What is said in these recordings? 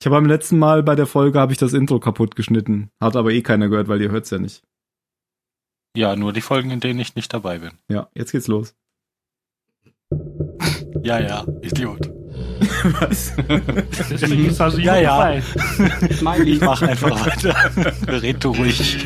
Ich habe beim letzten Mal bei der Folge habe ich das Intro kaputt geschnitten. Hat aber eh keiner gehört, weil ihr hört's ja nicht. Ja, nur die Folgen, in denen ich nicht dabei bin. Ja, jetzt geht's los. Ja, ja, Idiot. Was? Deswegen ist also Ja, ja. dabei. Mein Ich Lied. mache einfach weiter. Red du ruhig.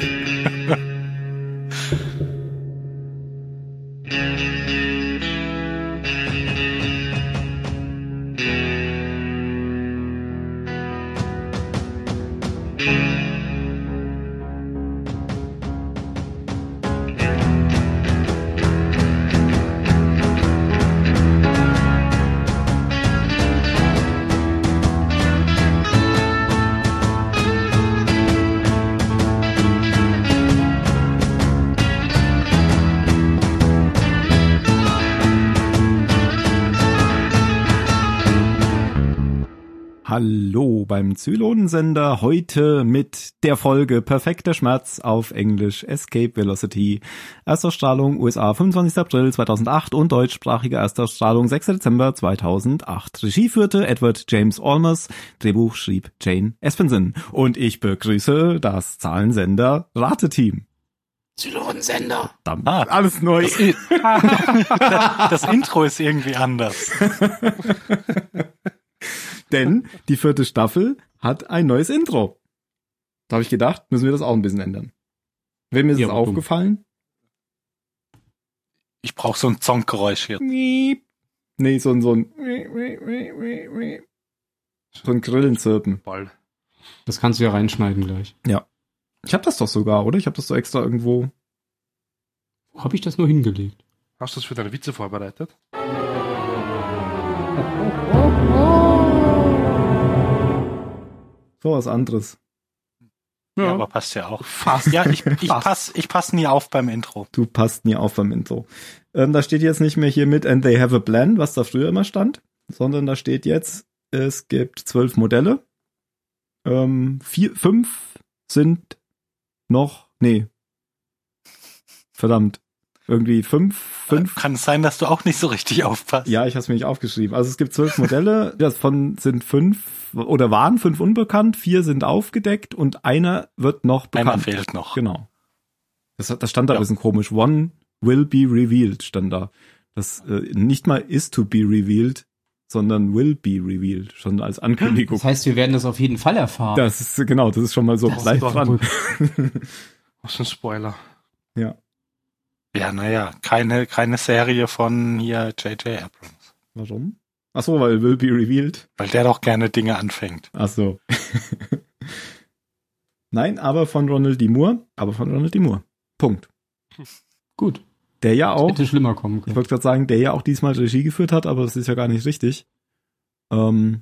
Hallo beim Zylonensender heute mit der Folge Perfekter Schmerz auf Englisch Escape Velocity. Erstausstrahlung USA 25. April 2008 und deutschsprachige Erstausstrahlung 6. Dezember 2008. Regie führte Edward James Olmers, Drehbuch schrieb Jane Espenson. Und ich begrüße das Zahlensender Rateteam. Zylonensender. Verdammt, Ah. alles neu. Das, I- das Intro ist irgendwie anders. Denn die vierte Staffel hat ein neues Intro. Da habe ich gedacht, müssen wir das auch ein bisschen ändern. Wem ist Ja, es aber dumm. aufgefallen? Ich brauche so ein Zonkgeräusch hier. Miep. Nee, so ein, so ein, so ein Grillenzirpen. Voll. Das kannst du ja reinschneiden gleich. Ich hab das doch sogar, oder? Ich hab das doch extra irgendwo. Wo habe ich das nur hingelegt? Hast du das für deine Witze vorbereitet? So was anderes. Ja, aber passt ja auch. fast. Ja, ich, ich pass, ich pass nie auf beim Intro. Du passt nie auf beim Intro. Ähm, da steht jetzt nicht mehr hier mit and they have a plan, was da früher immer stand, sondern da steht jetzt, es gibt zwölf Modelle. Ähm, vier, fünf sind noch, nee. Verdammt. Irgendwie fünf, fünf Kann es sein, dass du auch nicht so richtig aufpasst? Ja, ich habe es mir nicht aufgeschrieben. Also es gibt zwölf Modelle, davon sind fünf oder waren fünf unbekannt, vier sind aufgedeckt und einer wird noch bekannt. Einer fehlt noch. Genau. Das, das stand da Ja. ein bisschen komisch. One will be revealed stand da. Das äh, nicht mal is to be revealed, sondern will be revealed, schon als Ankündigung. Das heißt, wir werden das auf jeden Fall erfahren. Das ist genau, das ist schon mal so Das ist bleib doch dran. Was für ein Spoiler. Ja, naja, keine, keine Serie von hier J.J. Abrams. Warum? Ach so, weil will be revealed. Weil der doch gerne Dinge anfängt. Ach so. Nein, aber von Ronald D. Moore, aber von Ronald D. Moore. Punkt. Gut. Der ja auch, Hätte schlimmer kommen ich können. wollte gerade sagen, der ja auch diesmal Regie geführt hat, aber das ist ja gar nicht richtig. Ähm,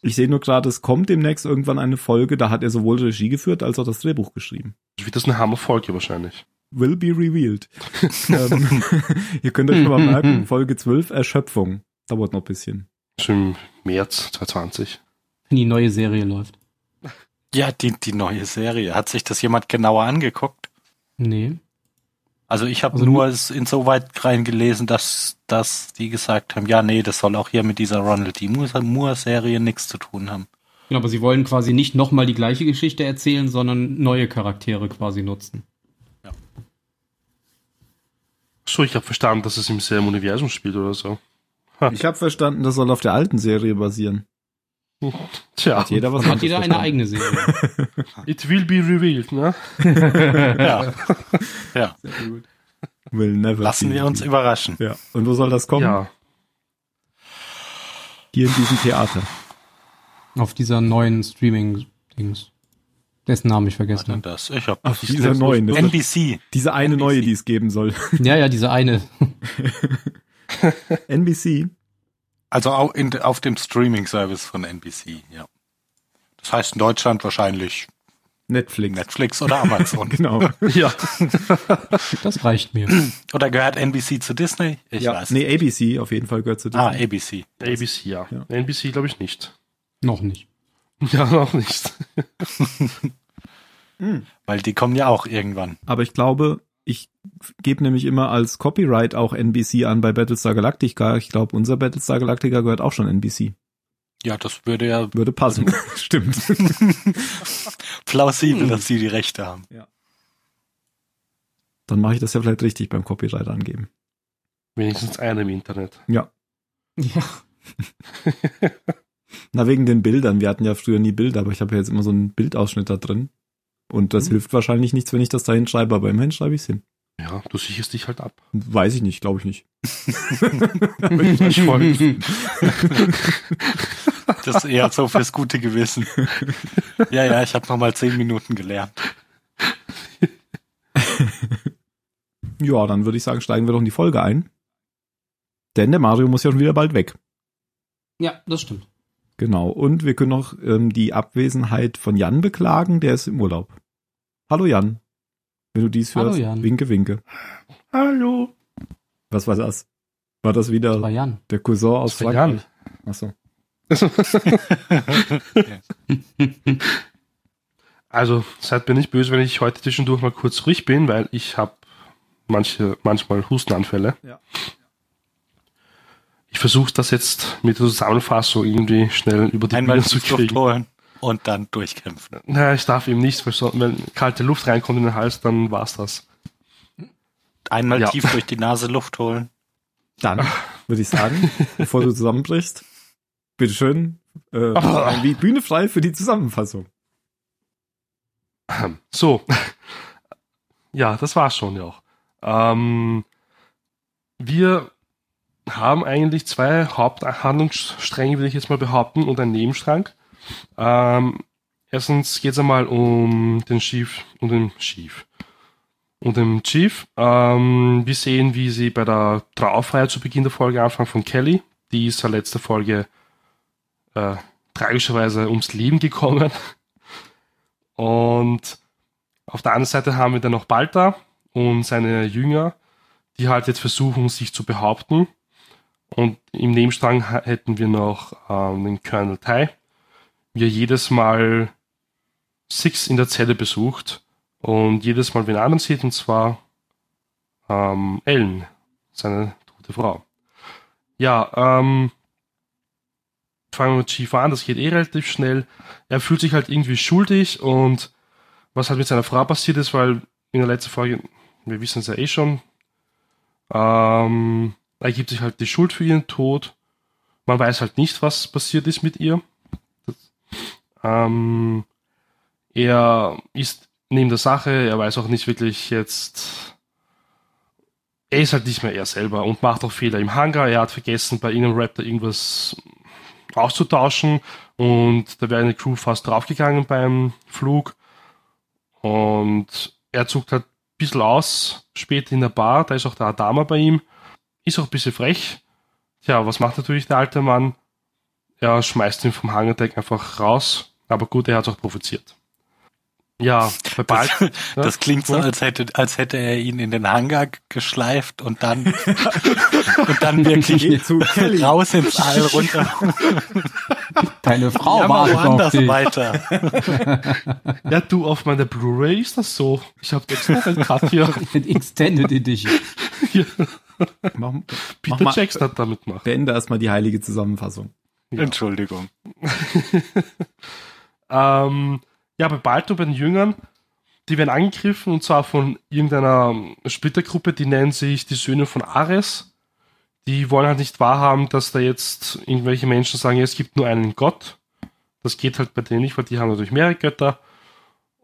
ich sehe nur gerade, es kommt demnächst irgendwann eine Folge, da hat er sowohl Regie geführt als auch das Drehbuch geschrieben. Das wird das eine Hammerfolge wahrscheinlich. Will be revealed. ähm, ihr könnt euch schon mal merken, Folge 12, Erschöpfung. Dauert noch ein bisschen. Schon im März 2020. Wenn die neue Serie läuft. Ja, die, die neue Serie. Hat sich das jemand genauer angeguckt? Nee. Also ich habe Also nur es insoweit reingelesen, dass, dass die gesagt haben, ja, nee, das soll auch hier mit dieser Ronald D. Moore- Moore-Serie nichts zu tun haben. Genau, aber sie wollen quasi nicht nochmal die gleiche Geschichte erzählen, sondern neue Charaktere quasi nutzen. So, ich habe verstanden, dass es im selben Universum spielt oder so. Ich habe verstanden, das soll auf der alten Serie basieren. Tja, Hat jeder was Hat anderes jeder eine verstanden. eigene Serie. it will be revealed, ne? Ja, Will never lassen be wir uns revealed. überraschen. Ja. Und wo soll das kommen? Ja. Hier in diesem Theater. Auf dieser neuen Streaming-Dings. Dessen Namen ich vergessen Warte, habe. Das, ich hab, Auf dieser neuen. das- NBC. Diese eine NBC. neue, die es geben soll. Ja, ja, diese eine. NBC. Also au- in, auf dem Streaming-Service von NBC, ja. Das heißt in Deutschland wahrscheinlich Netflix. Netflix oder Amazon. Genau. Ja. Das reicht mir. Oder gehört NBC zu Disney? Ich ja. weiß. Nee, ABC auf jeden Fall gehört zu Ah, Disney. ABC. ABC, ja. Ja. NBC glaube ich nicht. Noch nicht. Ja, auch nicht. Weil die kommen ja auch irgendwann. Aber ich glaube, ich gebe nämlich immer als Copyright auch NBC an bei Battlestar Galactica. Ich glaube, unser Battlestar Galactica gehört auch schon NBC. Ja, das würde ja Würde passen. Stimmt. plausibel, dass sie die Rechte haben. Dann mache ich das ja vielleicht richtig beim Copyright angeben. Wenigstens einer im Internet. Ja. Na, wegen den Bildern. Wir hatten ja früher nie Bilder, aber ich habe ja jetzt immer so einen Bildausschnitt da drin. Und das Hm. hilft wahrscheinlich nichts, wenn ich das da hinschreibe, aber immerhin schreibe ich es hin. Ja, du sicherst dich halt ab. Weiß ich nicht, glaube ich nicht. Ich wollte- Das ist eher so fürs gute Gewissen. Ja, ja, ich habe nochmal zehn Minuten gelernt. Ja, dann würde ich sagen, steigen wir doch in die Folge ein. Denn der Mario muss ja schon wieder bald weg. ja, das stimmt. Genau. Und wir können noch ähm, die Abwesenheit von Jan beklagen, der ist im Urlaub. Hallo Jan. Wenn du dies Hallo hörst, Jan. winke, winke. Hallo. Was war das? War das Das wieder war Jan. der Cousin aus Das war Frankreich? Achso. Also, seid mir nicht böse, wenn ich heute zwischendurch mal kurz ruhig bin, weil ich habe manche, manchmal Hustenanfälle. Ja. Ich versuche das jetzt mit der Zusammenfassung irgendwie schnell über die Einmal Bühne zu ins Luft kriegen. holen und dann durchkämpfen. Naja, ich darf eben nicht, weil so, wenn kalte Luft reinkommt in den Hals, dann war's das. Einmal Ja. tief durch die Nase Luft holen. Dann würde ich sagen, bevor du zusammenbrichst, bitteschön, Oh. äh, die Bühne frei für die Zusammenfassung. So. Ja, das war's schon ja auch. Ähm, wir haben eigentlich zwei Haupthandlungsstränge, würde ich jetzt mal behaupten, und einen Nebenstrang. Ähm, erstens geht's einmal um den Chief und den Chief. Und den Chief. Ähm, wir sehen, wie sie bei der Trauerfeier zu Beginn der Folge anfangen von Kelly. Die ist ja letzte Folge äh, tragischerweise ums Leben gekommen. Und auf der anderen Seite haben wir dann noch Balta und seine Jünger, die halt jetzt versuchen, sich zu behaupten. Und im Nebenstrang h- hätten wir noch ähm, den Colonel Tai, wie er jedes Mal Six in der Zelle besucht und jedes Mal wen anderen sieht, und zwar ähm, Ellen, seine tote Frau. Ja, ähm, fangen wir mit Chief an, das geht eh relativ schnell er fühlt sich halt irgendwie schuldig und was halt mit seiner Frau passiert ist, weil in der letzten Folge, wir wissen es ja eh schon, ähm, er gibt sich halt die Schuld für ihren Tod. Man weiß halt nicht, was passiert ist mit ihr. Das, ähm, er ist neben der Sache, er weiß auch nicht wirklich jetzt. Er ist halt nicht mehr er selber und macht auch Fehler im Hangar. Er hat vergessen, bei irgendeinem Raptor irgendwas auszutauschen. Und da wäre eine Crew fast draufgegangen beim Flug. Und er zuckt halt ein bisschen aus, spät in der Bar, da ist auch der Adama bei ihm. Ist auch ein bisschen frech. Tja, was macht natürlich der alte Mann? Er schmeißt ihn vom Hangardeck einfach raus. Aber gut, er hat es auch provoziert. Ja, bei ne? Balt. Das, das klingt so, Ja. als hätte, als hätte er ihn in den Hangar g- geschleift und dann, und dann wirklich zu Kelly. raus ins All runter. Deine Frau Ja, mal wartet auf woanders dich. weiter. Ja, du, auf meiner Blu-ray ist das so. Ich habe jetzt noch einen Cut hier. Den Extended Edition. Mach, mach Peter mal, Jackson hat damit gemacht. beende erstmal die heilige Zusammenfassung. Entschuldigung. Ähm, ja, bei Balto, bei den Jüngern, die werden angegriffen und zwar von irgendeiner ähm, Splittergruppe, die nennen sich die Söhne von Ares. Die wollen halt nicht wahrhaben, dass da jetzt irgendwelche Menschen sagen, ja, es gibt nur einen Gott. Das geht halt bei denen nicht, weil die haben natürlich mehrere Götter.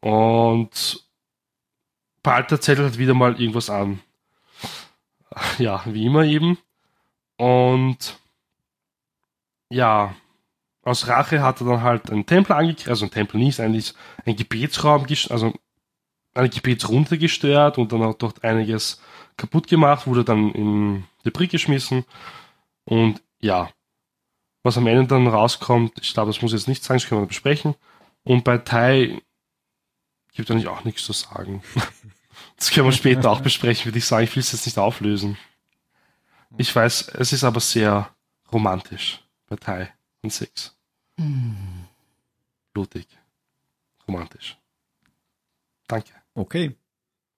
Und Balto zettelt halt wieder mal irgendwas an. Ja, wie immer eben. Und ja, aus Rache hat er dann halt einen Tempel angegriffen, also ein Tempel nicht, eigentlich ein Gebetsraum, gest- also eine Gebetsrunde gestört und dann auch dort einiges kaputt gemacht, wurde dann in die Brick geschmissen und ja, was am Ende dann rauskommt, ich glaube, das muss ich jetzt nicht sagen, das können wir dann besprechen. Und bei Tai gibt eigentlich auch nichts zu sagen. Das können wir später auch besprechen, würde ich sagen. Ich will es jetzt nicht auflösen. Ich weiß, es ist aber sehr romantisch bei Tai und Six blutig, romantisch. Danke. Okay.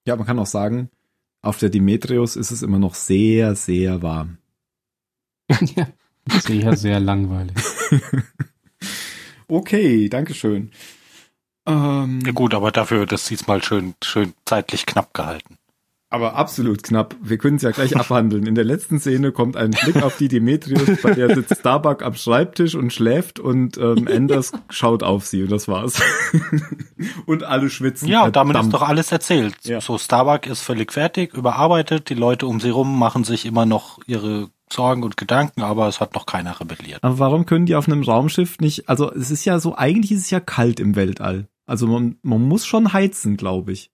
Ja, man kann auch sagen, auf der Demetrius ist es immer noch sehr, sehr warm. Sehr, sehr langweilig. okay, Dankeschön. Ähm, Ja gut, aber dafür das diesmal schön, schön zeitlich knapp gehalten. aber absolut knapp. Wir können es ja gleich abhandeln. In der letzten Szene kommt ein Blick auf die Demetrius, bei der sitzt Starbuck am Schreibtisch und schläft und ähm, Anders schaut auf sie und das war's. und alle schwitzen. Ja, damit verdammt. ist doch alles erzählt. halt Ja. So, Starbuck ist völlig fertig, überarbeitet, die Leute um sie rum machen sich immer noch ihre Sorgen und Gedanken, aber es hat noch keiner rebelliert. Aber warum können die auf einem Raumschiff nicht, also es ist ja so, eigentlich ist es ja kalt im Weltall. Also man, man muss schon heizen, glaube ich.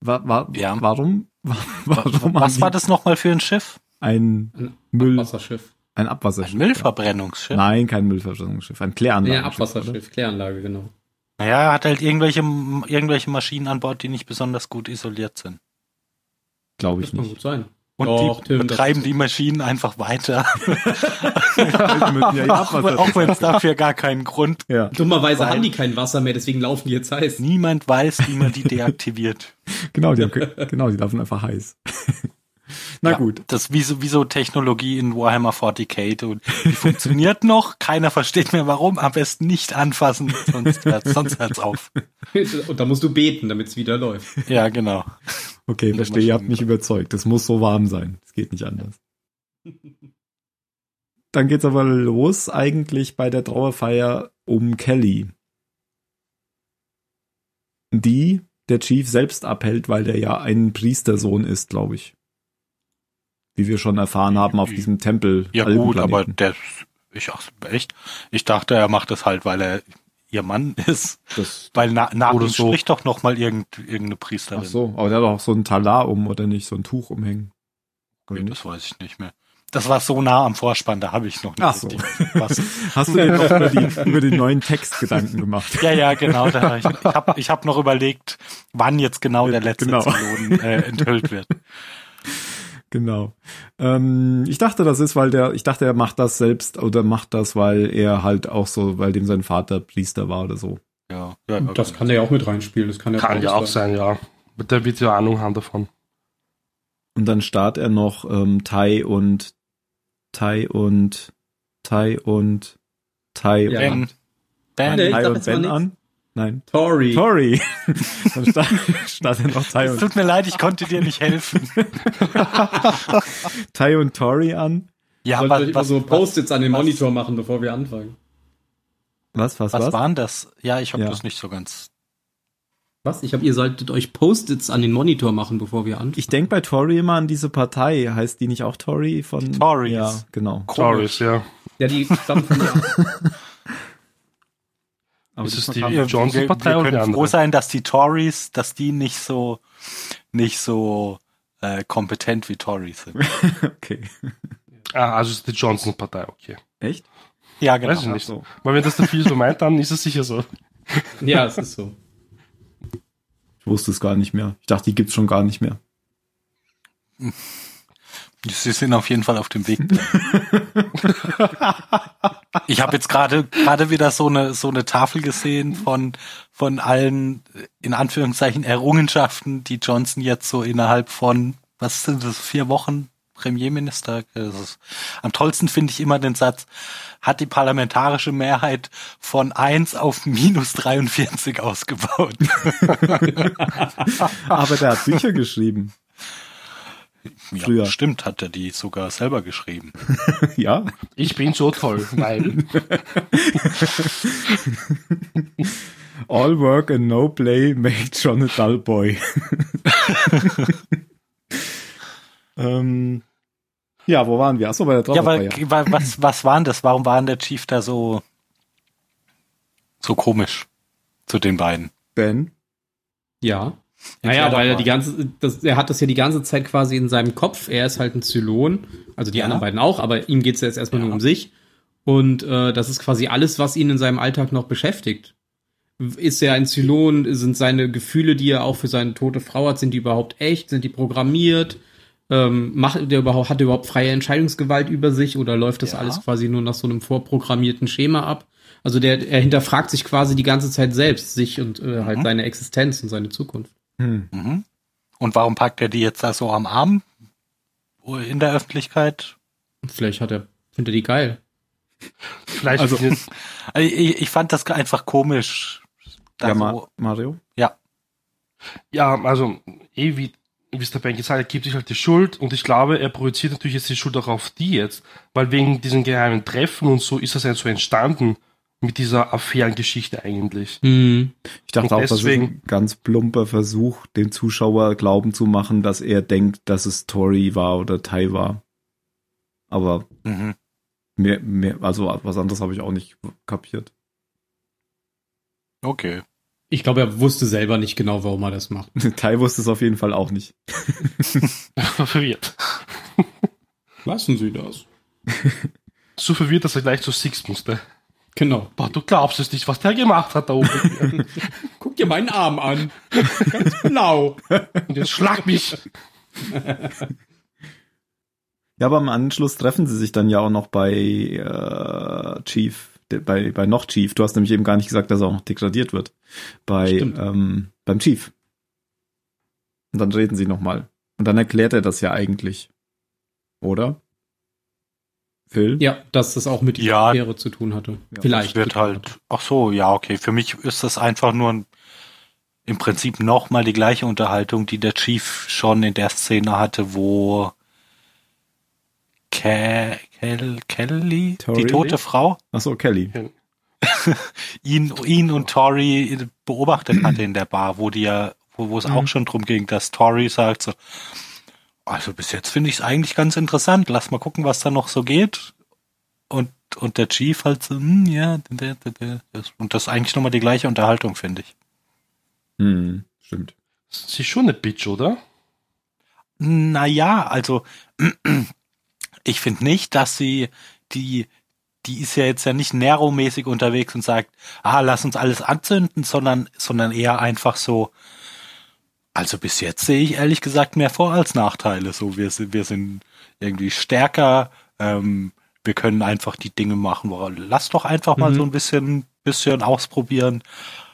Wa, wa, Ja. Warum, wa, warum haben Was die war das nochmal für ein Schiff? ein Ein Müll, Abwasserschiff. ein Abwasserschiff? Ein Müllverbrennungsschiff? Nein, kein Müllverbrennungsschiff, ein Kläranlagen. Ja, Abwasserschiff, Kläranlage, genau. Naja, er hat halt irgendwelche, irgendwelche Maschinen an Bord, die nicht besonders gut isoliert sind. Glaube Das ich kann nicht. gut sein. Und Oh, Doch, die Tim, das- betreiben die Maschinen einfach weiter, Die müssen ja ihr auch, Abwasser- auch wenn es dafür gar keinen Grund gibt. ja, Dummerweise Weil- haben die kein Wasser mehr, deswegen laufen die jetzt heiß. Niemand weiß, wie man die deaktiviert. genau, die, haben, genau, die laufen einfach heiß. Na Ja, gut. Das ist wie so, wie so Technologie in Warhammer 40k. Und die funktioniert noch, keiner versteht mehr warum, am besten nicht anfassen, sonst hört's, sonst hört's auf. Und da musst du beten, damit es wieder läuft. Ja, genau. Okay, Eine verstehe, ihr habt Maschine- mich überzeugt. Es muss so warm sein. Es geht nicht anders. Dann geht's aber los eigentlich bei der Trauerfeier um Kelly. Die der Chief selbst abhält, weil der ja ein Priestersohn ist, glaube ich. Wie wir schon erfahren haben auf diesem Tempel. Ja gut, aber Algenplaneten. der, ich, ach, echt, ich dachte, er macht das halt, weil er ihr Mann ist. Das, Weil na, nach Oder ihm so. spricht doch noch mal irgend, irgendeine Priesterin. ach so, aber der hat auch so einen Talar um, oder nicht? So ein Tuch umhängen. Oder Nee, nicht? das weiß ich nicht mehr. Das war so nah am Vorspann, da habe ich noch nicht Ach so. richtig was. Hast du dir noch über, die, über den neuen Text Gedanken gemacht? Ja, ja, genau. Da hab ich ich habe ich hab noch überlegt, wann jetzt genau der letzte Genau. genau. Zylonen äh, enthüllt wird. Genau. Ähm, ich dachte, das ist, weil der, ich dachte, er macht das selbst oder macht das, weil er halt auch so, weil dem sein Vater Priester war oder so. Ja, ja, ja, Das kann der ja auch mit reinspielen. Das kann, der Kann ja auch sein, ja. Mit der wird ja Ahnung haben davon. Und dann starrt er noch ähm, Tai und Tai und Tai und Tai Ja. und Ben, Ben, Nee, ich Tai sag und jetzt mal Ben nix. an. Nein. Tori. Tori. dann starrt, starrt er noch Tai es und, tut mir leid, ich konnte dir nicht helfen. Tai und Tori an. Ja, Sollte aber ich immer was, so Post-its an den was- Monitor machen, bevor wir anfangen. Was, was, was, was? was waren das? Ja, ich habe Ja. das nicht so ganz. Was? Ich habe, ihr solltet euch Post-its an den Monitor machen, bevor wir anfangen. Ich denk bei Tory immer an diese Partei. Heißt die nicht auch Tory von? Die Tories. Ja, genau. Doris, ja. Ja, die stammen von mir. Aber Ist es diesmal kam- Wir, wir, die wir Johnson-Partei oder die können froh andere? sein, dass die Tories, dass die nicht so, nicht so äh, kompetent wie Tories sind. Okay. Ah, also ist die Johnson-Partei, okay. Echt? Ja, Weiß ich genau. nicht. so. Weil wenn das der viel so meint, dann ist es sicher so. Ja, es ist so. Ich wusste es gar nicht mehr. Ich dachte, die gibt's schon gar nicht mehr. Sie sind auf jeden Fall auf dem Weg. ich habe jetzt gerade gerade wieder so eine so eine Tafel gesehen von von allen in Anführungszeichen Errungenschaften, die Johnson jetzt so innerhalb von was sind das vier Wochen Premierminister. Das ist, am tollsten finde ich immer den Satz: Hat die parlamentarische Mehrheit von 1 auf minus 43 ausgebaut. Aber der hat Bücher geschrieben. Früher. Ja, stimmt, hat er die sogar selber geschrieben. Ja. Ich bin so toll, weil. All work and no play made John a dull boy. ähm, ja, wo waren wir? Achso, bei der Ja, Trauerfeier. aber wa- was, was waren das? Warum waren der Chief da so, so komisch zu den beiden? ben. Ja. Erklär Naja, doch weil er mal. die ganze, das, er hat das ja die ganze Zeit quasi in seinem Kopf. Er ist halt ein Zylon, also die Ja. anderen beiden auch, aber ihm geht's jetzt erstmal Ja. nur um sich. Und äh, das ist quasi alles, was ihn in seinem Alltag noch beschäftigt. Ist er ein Zylon? Sind seine Gefühle, die er auch für seine tote Frau hat, sind die überhaupt echt? Sind die programmiert? Ähm, macht der überhaupt, hat er überhaupt freie Entscheidungsgewalt über sich oder läuft das Ja. alles quasi nur nach so einem vorprogrammierten Schema ab? Also der, er hinterfragt sich quasi die ganze Zeit selbst, sich und äh, halt Mhm. seine Existenz und seine Zukunft. Hm. Mhm. Und warum packt er die jetzt da so am Arm in der Öffentlichkeit? Vielleicht hat er, findet er die geil. Vielleicht Also- sind jetzt, Also ich, ich fand das einfach komisch. Da Ja, Ma so, Mario? ja. ja, also, eh, wie, wie es der Ben gesagt hat, er gibt sich halt die Schuld und ich glaube, er projiziert natürlich jetzt die Schuld auch auf die jetzt, weil wegen diesen geheimen Treffen und so ist das ja so entstanden mit dieser Affärengeschichte eigentlich. Mhm. Ich dachte Und auch, das ist ein deswegen- ganz plumper Versuch, dem Zuschauer Glauben zu machen, dass er denkt, dass es Tori war oder Tai war. Aber Mhm. mehr, mehr, also was anderes habe ich auch nicht kapiert. Okay. Ich glaube, er wusste selber nicht genau, warum er das macht. Tai wusste es auf jeden Fall auch nicht. War verwirrt. Lassen Sie das. So verwirrt, dass er gleich zu Six musste. Genau. Boah, du glaubst es nicht, was der gemacht hat da oben. Guck dir meinen Arm an. Ganz blau. und jetzt schlag mich. Ja, aber im Anschluss treffen sie sich dann ja auch noch bei äh, Chief, de- bei, bei noch Chief. Du hast nämlich eben gar nicht gesagt, dass er auch noch degradiert wird. Bei Stimmt. ähm, beim Chief. Und dann reden sie nochmal. Und dann erklärt er das ja eigentlich. Oder? Phil? Ja, dass das auch mit Ja. Affäre zu tun hatte. Ja, Vielleicht. Das wird halt. Ach so, ja, okay. Für mich ist das einfach nur ein, im Prinzip nochmal die gleiche Unterhaltung, die der Chief schon in der Szene hatte, wo Ke Kel Kelly, Tori? die tote Frau, Achso, Kelly. ihn, ihn und Tori beobachtet hatte in der Bar, wo die ja, wo, wo es auch schon drum ging, dass Tori sagt so, also bis jetzt finde ich es eigentlich ganz interessant, lass mal gucken, was da noch so geht. Und, und der Chief halt so, hm, ja, d- d- d- das- und das ist eigentlich nochmal die gleiche Unterhaltung, finde ich. Hm, stimmt. Sie ist schon eine Bitch, oder? Naja, also ich finde nicht, dass sie die die ist ja jetzt ja nicht Nero-mäßig unterwegs und sagt, ah, lass uns alles anzünden, sondern sondern eher einfach so. Also bis jetzt sehe ich ehrlich gesagt mehr Vor- als Nachteile. So wir sind wir sind irgendwie stärker. Ähm, wir können einfach die Dinge machen. Wora- Lass doch einfach mal Mhm. so ein bisschen bisschen ausprobieren,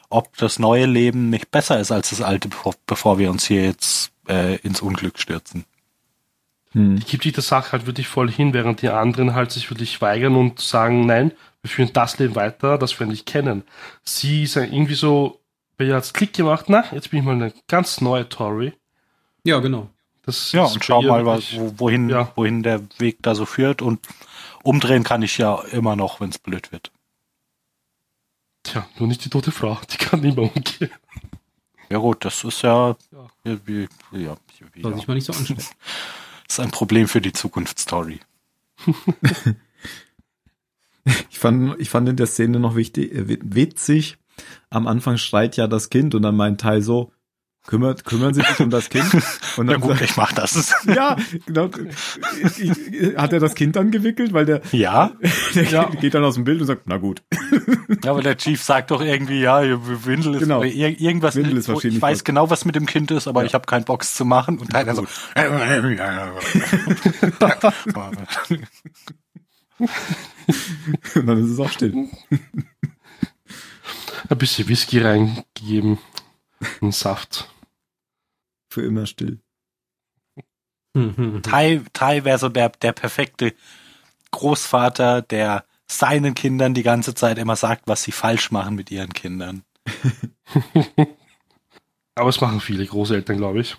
ob das neue Leben nicht besser ist als das alte, bevor, bevor wir uns hier jetzt äh, ins Unglück stürzen. Hm. Die gibt sich der Sache halt wirklich voll hin, während die anderen halt sich wirklich weigern und sagen, nein, wir führen das Leben weiter, das wir nicht kennen. Sie ist ja irgendwie so, bei ihr hat's Klick gemacht, na, jetzt bin ich mal eine ganz neue Tory. Ja, genau. Das Ja, ist und bei schau ihr mal, was, wirklich- wo- wohin, Ja. wohin der Weg da so führt. Und umdrehen kann ich ja immer noch, wenn es blöd wird. Tja, nur nicht die tote Frau, die kann nicht mehr umgehen. Ja gut, das ist ja, Ja. ja, wie- ja, wie- Soll ja. sich mal nicht so anstellen. ist ein Problem für die Zukunftsstory. Ich fand, ich fand in der Szene noch wichtig, äh, wit- witzig. Am Anfang schreit ja das Kind und dann meint Tai so, kümmert, kümmern Sie sich um das Kind? Und Na dann gut, sagt- ich mach das. ja, genau. Ich- ich- Hat er das Kind angewickelt? Weil der, ja, der Ja. geht dann aus dem Bild und sagt, na gut. ja, aber der Chief sagt doch irgendwie, ja, Windel ist Genau. oder ir irgendwas. Windel ist wahrscheinlich ich weiß was. genau, was mit dem Kind ist, aber ich habe keinen Box zu machen. Und einer so. Und dann ist es auch still. Ein bisschen Whisky reingegeben, einen Saft. Für immer still. Hm, hm, hm. Tai, Tai wäre so der, der perfekte Großvater, der seinen Kindern die ganze Zeit immer sagt, was sie falsch machen mit ihren Kindern. Aber es machen viele Großeltern, glaube ich.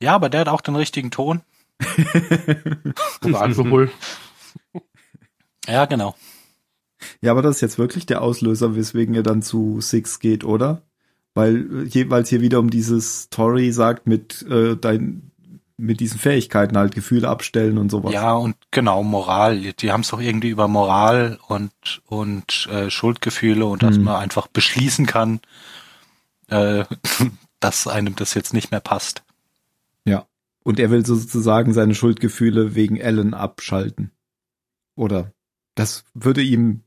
Ja, aber der hat auch den richtigen Ton. Und Alkohol. Ja, genau. Ja, aber das ist jetzt wirklich der Auslöser, weswegen er dann zu Six geht, oder? Weil äh, jeweils hier wieder um dieses Tori sagt mit äh, dein, mit diesen Fähigkeiten halt Gefühle abstellen und sowas. Ja, und genau, Moral. Die haben es doch irgendwie über Moral und, und äh, Schuldgefühle und dass Mhm. man einfach beschließen kann, äh, dass einem das jetzt nicht mehr passt. Und er will sozusagen seine Schuldgefühle wegen Ellen abschalten. Oder das würde ihm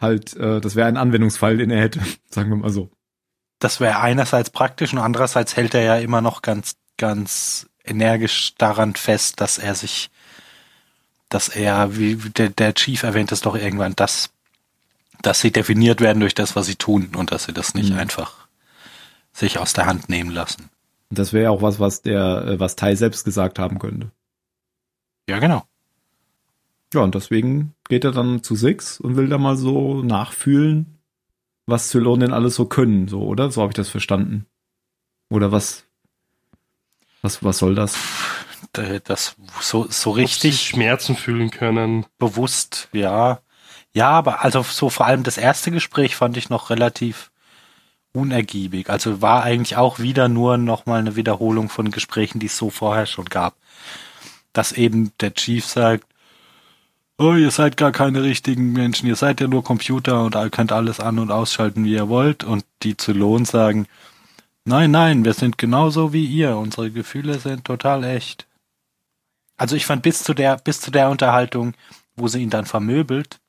halt, äh, das wäre ein Anwendungsfall, den er hätte, sagen wir mal so. das wäre einerseits praktisch und andererseits hält er ja immer noch ganz, ganz energisch daran fest, dass er sich, dass er, wie der, der Chief erwähnt es doch irgendwann, dass, dass sie definiert werden durch das, was sie tun und dass sie das nicht Mhm. einfach sich aus der Hand nehmen lassen. Und Das wäre ja auch was, was der, äh, was Tai selbst gesagt haben könnte. Ja, genau. Ja, und deswegen geht er dann zu Six und will da mal so nachfühlen, was Zylonen denn alles so können, so, oder? So habe ich das verstanden. Oder was, was, was soll das? D- Das so, so Ob sie richtig Schmerzen fühlen können. bewusst, ja. Ja, aber also so vor allem das erste Gespräch fand ich noch relativ unergiebig. Also war eigentlich auch wieder nur nochmal eine Wiederholung von Gesprächen, die es so vorher schon gab. Dass eben der Chief sagt, oh, ihr seid gar keine richtigen Menschen, ihr seid ja nur Computer und ihr könnt alles an- und ausschalten, wie ihr wollt. Und die Zylon sagen, nein, nein, wir sind genauso wie ihr, unsere Gefühle sind total echt. Also ich fand bis zu der, bis zu der Unterhaltung wo sie ihn dann vermöbelt,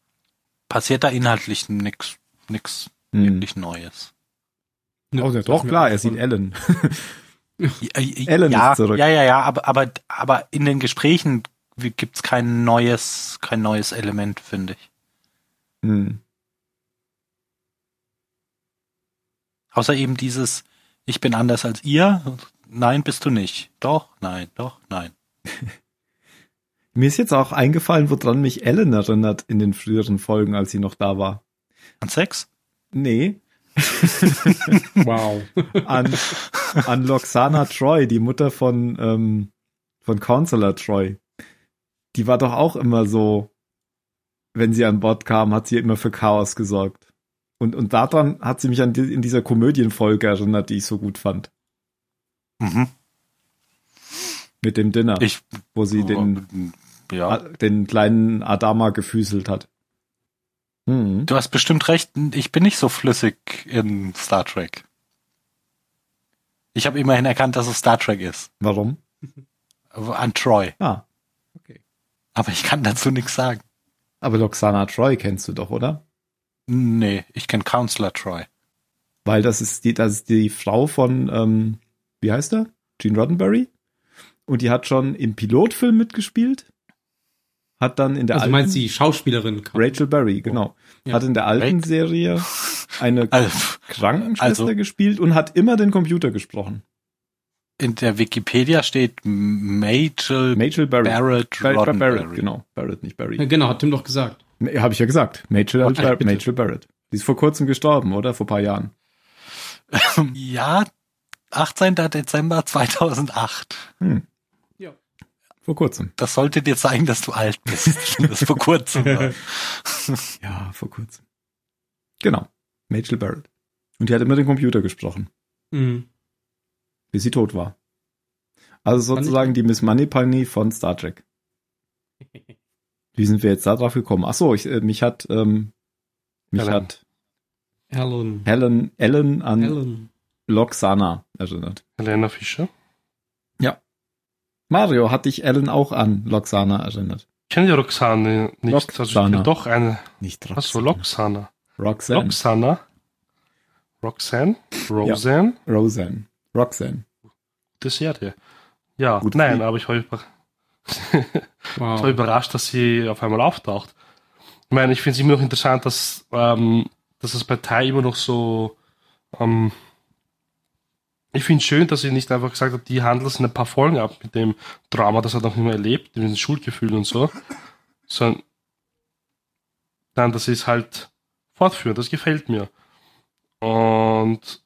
passiert da inhaltlich nix, nix Hm. wirklich Neues. Oh, ja, doch, klar, er sieht Ellen. Ellen ja, ist zurück. Ja, ja, ja, aber, aber, aber in den Gesprächen gibt's kein neues, kein neues Element, finde ich. Hm. Außer eben dieses, ich bin anders als ihr. Nein, bist du nicht. Doch, nein, doch, nein. Mir ist jetzt auch eingefallen, woran mich Ellen erinnert in den früheren Folgen, als sie noch da war. An Sex? Nee, Wow. an, an Loxana Troy, die Mutter von, ähm, von Counselor Troy. Die war doch auch immer so, wenn sie an Bord kam, hat sie immer für Chaos gesorgt. Und, und daran hat sie mich an die, in dieser Komödienfolge erinnert, die ich so gut fand. Mhm. Mit dem Dinner, Ich, wo sie den, Oh, äh, ja. den kleinen Adama gefüßelt hat. Hm. Du hast bestimmt recht, ich bin nicht so flüssig in Star Trek. Ich habe immerhin erkannt, dass es Star Trek ist. Warum? An Troy. Ah, Aber ich kann dazu nichts sagen. aber Loxana Troy kennst du doch, oder? Nee, ich kenne Counselor Troy. Weil das ist die, das ist die Frau von, ähm, wie heißt er? Gene Roddenberry. Und die hat schon im Pilotfilm mitgespielt. Hat dann in der Also alten. meinst du die Schauspielerin? Rachel Berry, genau. Ja. Hat in der alten Rachel. Serie eine Also, Krankenschwester also- gespielt und hat immer den Computer gesprochen. in der Wikipedia steht Major Rachel Berry. Barrett Barrett, Barrett, Roddenberry. genau. Barrett, nicht Ja, Barry. genau, hat Tim doch gesagt. Nee, Habe ich ja gesagt. Rachel, Ach, Bar bitte. Rachel Barrett. Die ist vor kurzem gestorben, oder? Vor paar Jahren. Ja, 18. Dezember 2008. Hm. Ja. Vor kurzem. Das sollte dir zeigen, dass du alt bist. wenn Das vor kurzem. war. Ja, vor kurzem. Genau. Rachel Barrett. Und die hat immer den Computer gesprochen, Mhm. bis sie tot war. Also Fand ich- sozusagen die Miss Moneypenny von Star Trek. Wie sind wir jetzt da drauf gekommen? Ach so, ich, äh, mich hat, ähm, mich Helen. hat Helen. Helen, Ellen an Helen. Loxana erinnert. Helena Fischer. Mario, hat dich Ellen auch an Loxana erinnert? Ich kenne die Roxane nicht. Also ich Roxana. kenne doch eine. Nicht Was so Loxana. Roxanne. Roxana. Roxanne. Roseanne. Roseanne. Roxanne. Gute Serie. Ja, Gut. nein, aber ich war, über ich war Wow. überrascht, dass sie auf einmal auftaucht. Ich meine, ich finde es immer noch interessant, dass, ähm, dass das Partei immer noch so. Ähm, ich finde es schön, dass sie nicht einfach gesagt hat, die handelt es in ein paar Folgen ab mit dem Drama, das er noch nicht mehr erlebt, mit den Schuldgefühlen und so. Sondern dann, das ist halt fortführen, das gefällt mir. Und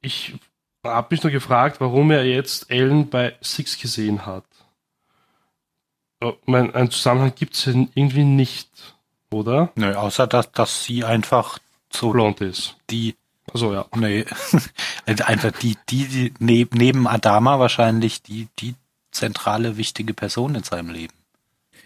ich habe mich nur gefragt, warum er jetzt Ellen bei Six gesehen hat. Oh, Mein, einen Zusammenhang gibt es irgendwie nicht, oder? Nö, außer dass, dass sie einfach so Blond ist. die, Also ja. nee, also einfach die, die, die neb, neben Adama wahrscheinlich die, die zentrale, wichtige Person in seinem Leben.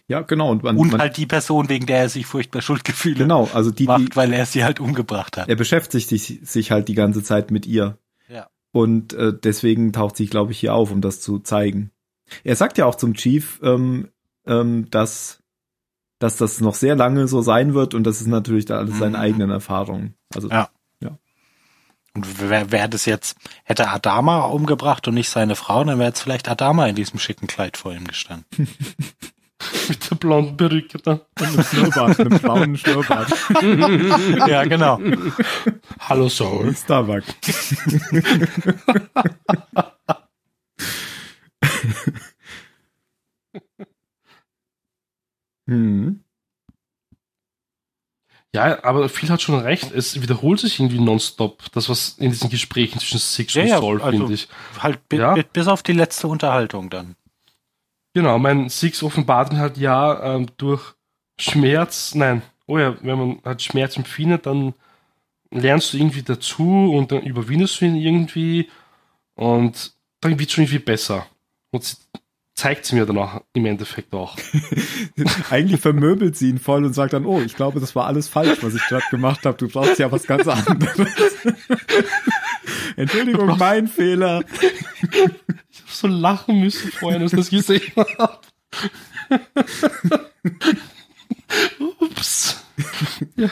Ja, genau. Und man, Und man halt die Person, wegen der er sich furchtbar Schuldgefühle genau, also die, die, macht, weil er sie halt umgebracht hat. er beschäftigt sich, sich halt die ganze Zeit mit ihr. Ja. Und äh, deswegen taucht sie, glaube ich, hier auf, um das zu zeigen. Er sagt ja auch zum Chief, ähm, ähm, dass, dass das noch sehr lange so sein wird und das ist natürlich dann alles seine Mhm. eigenen Erfahrungen. Also Ja. Und wer, wer das jetzt, hätte Adama umgebracht und nicht seine Frau, dann wäre jetzt vielleicht Adama in diesem schicken Kleid vor ihm gestanden. Mit der blonden Perücke dann. mit Schnurrbart, einem braunen Schnurrbart. ja, genau. Hallo Soul. Starbuck. Hm. Ja, aber viel hat schon recht. Es wiederholt sich irgendwie nonstop, das, was in diesen Gesprächen zwischen Six Ja, und ja, Saul, also- finde ich. Halt bi Ja. bi bis auf die letzte Unterhaltung dann. Genau, mein Six offenbart ihn halt ja ähm, durch Schmerz. Nein, oh ja, wenn man halt Schmerz empfindet, dann lernst du irgendwie dazu und dann überwindest du ihn irgendwie und dann wird schon irgendwie besser. Und sie zeigt sie mir dann auch im Endeffekt auch. Eigentlich vermöbelt sie ihn voll und sagt dann, oh, ich glaube, das war alles falsch, was ich gerade gemacht habe. Du brauchst ja was ganz anderes. Entschuldigung, mein Fehler. Ich hab so lachen müssen vorhin, als ich das gesehen habe. Ups. Ja.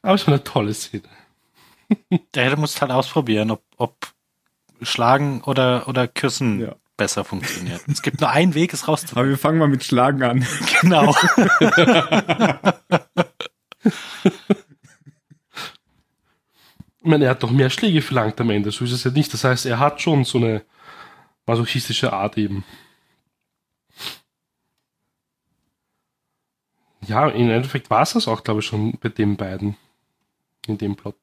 Aber es war eine tolle Szene. Der hätte muss halt ausprobieren, ob, ob Schlagen oder, oder Küssen Ja. besser funktioniert. Es gibt nur einen Weg, es rauszufinden. Aber wir fangen mal mit Schlagen an. Genau. Ich meine, er hat doch mehr Schläge verlangt am Ende, so ist es ja nicht. Das heißt, er hat schon so eine masochistische Art eben. Ja, im Endeffekt war es das auch, glaube ich, schon bei den beiden. In dem Plot.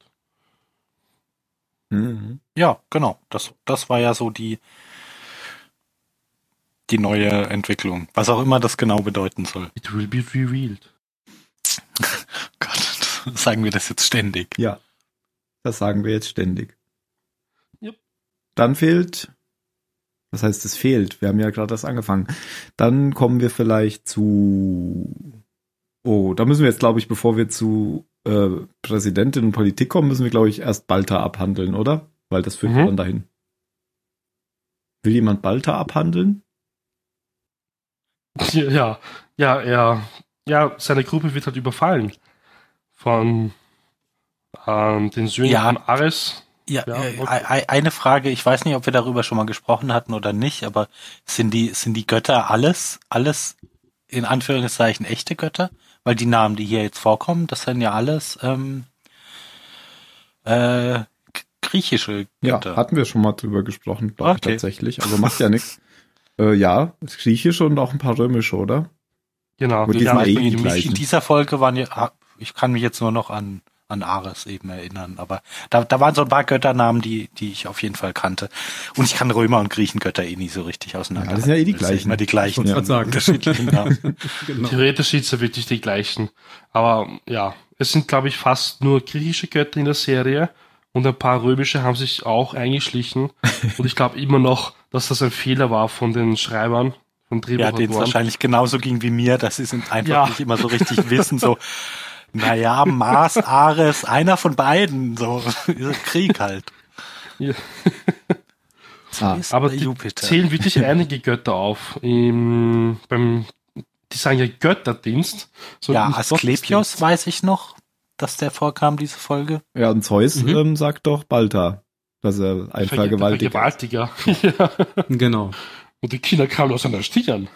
Ja, genau. Das, das war ja so die, die neue Entwicklung. Was auch immer das genau bedeuten soll. It will be revealed. Gott, sagen wir das jetzt ständig. Ja. Das sagen wir jetzt ständig. Jupp. Dann fehlt, was heißt es fehlt? Wir haben ja gerade das angefangen. Dann kommen wir vielleicht zu, oh, da müssen wir jetzt, glaube ich, bevor wir zu äh, Präsidentin und Politik kommen, müssen wir, glaube ich, erst Balta abhandeln, oder? Weil das führt Mhm. ja dann dahin. Will jemand Balta abhandeln? Ja, ja, ja, ja, seine Gruppe wird halt überfallen von ähm, den Söhnen Ja. von Ares. Ja, Ja, äh, okay. ei- ei- eine Frage, ich weiß nicht, ob wir darüber schon mal gesprochen hatten oder nicht, aber sind die, sind die Götter alles, alles in Anführungszeichen echte Götter? Weil die Namen, die hier jetzt vorkommen, das sind ja alles ähm, äh, k- griechische Ja, Götter. hatten wir schon mal drüber gesprochen, glaube Okay. ich tatsächlich. Also macht ja nichts. äh, ja, das griechische und auch ein paar römische, oder? Genau, Mit die diesem haben Alien irgendwie gleich. mich- in dieser Folge waren ja, ah, ich kann mich jetzt nur noch an, an Ares eben erinnern, aber da, da waren so ein paar Götternamen, die, die ich auf jeden Fall kannte. Und ich kann Römer und Griechengötter eh nie so richtig auseinander. Ja, das sind ja eh die gleichen. Immer die gleichen. Wollte Ja. grad sagen. Unterschiedlichen Namen. ne? Genau. Theoretisch sind es ja wirklich die gleichen. Aber ja, es sind, glaube ich, fast nur griechische Götter in der Serie und ein paar römische haben sich auch eingeschlichen. und ich glaube immer noch, dass das ein Fehler war von den Schreibern, von ja, halt, denen es Drehbuchautoren. wahrscheinlich genauso ging wie mir, dass sie es einfach Ja. nicht immer so richtig wissen, so, naja, Mars, Ares, einer von beiden, so, Krieg halt. Ja. Ah, Ist Aber bei die zählen wirklich einige Götter auf. Im, beim, die sagen ja Götterdienst. so Ja, nicht Asklepios weiß ich noch, dass der vorkam, diese Folge. Ja, und Zeus Mhm. ähm, sagt doch Balta, dass er ein Ver- Vergewaltiger ist. Vergewaltiger. ja. Genau. Und die Kinder kamen aus seiner Stirn.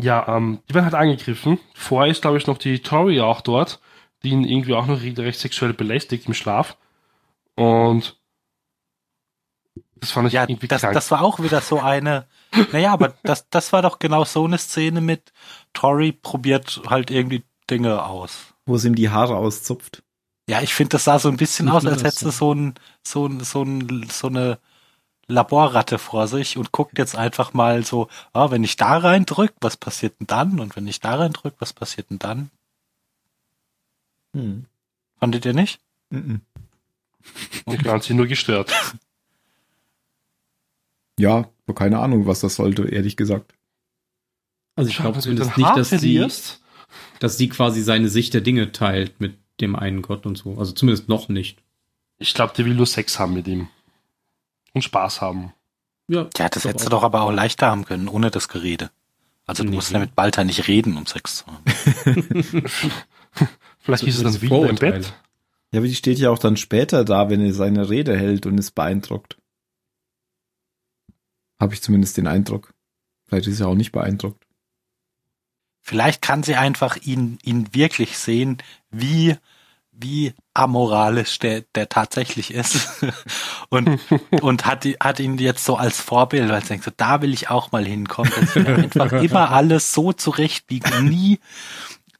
Ja, ähm, die werden halt angegriffen. Vorher ist, glaube ich, noch die Tori auch dort, die ihn irgendwie auch noch regelrecht sexuell belästigt im Schlaf. Und das fand ich Ja, irgendwie das, krank. das war auch wieder so eine. Naja, aber das, das war doch genau so eine Szene mit Tori probiert halt irgendwie Dinge aus. Wo es ihm die Haare auszupft. Ja, ich finde, das sah so ein bisschen Nicht aus, als anders, hätte sie ja. so, ein, so, ein, so, ein, so eine Laborratte vor sich und guckt jetzt einfach mal so, ah, wenn ich da reindrück, was passiert denn dann? Und wenn ich da reindrück, was passiert denn dann? Hm. Fandet ihr nicht? Mhm. Ich fand sie nur gestört. Ja, so keine Ahnung, was das sollte, ehrlich gesagt. Also ich glaube Wenn du zumindest dein nicht, Haar dass die, verlierst, dass die quasi seine Sicht der Dinge teilt mit dem einen Gott und so. Also zumindest noch nicht. Ich glaube, der will nur Sex haben mit ihm. Und Spaß haben. Ja, Ja, das glaub hättest du auch. doch aber auch leichter haben können, ohne das Gerede. Also du Nee, musst nee. ja mit Balta nicht reden, um Sex zu haben. Vielleicht So- ist es dann so wieder im Vorurteile. Bett. Ja, aber die steht ja auch dann später da, wenn er seine Rede hält und ist beeindruckt. Habe ich zumindest den Eindruck. Vielleicht ist er auch nicht beeindruckt. Vielleicht kann sie einfach ihn, ihn wirklich sehen, wie, wie amoralisch der, der tatsächlich ist und, und hat, die- hat ihn jetzt so als Vorbild, weil er denkt, so, da will ich auch mal hinkommen, dass ich einfach immer alles so zurechtbiege, und nie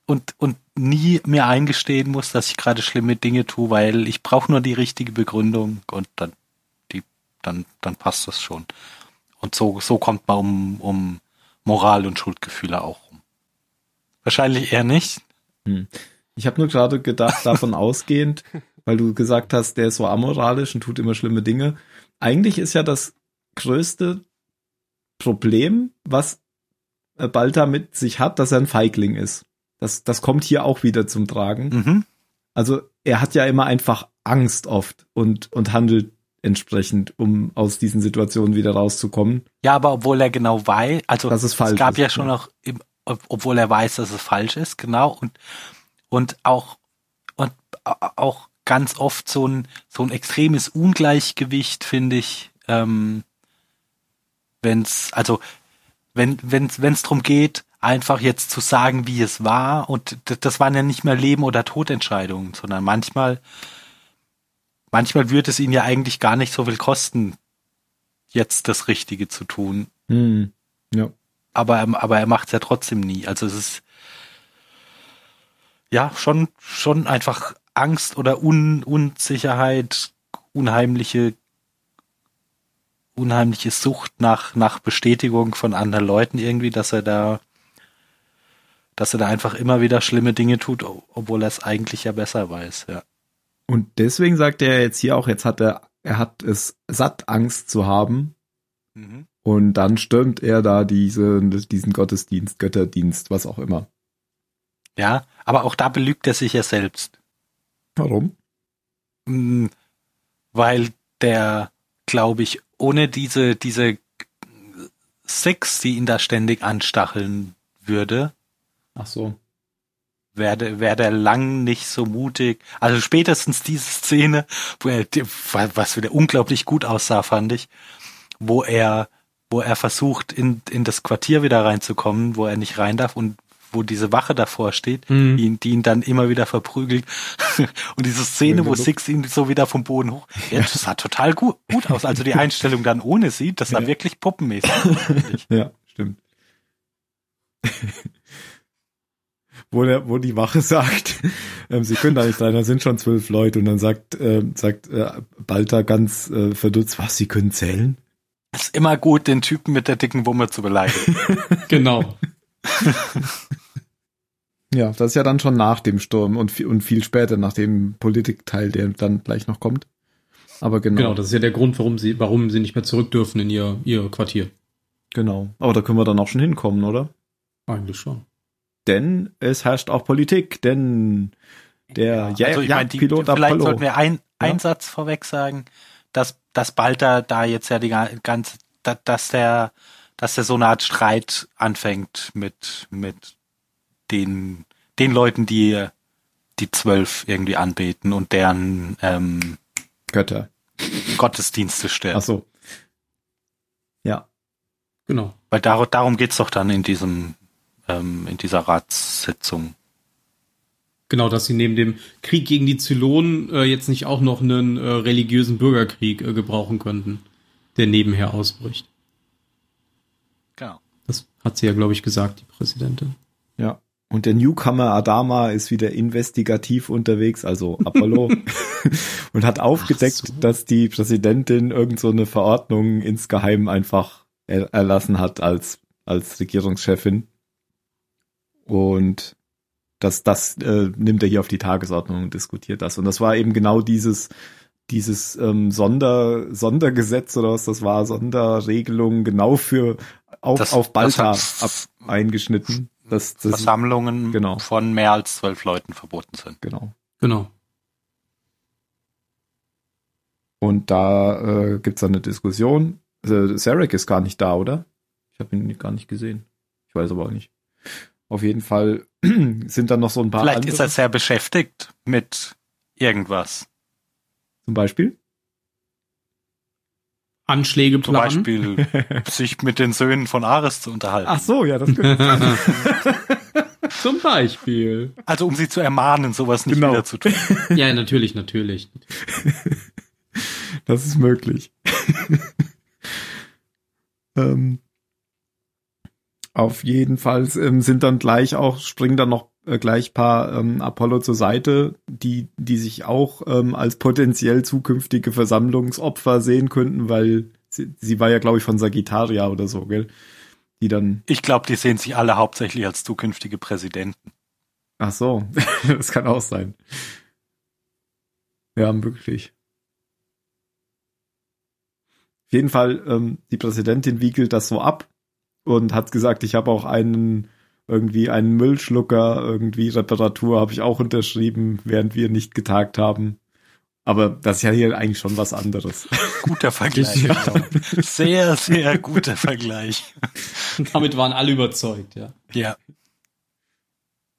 und, und nie mir eingestehen muss, dass ich gerade schlimme Dinge tue, weil ich brauche nur die richtige Begründung und dann, die, dann, dann passt das schon. Und so, so kommt man um, um Moral und Schuldgefühle auch rum. Wahrscheinlich eher nicht. Ich habe nur gerade gedacht, davon ausgehend, weil du gesagt hast, der ist so amoralisch und tut immer schlimme Dinge. Eigentlich ist ja das größte Problem, was äh, Balta mit sich hat, dass er ein Feigling ist. Das, das kommt hier auch wieder zum Tragen. Mhm. Also er hat ja immer einfach Angst oft und, und handelt entsprechend, um aus diesen Situationen wieder rauszukommen. Ja, aber obwohl er genau weiß, also Das ist falsch. es gab ist, ja schon ne? auch, im, ob- obwohl er weiß, dass es falsch ist, genau und und auch und a- auch ganz oft so ein so ein extremes Ungleichgewicht finde ich, ähm, wenn's also wenn wenn's wenn's drum geht, einfach jetzt zu sagen, wie es war und d- das waren ja nicht mehr Leben oder Todentscheidungen, sondern manchmal manchmal würde es ihn ja eigentlich gar nicht so viel kosten, jetzt das Richtige zu tun Hm. Ja. aber, er- aber er macht es ja trotzdem nie. Also es ist ja schon, schon einfach Angst oder Un Unsicherheit, unheimliche, unheimliche Sucht nach, nach Bestätigung von anderen Leuten irgendwie, dass er da, dass er da einfach immer wieder schlimme Dinge tut, o- obwohl er es eigentlich ja besser weiß, ja. Und deswegen sagt er jetzt hier auch, jetzt hat er, er hat es satt, Angst zu haben. Und dann stürmt er da diese, diesen Gottesdienst, Götterdienst, was auch immer. Ja, aber auch da belügt er sich ja selbst. Warum? Mm, weil der, glaube ich, ohne diese, diese Six, die ihn da ständig anstacheln würde, Ach so. wäre wär der lang nicht so mutig. Also spätestens diese Szene, wo er, die- was wieder unglaublich gut aussah, fand ich, wo er, wo er versucht, in, in das Quartier wieder reinzukommen, wo er nicht rein darf und wo diese Wache davor steht, Mhm. die, ihn- die ihn dann immer wieder verprügelt. Und diese Szene, wo Genug. Six ihn so wieder vom Boden hoch. Ja, das sah total gut, gut aus. Also die Einstellung dann ohne sie, das sah Ja. wirklich puppenmäßig. aus, fand ich. Ja, stimmt. wo, der, wo die Wache sagt, ähm, sie können da nicht rein, da sind schon zwölf Leute. Und dann sagt, ähm, sagt äh, Balta ganz äh, verdutzt, was, sie können zählen? Ist immer gut, den Typen mit der dicken Wumme zu beleidigen. Genau. Ja, das ist ja dann schon nach dem Sturm und, viel- und viel später, nach dem Politikteil, der dann gleich noch kommt. Aber genau. Genau, das ist ja der Grund, warum sie, warum sie nicht mehr zurück dürfen in ihr, ihr Quartier. Genau. Aber da können wir dann auch schon hinkommen, oder? Eigentlich schon. Denn es herrscht auch Politik, denn der ja, Also ich meine, die, Jagdpilot vielleicht Apollo. sollten wir ein, Ja. einen Satz vorweg sagen, dass, dass Balta da jetzt ja die ga- ganze, da- dass der, dass der so eine Art Streit anfängt mit, mit den, den Leuten, die die zwölf irgendwie anbeten und deren ähm, Götter. Gottesdienste stellen. Ach so. Ja. Genau. Weil dar darum geht's doch dann in diesem, ähm, in dieser Ratssitzung. Genau, dass sie neben dem Krieg gegen die Zylonen äh, jetzt nicht auch noch einen äh, religiösen Bürgerkrieg äh, gebrauchen könnten, der nebenher ausbricht. Genau. Das hat sie ja, glaube ich, gesagt, die Präsidentin. Ja. Und der Newcomer Adama ist wieder investigativ unterwegs, also Apollo, und hat aufgedeckt, Ach so. dass die Präsidentin irgend so eine Verordnung insgeheim einfach er erlassen hat als, als Regierungschefin. Und das, das äh, nimmt er hier auf die Tagesordnung und diskutiert das. Und das war eben genau dieses, dieses ähm, Sonder, Sondergesetz oder was das war, Sonderregelung genau für auf, Das- auf das Balta hat- ab, eingeschnitten. Das, das, Versammlungen genau. von mehr als zwölf Leuten verboten sind. genau. Genau. Und da äh, gibt's dann eine Diskussion. Äh, Sarek ist gar nicht da, oder? Ich habe ihn gar nicht gesehen. Ich weiß aber auch nicht. Auf jeden Fall sind dann noch so ein paar Vielleicht andere, ist er sehr beschäftigt mit irgendwas. zum Beispiel. Anschläge Zum planen. Ah. Beispiel sich mit den Söhnen von Ares zu unterhalten. Ach so, ja, das könnte sein. Zum Beispiel. Also um sie zu ermahnen, sowas nicht Genau. wieder zu tun. Ja, natürlich, natürlich. Das ist möglich. ähm, auf jeden Fall ähm, sind dann gleich auch, springen dann noch äh, gleich paar ähm, Apollo zur Seite, die, die sich auch ähm, als potenziell zukünftige Versammlungsopfer sehen könnten, weil sie, sie war ja, glaube ich, von Sagittaria oder so, gell? Die dann, Ich glaube, die sehen sich alle hauptsächlich als zukünftige Präsidenten. ach so, das kann auch sein. Ja, möglich. Auf jeden Fall, ähm, die Präsidentin wiegelt das so ab und hat gesagt, ich habe auch einen irgendwie einen Müllschlucker, irgendwie Reparatur habe ich auch unterschrieben, während wir nicht getagt haben. Aber das ist ja hier eigentlich schon was anderes. Guter Vergleich. Ja. glaub. Sehr, sehr guter Vergleich. Damit waren alle überzeugt, ja. Ja.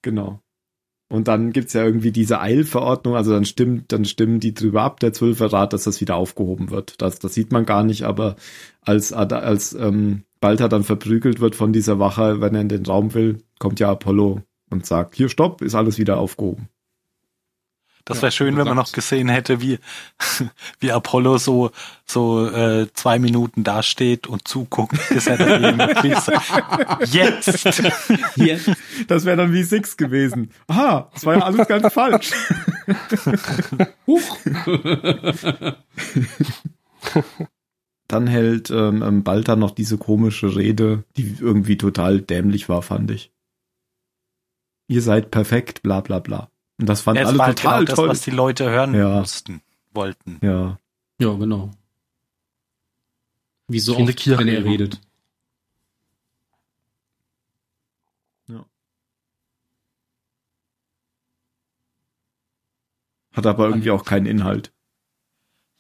Genau. Und dann gibt's ja irgendwie diese Eilverordnung, also dann stimmt, dann stimmen die drüber ab, der Zwölferrat, dass das wieder aufgehoben wird. Das, das sieht man gar nicht, aber als, Ad- als ähm, Balta dann verprügelt wird von dieser Wache, wenn er in den Raum will, kommt ja Apollo und sagt, hier stopp, ist alles wieder aufgehoben. Das Ja, oh wäre schön, wenn man gesagt. noch gesehen hätte, wie, wie Apollo so, so äh, zwei Minuten dasteht und zuguckt, bis er dann irgendwie sagt, jetzt. Hier, Das wäre dann wie Six gewesen. Aha, das war ja alles ganz falsch. huch. Dann hält ähm, ähm, Balta noch diese komische Rede, die irgendwie total dämlich war, fand ich. Ihr seid perfekt, bla bla bla. Und das fanden Ja, es alle war halt total genau das, toll. was die Leute hören Ja. mussten, wollten. ja, Ja, genau. Wie so Wie eine oft, wenn er Kirche. redet. hat aber irgendwie auch keinen Inhalt.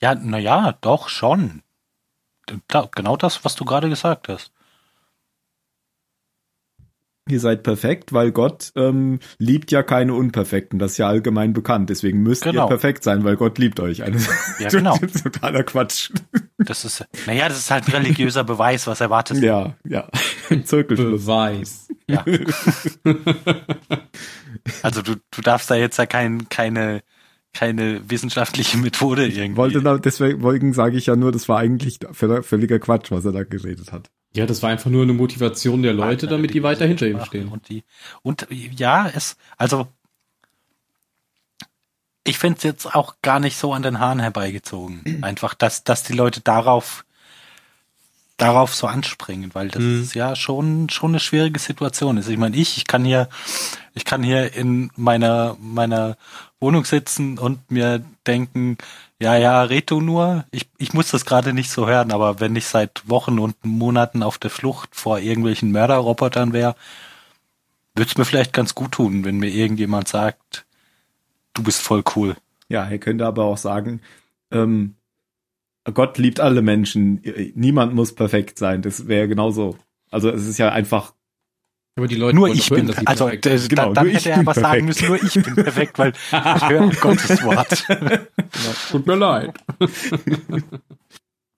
Ja, naja, doch schon. Da, genau das, was du gerade gesagt hast. Ihr seid perfekt, weil Gott ähm, liebt ja keine Unperfekten. Das ist ja allgemein bekannt. Deswegen müsst Genau. ihr perfekt sein, weil Gott liebt euch. Also, Ja, genau. Das ist totaler Quatsch. Das ist, naja, das ist halt ein religiöser Beweis, was erwartet. wird. Ja, ja. Zirkelschluss. Beweis. Also du, du darfst da jetzt ja kein, keine, keine wissenschaftliche Methode irgendwie. Äh, Wollte da, deswegen sage ich ja nur, das war eigentlich völliger Quatsch, was er da geredet hat. Ja, das war einfach nur eine Motivation der Leute, Partner, damit die weiter hinter ihm Sprachen stehen. Und, die, und ja, es, also ich finde es jetzt auch gar nicht so an den Haaren herbeigezogen. Einfach, dass, dass die Leute darauf, darauf so anspringen, weil das Mhm. ist ja schon, schon eine schwierige Situation ist. Ich meine, ich, ich kann hier, ich kann hier in meiner, meiner Wohnung sitzen und mir denken, ja, ja, red du nur. Ich, ich muss das gerade nicht so hören, aber wenn ich seit Wochen und Monaten auf der Flucht vor irgendwelchen Mörderrobotern wäre, würde es mir vielleicht ganz gut tun, wenn mir irgendjemand sagt, du bist voll cool. Ja, er könnte aber auch sagen, ähm, Gott liebt alle Menschen. Niemand muss perfekt sein. Das wäre genauso. Also es ist ja einfach, Aber die Leute nur wollen ich doch hören, bin, dass sie also perfekt d- sind. d- Genau, dann nur ich hätte er bin aber perfekt. sagen müssen, nur ich bin perfekt, weil ich höre Gottes Wort. tut mir leid.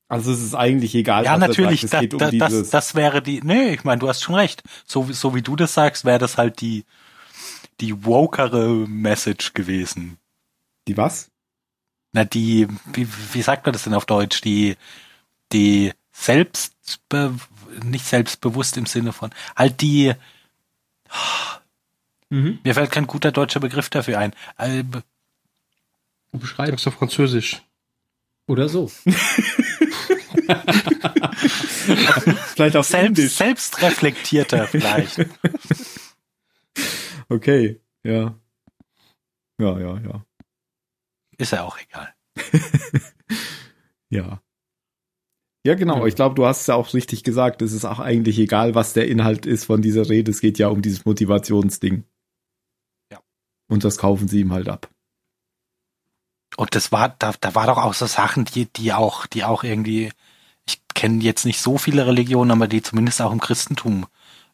also es ist eigentlich egal. Ja, was er natürlich, Sagt. Es da, geht um da, das, dieses. das wäre die, nee, ich meine, du hast schon recht. So, wie- so wie du das sagst, wäre das halt die, die wokere Message gewesen. die was? Na, die, wie, wie sagt man das denn auf Deutsch? Die, die selbst, nicht selbstbewusst im Sinne von, halt die, Mhm. mir fällt kein guter deutscher Begriff dafür ein. Äh, Beschreib. Sag's auf Französisch. Oder so. Vielleicht auch Selbst, selbstreflektierter vielleicht. Okay, ja. Ja, ja, ja. Ist ja auch egal. Ja. Ja, genau. Ja. Ich glaube, du hast es ja auch richtig gesagt. Es ist auch eigentlich egal, was der Inhalt ist von dieser Rede. Es geht ja um dieses Motivationsding. Ja. Und das kaufen sie ihm halt ab. Und das war, da, da war doch auch so Sachen, die, die auch, die auch irgendwie, ich kenne jetzt nicht so viele Religionen, aber die zumindest auch im Christentum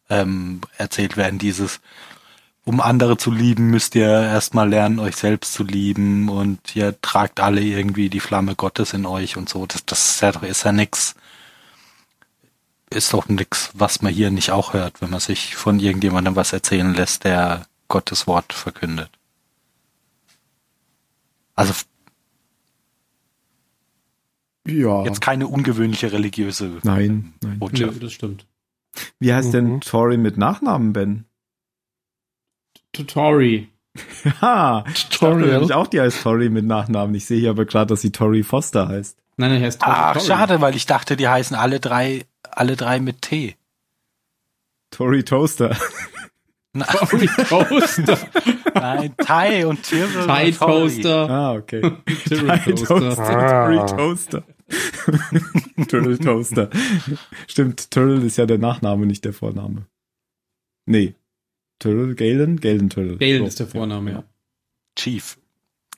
ähm, erzählt werden, dieses, um andere zu lieben, müsst ihr erstmal lernen, euch selbst zu lieben und ihr tragt alle irgendwie die Flamme Gottes in euch und so. Das, das ist ja doch, ist ja nix ist doch nix, was man hier nicht auch hört, wenn man sich von irgendjemandem was erzählen lässt, der Gottes Wort verkündet. Also Ja. jetzt keine ungewöhnliche religiöse Nein, nein. Nö, Botschaft. das stimmt. Wie heißt denn Mhm. Tori mit Nachnamen, Ben? Tutori. Ha! Tutorial. Ich dachte auch, die heißt Tori mit Nachnamen. Ich sehe hier aber gerade, dass sie Tori Foster heißt. Nein, nein, er ist Ach, Tutori. Ah, schade, weil ich dachte, die heißen alle drei, alle drei mit T. Tori Toaster. Na, Tory Toaster. Nein, Thai und Tyrrell. Thai und Tori. Toaster. Ah, okay. Thai Tory Toaster. Ah. Toaster, Tori Toaster. Turtle Toaster. Stimmt, Turtle ist ja der Nachname, nicht der Vorname. Nee. Turtle, Galen, Galen Turtle. Galen So. ist der Vorname, ja. Chief.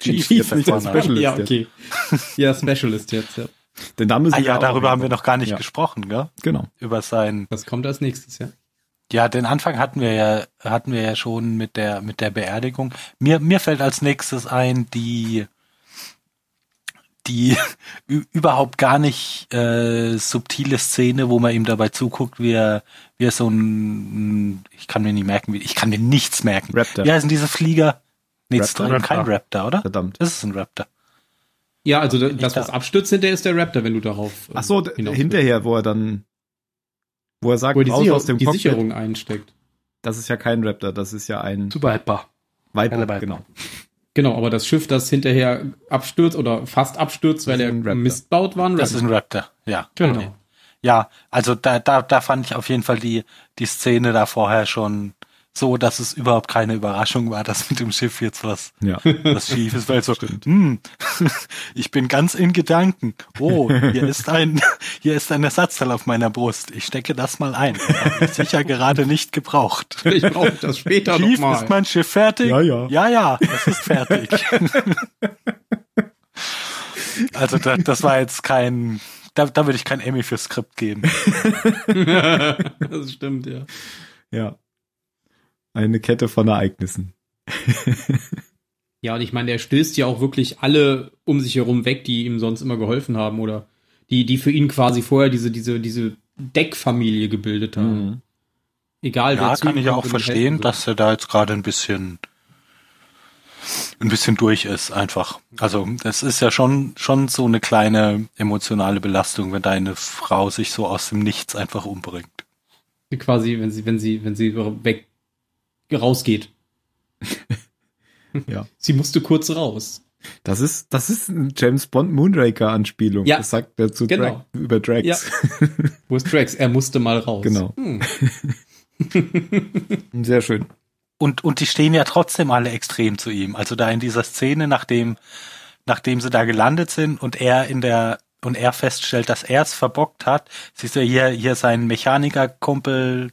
Chief, wird der nicht der Vorname. Special. Ja, Specialist okay. Ja, Specialist jetzt, ja. Der Name ist Ah ja, auch- darüber haben wir noch gar nicht Ja. gesprochen, gell? Genau. Über sein. Was kommt als nächstes, ja? Ja, den Anfang hatten wir ja, hatten wir ja schon mit der, mit der Beerdigung. Mir, mir fällt als nächstes ein, die, die ü- überhaupt gar nicht äh, subtile Szene, wo man ihm dabei zuguckt, wie er, wie er so ein, ich kann mir nicht merken, wie, ich kann mir nichts merken. Raptor. Wie heißen diese Flieger? Nee, das ist Raptor. doch kein Raptor, oder? Verdammt. Das ist ein Raptor. Ja, also da- das, da- was abstürzt hinterher, ist der Raptor, wenn du darauf. ähm, Ach so, d- hinaus- hinterher, wo er dann, wo er sagt, Wo er die, raus Sicher aus dem die Cockpit. Sicherung einsteckt. Das ist ja kein Raptor, das ist ja ein Zu Viper. Viper. Eine Viper. Genau. Genau, aber das Schiff, das hinterher abstürzt oder fast abstürzt, weil Das ist er ein Raptor. Mist baut, war ein Das ist Raptor. ein Raptor, ja. Genau. Ja, also da, da, da fand ich auf jeden Fall die, die Szene da vorher schon so, dass es überhaupt keine Überraschung war, dass mit dem Schiff jetzt was, Ja. was schief ist, weil so, hm, ich bin ganz in Gedanken. Oh, hier ist ein, hier ist ein Ersatzteil auf meiner Brust. Ich stecke das mal ein. Hab ich sicher gerade nicht gebraucht. Genau. Ich brauche das später Schief ist nochmal. mein Schiff fertig? Ja, ja. Ja, ja, es ist fertig. also da, das war jetzt kein, da, da würde ich kein Emmy fürs Skript geben. das stimmt, ja. ja. Eine Kette von Ereignissen. Ja, und ich meine, der stößt ja auch wirklich alle um sich herum weg, die ihm sonst immer geholfen haben oder die, die für ihn quasi vorher diese, diese, diese Deckfamilie gebildet haben. Egal, Ja, wer zu kann ihm ich ja kommt auch und ihm verstehen, helfen will. dass er da jetzt gerade ein bisschen ein bisschen durch ist einfach. Also das ist ja schon schon so eine kleine emotionale Belastung, wenn deine Frau sich so aus dem Nichts einfach umbringt. quasi, wenn sie, wenn sie, wenn sie weg rausgeht. Ja. Sie musste kurz raus. Das ist, das ist ein James Bond Moonraker Anspielung. Ja. Das sagt er zu Genau. Drag, über Drax. Ja. Wo ist Drax? Er musste mal raus. Genau. Hm. Sehr schön. Und, und die stehen ja trotzdem alle extrem zu ihm. Also da in dieser Szene, nachdem, nachdem sie da gelandet sind und er in der, und er feststellt, dass er es verbockt hat, siehst du hier, hier seinen Mechanikerkumpel,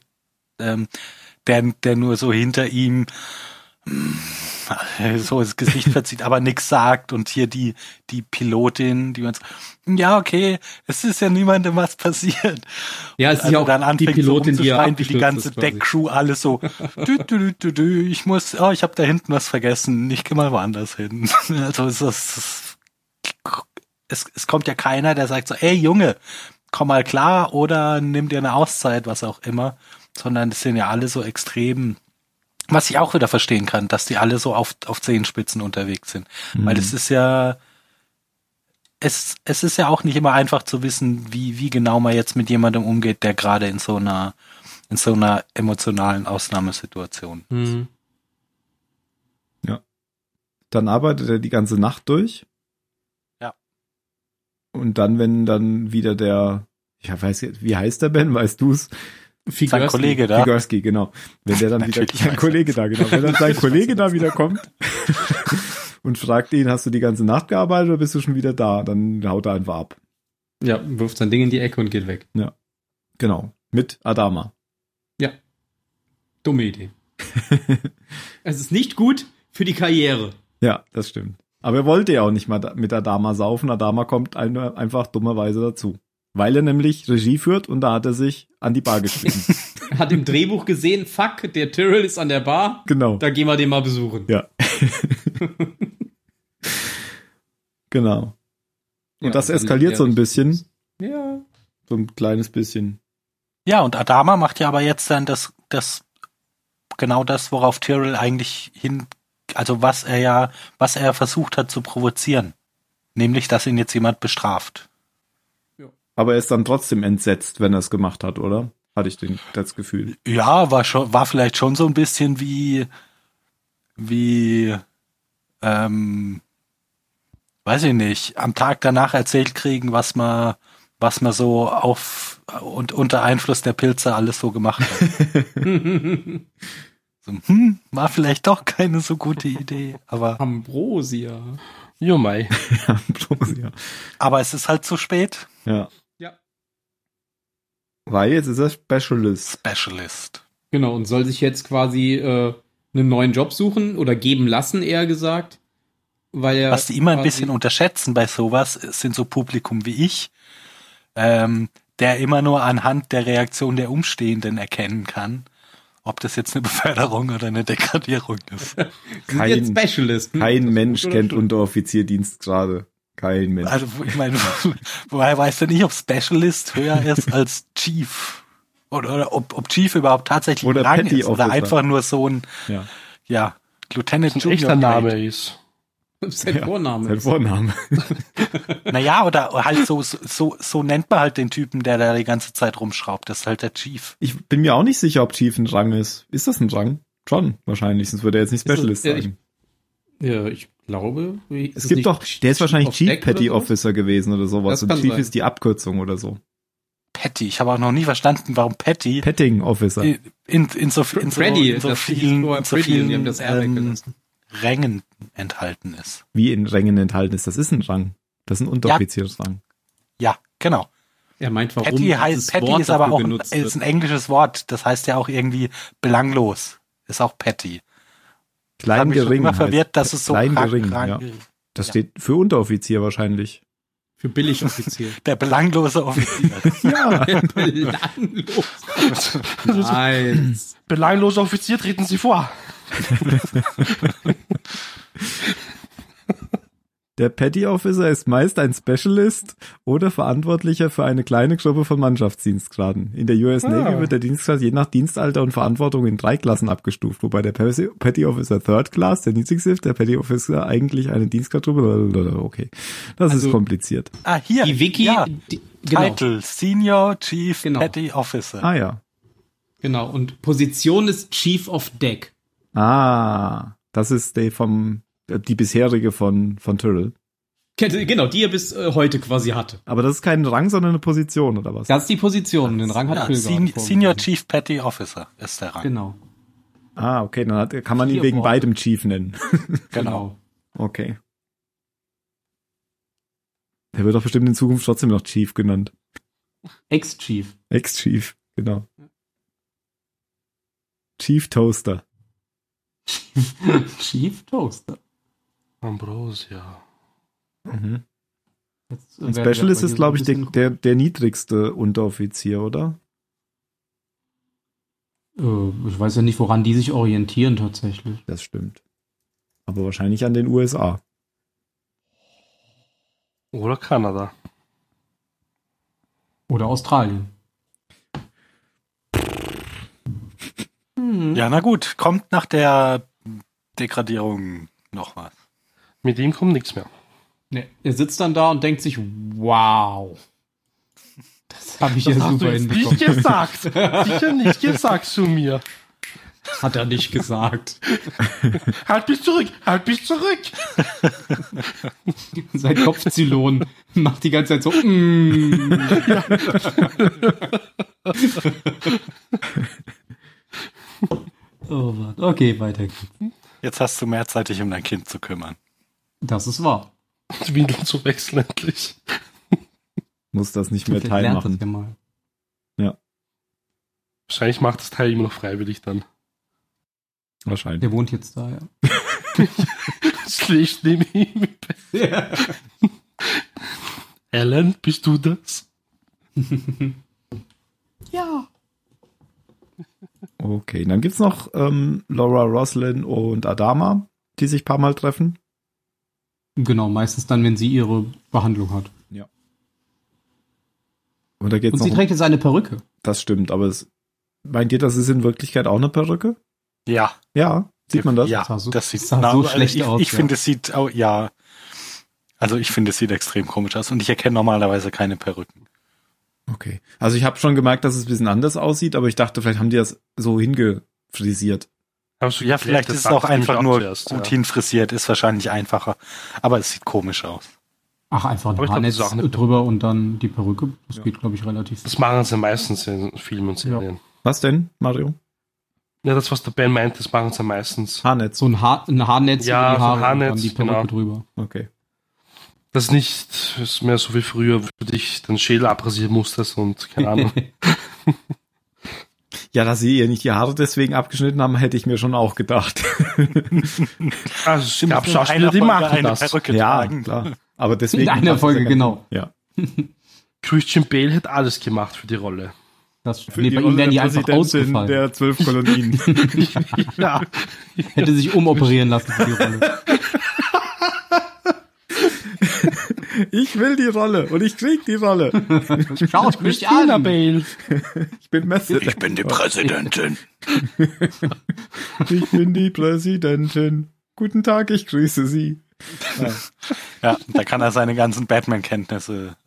ähm, der, der nur so hinter ihm mm, so das Gesicht verzieht, aber nichts sagt und hier die, die Pilotin, die man so, ja, okay, es ist ja niemandem was passiert. also Ja, es ist ja auch die Pilotin, die ja rumzuschreien, wie die ganze abgestürzt ist quasi. Deckcrew alle so. dü, dü, dü, dü, dü, ich muss, oh, ich habe da hinten was vergessen. Ich gehe mal woanders hin. Also es, ist- es, es kommt ja keiner, der sagt so, ey Junge, komm mal klar oder nimm dir eine Auszeit, was auch immer. Sondern es sind ja alle so extrem, was ich auch wieder verstehen kann, dass die alle so auf, auf Zehenspitzen unterwegs sind. Mhm. Weil es ist ja, es, es ist ja auch nicht immer einfach zu wissen, wie, wie genau man jetzt mit jemandem umgeht, der gerade in so einer, in so einer emotionalen Ausnahmesituation. Hm. Dann arbeitet er die ganze Nacht durch. Ja. Und dann, wenn dann wieder der, ich weiß jetzt, wie heißt der Ben? Weißt du's? Sein Kollege da. Figurski, genau. Wenn der dann wieder Natürlich sein weiß Kollege da, genau. Wenn dann sein Kollege da wieder kommt und fragt ihn, hast du die ganze Nacht gearbeitet oder bist du schon wieder da? Dann haut er einfach ab. Ja, wirft sein Ding in die Ecke und geht weg. Genau. Mit Adama. Dumme Idee. es ist nicht gut für die Karriere. Ja, das stimmt. Aber er wollte ja auch nicht mal da- mit Adama saufen. Adama kommt ein, einfach dummerweise dazu. Weil er nämlich Regie führt und da hat er sich an die Bar geschrieben. Hat im Drehbuch gesehen, fuck, der Tyrrell ist an der Bar, genau. da gehen wir den mal besuchen. Ja. Genau. Und Ja, das dann eskaliert liegt so er ein bisschen. Ja. So ein kleines bisschen. Ja, und Adama macht ja aber jetzt dann das, das, genau das, worauf Tyrell eigentlich hin, also was er ja, was er versucht hat zu provozieren. Nämlich, dass ihn jetzt jemand bestraft. Aber er ist dann trotzdem entsetzt, wenn er es gemacht hat, oder? Hatte ich den, das Gefühl. Ja, war schon, war vielleicht schon so ein bisschen wie, wie, ähm, weiß ich nicht, am Tag danach erzählt kriegen, was man, was man so auf und unter Einfluss der Pilze alles so gemacht hat. So, hm, war vielleicht doch keine so gute Idee, aber, Ambrosia. Jo mei. Ambrosia. aber es ist halt zu spät. Ja. Ja. Weil jetzt ist er Specialist. Specialist. Genau, und soll sich jetzt quasi äh, einen neuen Job suchen oder geben lassen, eher gesagt. Weil er Was die immer ein quasi- bisschen unterschätzen bei sowas, sind so Publikum wie ich, ähm, der immer nur anhand der Reaktion der Umstehenden erkennen kann, ob das jetzt eine Beförderung oder eine Degradierung ist. sind jetzt Kein- Specialist. hm? Kein Das- Mensch oder kennt schlimm. Unteroffizierdienst gerade. Kein Ah. Mensch. Also ich meine, woher weißt du nicht, ob Specialist höher ist als Chief? Oder, oder ob, ob Chief überhaupt tatsächlich Oder ein Rang Petty ist oder Officer. einfach nur so ein, Ja. ja, Lieutenant Das ist ein Junior echter Grade. Name ist. Sein Ja. Vorname. Sein Vorname. Naja, oder halt so, so, so nennt man halt den Typen, der da die ganze Zeit rumschraubt. Das ist halt der Chief. Ich bin mir auch nicht sicher, ob Chief ein Rang ist. Ist das ein Rang? Schon, wahrscheinlich, sonst würde er jetzt nicht Ist das- Specialist ja, ich- sagen. Ja, ich glaube. wie- ist Es gibt nicht doch, der ist wahrscheinlich of Chief Deck Petty oder so? Officer gewesen oder sowas. Das Und kann Chief sein. ist die Abkürzung oder so. Patty. Ich habe auch noch nie verstanden, warum Patty Petting Officer. in, in, in, so, in, so, Freddy, in so das hieß vielen, nur in so Freddy und die vielen haben das R ähm, weggelassen. Rängen enthalten ist. Wie in Rängen enthalten ist. Das ist ein Rang. Das ist ein Unteroffiziersrang. Ja, genau. Er meint, warum Patty, heißt, dieses Patty Wort ist aber dafür auch ein, benutzt ist wird. ein englisches Wort. Das heißt ja auch irgendwie belanglos. Ist auch Patty. Ich Klein mich schon gering. immer heißt- verwirrt, dass es so Klein krank- gering, ja. krank- Das Ja. steht für Unteroffizier wahrscheinlich. Für Billigoffizier. der belanglose Offizier. Ja. Belanglos. Nice. Belangloser Offizier, treten Sie vor. Der Petty Officer ist meist ein Specialist oder Verantwortlicher für eine kleine Gruppe von Mannschaftsdienstgraden. In der US Navy Ah. wird der Dienstgrad je nach Dienstalter und Verantwortung in drei Klassen abgestuft, wobei der Pers- Petty Officer Third Class, der niedrigste ist, der Petty Officer eigentlich eine Dienstgradgruppe. blablabla. Okay, das Also- ist kompliziert. ah, hier. Die Wiki, Ja. die, genau, Title Senior Chief Genau. Petty Officer. Ah ja. genau. Und Position ist Chief of Deck. Ah, das ist der vom äh, die bisherige von von Tyrrell. Genau, die er bis äh, heute quasi hatte. Aber das ist kein Rang, sondern eine Position oder was? Das ist die Position. Den Rang hat Ja, Pilger Sen vorgegeben. Senior Chief Petty Officer ist der Rang. Genau. Ah, okay, dann hat, kann man ihn Vier wegen Worte. beidem Chief nennen. Genau. Okay. Der wird doch bestimmt in Zukunft trotzdem noch Chief genannt. Ex-Chief. Ex-Chief, genau. Chief Toaster. Chief Toaster. Ambrosia. Mhm. Jetzt Und werden wir Specialist aber ist, hier glaube ich, so der, ein der, der niedrigste Unteroffizier, oder? bisschen- Äh, ich weiß ja nicht, woran die sich orientieren tatsächlich. Das stimmt. Aber wahrscheinlich an den USA. Oder Kanada. Oder Australien. Ja, na gut, kommt nach der Degradierung noch was. Mit ihm kommt nichts mehr. Nee, er sitzt dann da und denkt sich, wow. Das habe ich Das ja hast du super jetzt nicht hinbekommen. gesagt. Sicher nicht gesagt zu mir. Hat er nicht gesagt. Halt mich zurück, halt mich zurück. Sein Kopfzylon macht die ganze Zeit so, mm. Oh Mann. Okay, weiter geht's. Jetzt hast du mehr Zeit, dich um dein Kind zu kümmern. Das ist wahr. Windeln zu wechseln endlich. Muss das nicht mehr Vielleicht Teil lernt machen. das ja mal. Wahrscheinlich macht das Teil immer noch freiwillig dann. Wahrscheinlich. Der wohnt jetzt da, Schläft neben ihm. ja. Alan, bist du das? ja. Okay, dann gibt's noch ähm, Laura Roslin und Adama, die sich paar Mal treffen. Genau, meistens dann, wenn sie ihre Behandlung hat. Aber da geht's Und noch sie um, trägt jetzt eine Perücke. das stimmt, aber es, meint ihr, das ist in Wirklichkeit auch eine Perücke? Ja. Ja, sieht man das? Ja, Das sah so- das sieht also das sah so schlecht ich, aus, Ich ja. finde, es sieht, au- ja. Also ich finde, es sieht extrem komisch aus und ich erkenne normalerweise keine Perücken. Okay. Also ich habe schon gemerkt, dass es ein bisschen anders aussieht, aber ich dachte, vielleicht haben die das so hingefrisiert. Hast du Ja, geklärt, vielleicht das ist es dachte auch ich nämlich einfach nur zuerst, gut ja. hinfrisiert, ist wahrscheinlich einfacher. Aber es sieht komisch aus. Ach, einfach Aber ein ich glaub, Haarnetz das ist auch eine- drüber und dann die Perücke. Das Ja. geht, glaube ich, relativ. Das machen sie meistens in Filmen und Ja. Serien. Was denn, Mario? Ja. das, was der Ben meint, das machen sie meistens. Haarnetz. so ein, Haar, ein Haarnetz Ja, über die so ein Haare und dann Haarnetz, die Perücke genau. drüber. Okay. Das ist nicht ist mehr so wie früher, wo du dich den Schädel abrasieren musstest und keine Ahnung. Ja, dass sie ihr nicht die Haare deswegen abgeschnitten haben, hätte ich mir schon auch gedacht. Also, es gab Müssen in Schauspieler, einer die Folge machen eine das. Perücke tragen. klar. Aber deswegen. In einer macht das ja Folge, keinen genau. Sinn. Ja. Christian Bale hat alles gemacht für die Rolle. Das, nee, bei ihm wären die einfach ausgefallen. der zwölf Kolonien. ja. Hätte sich umoperieren lassen für die Rolle. ich will die Rolle und ich krieg die Rolle. Schaut mich an! Bale. Ich bin Messer. Ich bin die Präsidentin. Ich bin die Präsidentin. Guten Tag, ich grüße Sie. Ja, da kann er seine ganzen Batman-Kenntnisse.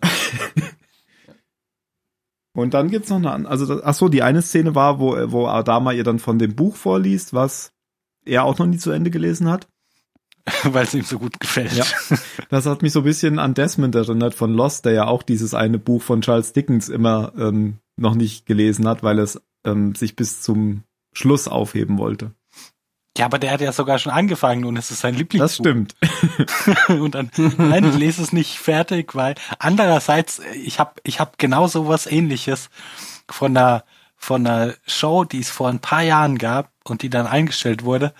Und dann gibt's noch eine, an- also das, ach so, die eine Szene war, wo wo Adama ihr dann von dem Buch vorliest, was er auch noch nie zu Ende gelesen hat. weil es ihm so gut gefällt. Ja. Das hat mich so ein bisschen an Desmond erinnert von Lost, der ja auch dieses eine Buch von Charles Dickens immer ähm, noch nicht gelesen hat, weil es ähm, sich bis zum Schluss aufheben wollte. Ja, aber der hat ja sogar schon angefangen und es ist sein Lieblingsbuch. Das stimmt. Und dann, nein, ich lese es nicht fertig, weil andererseits, äh, ich habe ich hab genau sowas ähnliches von einer, von einer Show, die es vor ein paar Jahren gab und die dann eingestellt wurde,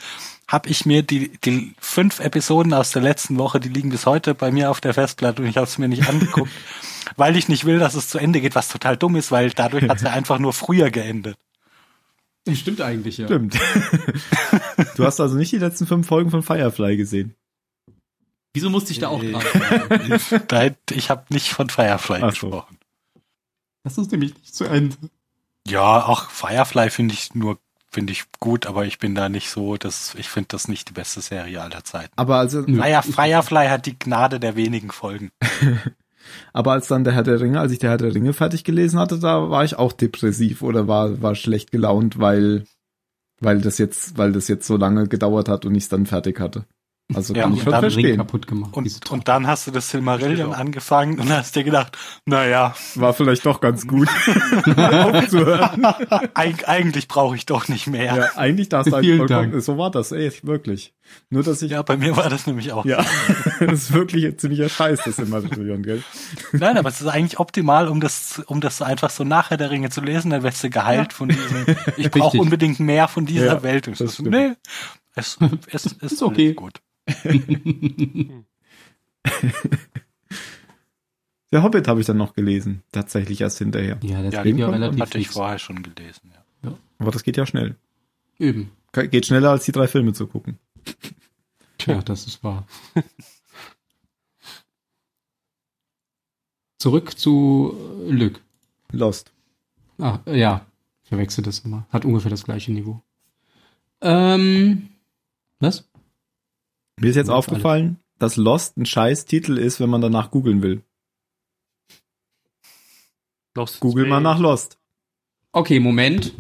habe ich mir die, die fünf Episoden aus der letzten Woche, die liegen bis heute bei mir auf der Festplatte und ich habe es mir nicht angeguckt, weil ich nicht will, dass es zu Ende geht, was total dumm ist, weil dadurch hat es ja einfach nur früher geendet. Stimmt eigentlich, ja. Stimmt. du hast also nicht die letzten fünf Folgen von Firefly gesehen. Wieso musste ich da auch Äh. dran? Da, ich habe nicht von Firefly Ach so. gesprochen. Das ist nämlich nicht zu Ende. Ja, auch Firefly finde ich nur finde ich gut, aber ich bin da nicht so, dass ich finde das nicht die beste Serie aller Zeiten. Aber also, Nö. Fire, Firefly hat die Gnade der wenigen Folgen. aber als dann der Herr der Ringe, als ich der Herr der Ringe fertig gelesen hatte, da war ich auch depressiv oder war war schlecht gelaunt, weil weil das jetzt weil das jetzt so lange gedauert hat und ich es dann fertig hatte. Also Ja, kann und ich Die schon haben den Ring verstehen. kaputt gemacht. diese Und, Trottel. und dann hast du das Silmarillion angefangen und hast dir gedacht, naja, War vielleicht doch ganz gut aufzuhören. eig eigentlich brauche ich doch nicht mehr. Ja. Ja, eigentlich darfst du Vielen eigentlich vollkommen, Dank. so war das echt, wirklich. Nur, dass ich, ja, bei mir war das nämlich auch. das ist wirklich ein ziemlicher Scheiß, das immer Trillion, gell? Nein, aber es ist eigentlich optimal, um das, um das einfach so nachher der Ringe zu lesen, dann wirst du geheilt von diesem, ich brauche Richtig. unbedingt mehr von dieser Ja, Welt. Und das so, stimmt. nee, es, es, es ist okay. alles gut. Der Hobbit habe ich dann noch gelesen, tatsächlich erst hinterher. ja, das Ja, geht ja den relativ Hatte ich fix. vorher schon gelesen, ja. Aber das geht ja schnell. Eben. Ke- Geht schneller, als die drei Filme zu gucken. Ja, das ist wahr. Zurück zu äh, Lück. Lost. Ah, äh, ja. Ich verwechsel das immer. Hat ungefähr das gleiche Niveau. Ähm. Was? Mir ist jetzt Ja, alles. aufgefallen, dass Lost ein scheiß Titel ist, wenn man danach googeln will. Lost in Google mal Space. nach Lost. Okay, Moment.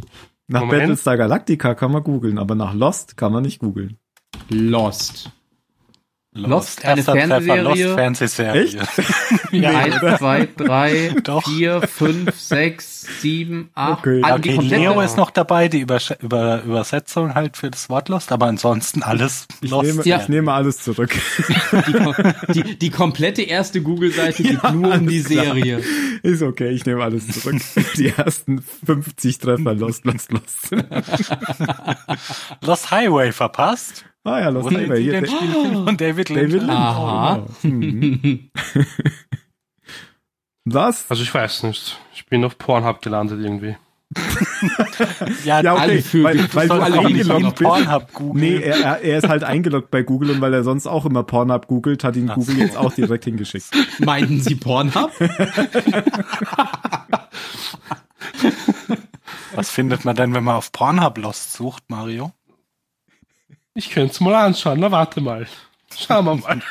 Nach Moment. Battlestar Galactica kann man googeln, aber nach Lost kann man nicht googeln. Lost. Lost, eine Erster Fernsehserie. Treffer, Lost Fernsehserie. Eins, zwei, drei, Doch. vier, fünf, sechs, sieben, acht. Okay. Alle die Okay, komplette- Leo ist noch dabei, die Übersch über Übersetzung halt für das Wort Lost, aber ansonsten alles Ich, Lost. nehme, ja. ich nehme alles zurück. die, die, die komplette erste Google-Seite geht nur um alles die klar. Serie. Ist okay, ich nehme alles zurück. Die ersten 50 Treffer, Lost, Lost, Lost. Lost Highway verpasst. Ah ja, Lost Oder Highway. die Hier, den der, Spielfilm von David Lynch. David Lynch. Aha. Oh, genau. Hm. Was? Also ich weiß nicht. Ich bin auf Pornhub gelandet irgendwie. Ja, Ja, du okay, Alle für- weil, du weil du sollst alle auch auch nicht eingeloggt in eingeloggt bist. Pornhub googeln. Nee, er, er, er ist halt eingeloggt bei Google und weil er sonst auch immer Pornhub googelt, hat ihn Ach Google so. jetzt auch direkt hingeschickt. Meinten Sie Pornhub? Was findet man denn, wenn man auf Pornhub Lost sucht, Mario? Ich könnte es mal anschauen. Na, warte mal. Schauen wir mal.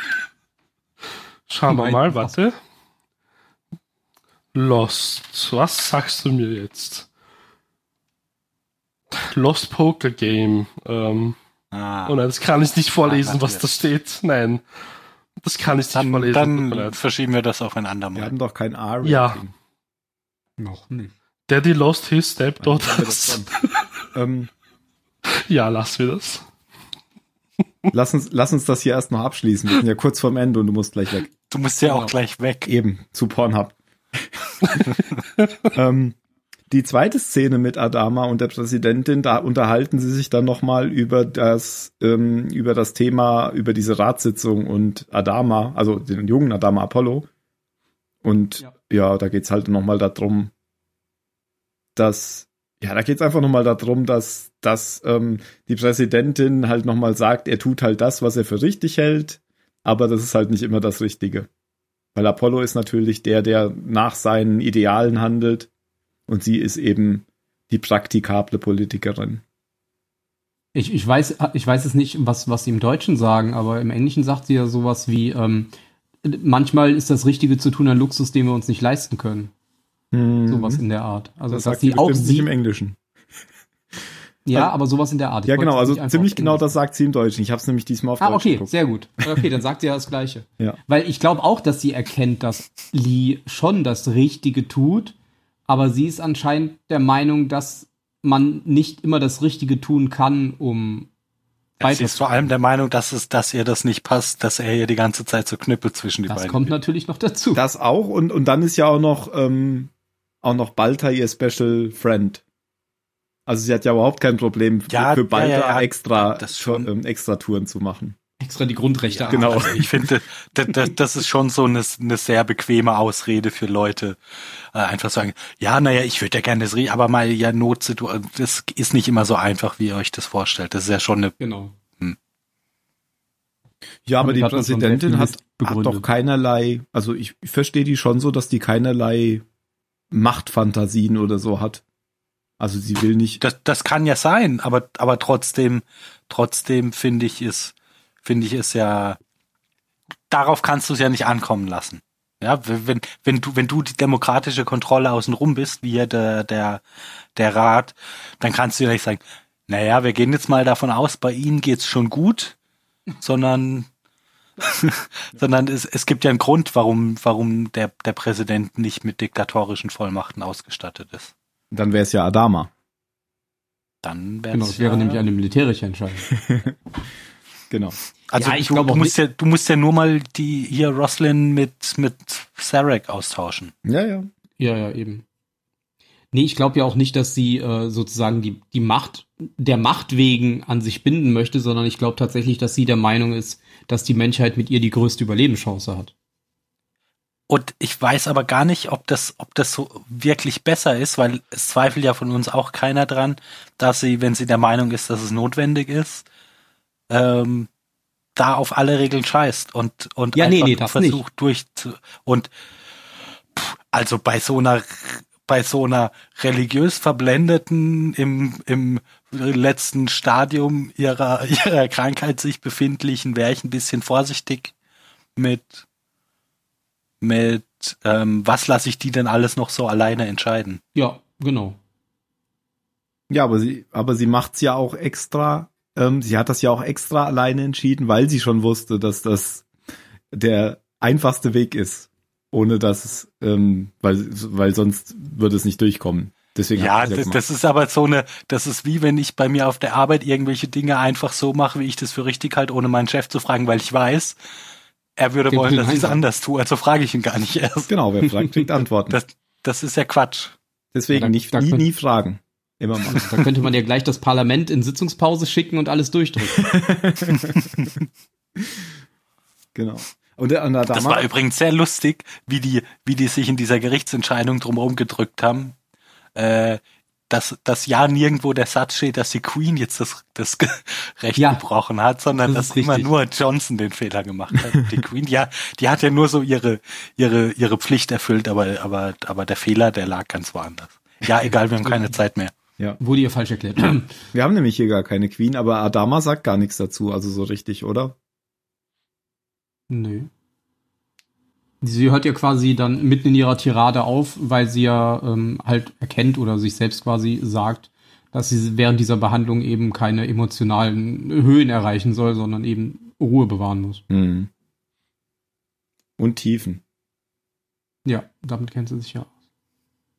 Schauen wir Mein mal, warte. Lost. Was sagst du mir jetzt? Lost Poker Game. Ähm, Ah, oh nein, das kann ich nicht vorlesen, Ah, was da steht. Nein. Das kann ich nicht dann, vorlesen. tut mir dann leid. verschieben wir das auf ein andermal. Wir hatten doch kein R. Ja. Noch nicht. Daddy lost his stepdaughter. ähm, Ja, lass wir das. lass, uns, lass uns das hier erst noch abschließen. Wir sind ja kurz vorm Ende und du musst gleich weg. Du musst ja auch Genau. gleich weg. Eben, zu Pornhub. ähm, die zweite Szene mit Adama und der Präsidentin, da unterhalten sie sich dann nochmal über das, ähm, über das Thema, über diese Ratssitzung und Adama, also den jungen Adama Apollo. Und ja, Ja. da geht's halt nochmal darum, dass, ja, da geht's einfach nochmal darum, dass, dass ähm, die Präsidentin halt nochmal sagt, er tut halt das, was er für richtig hält, aber das ist halt nicht immer das Richtige. Weil Apollo ist natürlich der, der nach seinen Idealen handelt und sie ist eben die praktikable Politikerin. Ich, ich, weiß, ich weiß es nicht, was, was sie im Deutschen sagen, aber im Englischen sagt sie ja sowas wie, ähm, manchmal ist das Richtige zu tun ein Luxus, den wir uns nicht leisten können. Mhm. Sowas in der Art. Mhm. Also, das dass sagt sie sie auch bestimmt nicht im sie, Englischen. ja, aber sowas in der Art. Ich ja, wollte genau, es also nicht einfach ziemlich auf genau Englisch das sagt sie im Deutschen. Ich habe es nämlich diesmal auf Ah, Deutsch okay, geguckt. sehr gut. Okay, dann sagt sie ja das Gleiche. Ja. Weil ich glaube auch, dass sie erkennt, dass Lee schon das Richtige tut, aber sie ist anscheinend der Meinung, dass man nicht immer das Richtige tun kann, um Sie ist vor allem der Meinung, dass, es, dass ihr das nicht passt, dass er hier die ganze Zeit so knüppelt zwischen die Das beiden. kommt natürlich noch dazu. Das auch und, und dann ist ja auch noch, ähm, auch noch Balta ihr Special Friend. Also sie hat ja überhaupt kein Problem Ja, für ja, Balta ja, ja, extra, das schon. ähm, extra Touren zu machen. Extra die Grundrechte. genau. ab. Also ich finde, das, das, das ist schon so eine, eine sehr bequeme Ausrede für Leute. Äh, einfach sagen, ja, naja, ich würde ja gerne das reden, aber mal ja Notsituation, das ist nicht immer so einfach, wie ihr euch das vorstellt. Das ist ja schon eine, Genau. Ja, aber Und die hat das so ein Präsidentin hat, Selbstmist hat begründet. doch keinerlei, also ich, ich verstehe die schon so, dass die keinerlei Machtfantasien oder so hat. Also sie will nicht. das, das kann ja sein, aber, aber trotzdem, trotzdem finde ich es, finde ich es ja, darauf kannst du es ja nicht ankommen lassen. Ja, wenn, wenn du, wenn du die demokratische Kontrolle außenrum bist, wie ja der, der, der Rat, dann kannst du ja nicht sagen, naja, wir gehen jetzt mal davon aus, bei ihnen geht's schon gut, sondern, sondern es, es gibt ja einen Grund, warum, warum der, der Präsident nicht mit diktatorischen Vollmachten ausgestattet ist. Dann wäre es ja Adama. Dann wär's Genau, das wäre ja, nämlich eine militärische Entscheidung. Genau. Also Ja, ich du, glaub du auch musst ja, du musst ja nur mal die hier Roslyn mit mit Sarek austauschen. Ja, ja. Ja, ja, eben. Nee, ich glaube ja auch nicht, dass sie äh, sozusagen die, die Macht, der Macht wegen an sich binden möchte, sondern ich glaube tatsächlich, dass sie der Meinung ist, dass die Menschheit mit ihr die größte Überlebenschance hat. Und ich weiß aber gar nicht, ob das ob das so wirklich besser ist, weil es zweifelt ja von uns auch keiner dran, dass sie, wenn sie der Meinung ist, dass es notwendig ist, ähm, da auf alle Regeln scheißt und und Ja, nee, einfach nee, das versucht durch und pff, also bei so einer bei so einer religiös verblendeten im, im letzten Stadium ihrer, ihrer Krankheit sich befindlichen, wäre ich ein bisschen vorsichtig mit, mit ähm, was lasse ich die denn alles noch so alleine entscheiden. Ja, genau. Ja, aber sie, aber sie macht's ja auch extra. Ähm, sie hat das ja auch extra alleine entschieden, weil sie schon wusste, dass das der einfachste Weg ist, ohne dass es, ähm, weil, weil sonst würde es nicht durchkommen. Deswegen Ja, hat sie das, gemacht. das ist aber so eine, das ist wie wenn ich bei mir auf der Arbeit irgendwelche Dinge einfach so mache, wie ich das für richtig halte, ohne meinen Chef zu fragen, weil ich weiß, er würde Den wollen, dass ich es Nein. anders tue, also frage ich ihn gar nicht erst. genau, wer fragt, kriegt Antworten. Das, das ist ja Quatsch. Deswegen Ja, da- nicht, da nie, könnt- nie fragen. Immer mal. Da könnte man ja gleich das Parlament in Sitzungspause schicken und alles durchdrücken. genau. Und der Anadama, Das war übrigens sehr lustig, wie die, wie die sich in dieser Gerichtsentscheidung drumherum gedrückt haben. Äh, dass, dass ja nirgendwo der Satz steht, dass die Queen jetzt das, das Ge- Recht Ja. gebrochen hat, sondern Das dass ist immer richtig. nur Johnson den Fehler gemacht hat. Die Queen, ja, die hat ja nur so ihre, ihre, ihre Pflicht erfüllt, aber, aber, aber der Fehler, der lag ganz woanders. Ja, egal, wir haben keine Zeit mehr. Ja. Wurde ihr falsch erklärt. Wir haben nämlich hier gar keine Queen, aber Adama sagt gar nichts dazu, also so richtig, oder? Nö. Sie hört ja quasi dann mitten in ihrer Tirade auf, weil sie ja ähm, halt erkennt oder sich selbst quasi sagt, dass sie während dieser Behandlung eben keine emotionalen Höhen erreichen soll, sondern eben Ruhe bewahren muss. Mhm. Und Tiefen. Ja, damit kennt sie sich ja aus.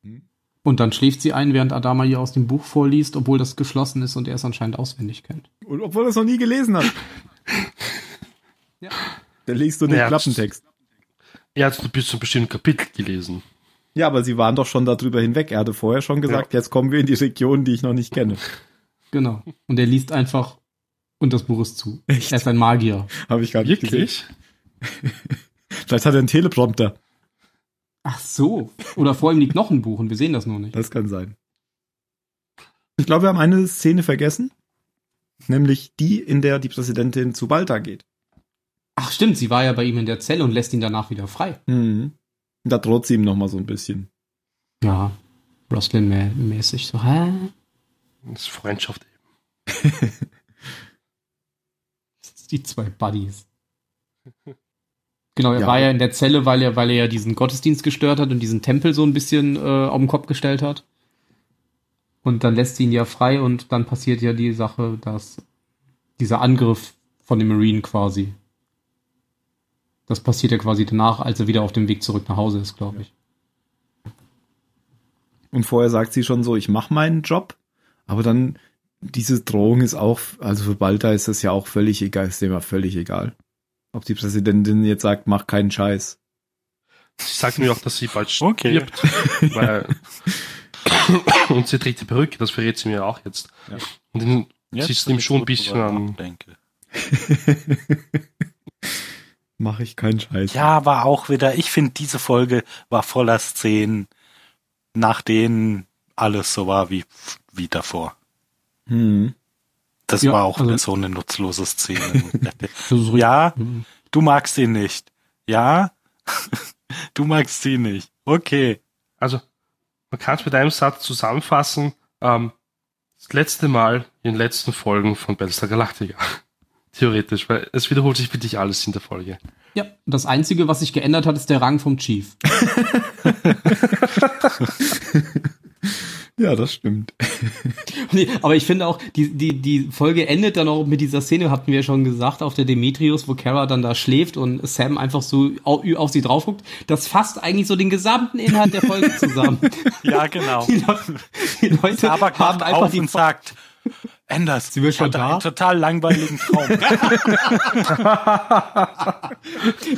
Hm. Mhm. Und dann schläft sie ein, während Adama ihr aus dem Buch vorliest, obwohl das geschlossen ist und er es anscheinend auswendig kennt. Und obwohl er es noch nie gelesen hat. Ja. Dann liest du den Ja. Klappentext. Er hat bis zum bestimmten Kapitel gelesen. Ja, aber sie waren doch schon darüber hinweg. Er hatte vorher schon gesagt, jetzt kommen wir in die Region, die ich noch nicht kenne. Genau. Und er liest einfach und das Buch ist zu. Echt? Er ist ein Magier. Habe ich gar nicht gesehen. Wirklich? Vielleicht hat er einen Teleprompter. Ach so. Oder vor ihm liegt noch ein Buch und wir sehen das nur nicht. Das kann sein. Ich glaube, wir haben eine Szene vergessen. Nämlich die, in der die Präsidentin zu Balta geht. Ach stimmt, sie war ja bei ihm in der Zelle und lässt ihn danach wieder frei. Mhm. Und da droht sie ihm noch mal so ein bisschen. Ja. Roslyn mä- mäßig so, hä? Das ist Freundschaft eben. Die zwei Buddies. Genau, er Ja. war ja in der Zelle, weil er, weil er ja diesen Gottesdienst gestört hat und diesen Tempel so ein bisschen äh, auf den Kopf gestellt hat. Und dann lässt sie ihn ja frei und dann passiert ja die Sache, dass dieser Angriff von dem Marine quasi. Das passiert ja quasi danach, als er wieder auf dem Weg zurück nach Hause ist, glaube ich. Und vorher sagt sie schon so, ich mache meinen Job. Aber dann, diese Drohung ist auch, also für Balta ist das ja auch völlig egal, ist dem ja völlig egal. Ob die Präsidentin jetzt sagt, mach keinen Scheiß. Sie sagt mir auch, dass sie bald Okay. stirbt. Weil und sie trägt die Perücke, das verrät sie mir auch jetzt. Ja. Und in, Jetzt sie ist bin ihm ich schon ein gut bisschen drüber an. nachdenke. Mach ich keinen Scheiß. Ja, aber auch wieder, ich finde, diese Folge war voller Szenen, nach denen alles so war wie, wie davor. Hm. Das Ja, war auch also- so eine nutzlose Szene. Das ist richtig. ja, du magst ihn nicht. Ja, du magst ihn nicht. Okay. Also, man kann es mit einem Satz zusammenfassen. Ähm, das letzte Mal in den letzten Folgen von Battlestar Galactica. Theoretisch, weil es wiederholt sich wirklich alles in der Folge. Ja, das Einzige, was sich geändert hat, ist der Rang vom Chief. Ja, das stimmt. Nee, aber ich finde auch, die, die, die Folge endet dann auch mit dieser Szene, hatten wir ja schon gesagt, auf der Demetrius, wo Kara dann da schläft und Sam einfach so au- auf sie drauf guckt. Das fasst eigentlich so den gesamten Inhalt der Folge zusammen. Ja, genau. Die, Leute- die Leute Aber haben kommt einfach auf die und sagt, Anders, Sie will ich schon hatte da? einen total langweiligen Traum.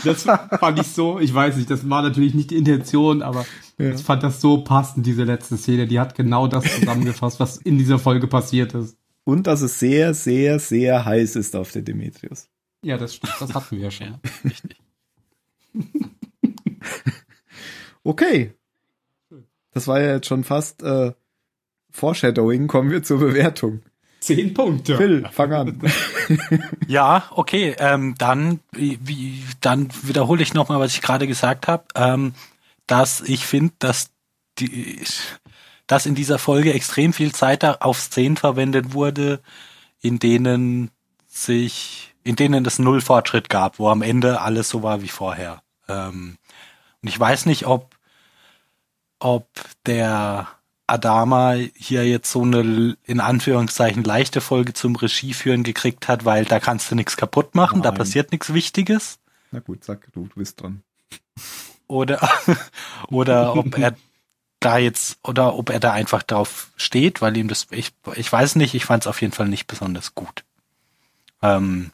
Das fand ich so, ich weiß nicht, das war natürlich nicht die Intention, aber ich fand das so passend, diese letzte Szene. Die hat genau das zusammengefasst, was in dieser Folge passiert ist. Und dass es sehr, sehr, sehr heiß ist auf der Demetrius. Ja, das stimmt, das hatten wir ja schon. Okay. Das war ja jetzt schon fast äh, Foreshadowing. Kommen wir zur Bewertung. Zehn Punkte. Phil, fang an. Ja, okay, ähm, dann, wie- wie, dann wiederhole ich nochmal, was ich gerade gesagt habe, ähm, dass ich finde, dass die, dass in dieser Folge extrem viel Zeit da- auf Szenen verwendet wurde, in denen sich, in denen es null Fortschritt gab, wo am Ende alles so war wie vorher. Ähm, und ich weiß nicht, ob, ob der Adama hier jetzt so eine in Anführungszeichen leichte Folge zum Regie führen gekriegt hat, weil da kannst du nichts kaputt machen, da Nein. passiert nichts Wichtiges Na gut, sag du, du bist dran. oder oder ob er da jetzt oder ob er da einfach drauf steht, weil ihm das ich ich weiß nicht, ich fand es auf jeden Fall nicht besonders gut. Ähm,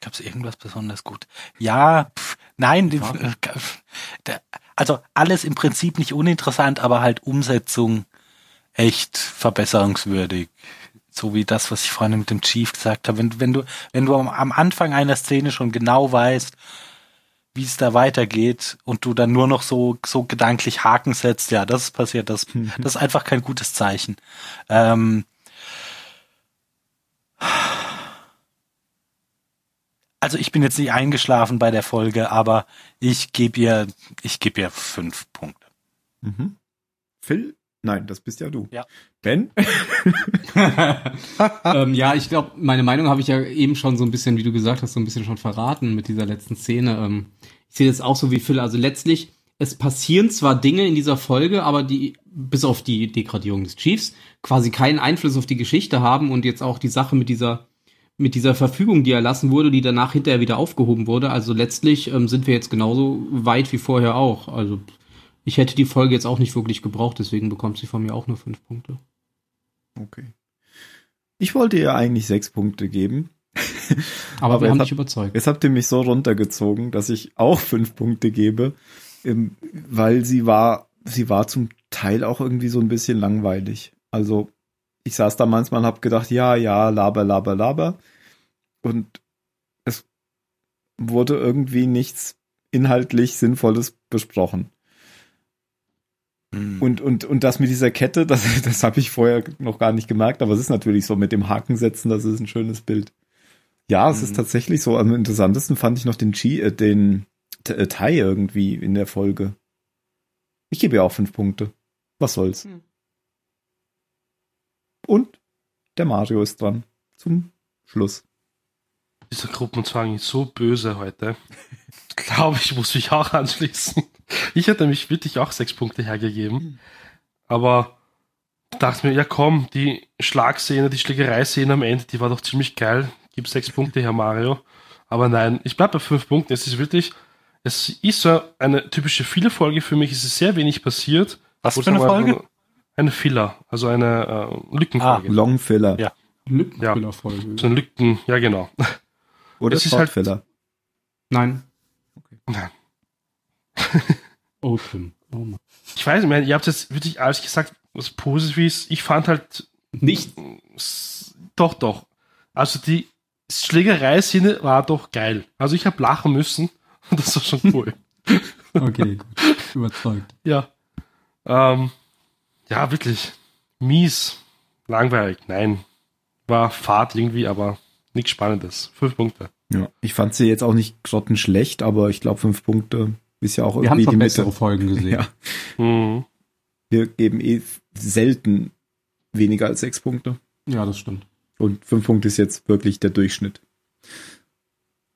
Gab es irgendwas besonders gut? Ja, pf, nein, die- äh, da- also alles im Prinzip nicht uninteressant, aber halt Umsetzung echt verbesserungswürdig. So wie das, was ich vorhin mit dem Chief gesagt habe. Wenn, wenn du, wenn du am- am Anfang einer Szene schon genau weißt, wie es da weitergeht und du dann nur noch so, so gedanklich Haken setzt, ja, das ist passiert, das, das ist einfach kein gutes Zeichen. Ähm, also ich bin jetzt nicht eingeschlafen bei der Folge, aber ich gebe ihr, ich gebe ihr fünf Punkte. Mhm. Phil? Nein, das bist ja du. Ja. Ben? ähm, ja, ich glaube, meine Meinung habe ich ja eben schon so ein bisschen, wie du gesagt hast, so ein bisschen schon verraten mit dieser letzten Szene. Ähm, ich sehe das auch so wie Phil. Also letztlich, es passieren zwar Dinge in dieser Folge, aber die, bis auf die Degradierung des Chiefs, quasi keinen Einfluss auf die Geschichte haben und jetzt auch die Sache mit dieser, mit dieser Verfügung, die erlassen wurde, die danach hinterher wieder aufgehoben wurde. Also letztlich ähm, sind wir jetzt genauso weit wie vorher auch. Also ich hätte die Folge jetzt auch nicht wirklich gebraucht, deswegen bekommt sie von mir auch nur fünf Punkte. Okay. Ich wollte ihr eigentlich sechs Punkte geben. Aber, Aber wir haben jetzt dich überzeugt. Jetzt habt ihr mich so runtergezogen, dass ich auch fünf Punkte gebe, ähm, weil sie war, sie war zum Teil auch irgendwie so ein bisschen langweilig. Also ich saß da manchmal und hab gedacht, ja, ja, laber, laber, laber. Und es wurde irgendwie nichts inhaltlich Sinnvolles besprochen. Hm. Und, und, und das mit dieser Kette, das, das habe ich vorher noch gar nicht gemerkt, aber es ist natürlich so mit dem Haken setzen, das ist ein schönes Bild. Ja, es ist Mhm. tatsächlich so. Am interessantesten fand ich noch den Chi, äh, den T- äh, Tai irgendwie in der Folge. Ich gebe ja auch fünf Punkte. Was soll's. Hm. Und der Mario ist dran. Zum Schluss. Dieser Gruppenzwang ist so böse heute. Glaube ich, muss mich auch anschließen. Ich hätte mich wirklich auch sechs Punkte hergegeben. Aber dachte mir, ja komm, die Schlagszene, die Schlägerei-Szene am Ende, die war doch ziemlich geil. Gib sechs Punkte her, Mario. Aber nein, ich bleibe bei fünf Punkten. Es ist wirklich, es ist so eine typische Filler-Folge für mich. Es ist sehr wenig passiert. Was Wo für es eine aber- Folge? Ah, Eine Filler, also eine äh, Lückenfolge. Long Filler. Ja. Ah. Lückenfüllerfolge. So ein Lücken, ja genau. Oder Es ist halt- Short Filler. Nein. Nein. Oh, Tim. Oh, Mann. Ich weiß nicht, mehr, ihr habt jetzt wirklich alles gesagt, was Positives. Ich fand halt, Nicht. s- doch, doch. Also die Schlägerei-Szene war doch geil. Also ich habe lachen müssen und das war schon cool. Okay, gut. Überzeugt. ja. Ähm, ja, wirklich. Mies. Langweilig. Nein. War Fahrt irgendwie, aber nichts Spannendes. Fünf Punkte. Ja. Ich fand sie jetzt auch nicht grottenschlecht, aber ich glaube, fünf Punkte ist ja auch Wir haben irgendwie die schon bessere Mitte. Folgen gesehen. Ja. Mhm. Wir geben eh selten weniger als sechs Punkte. Ja, das stimmt. Und fünf Punkte ist jetzt wirklich der Durchschnitt.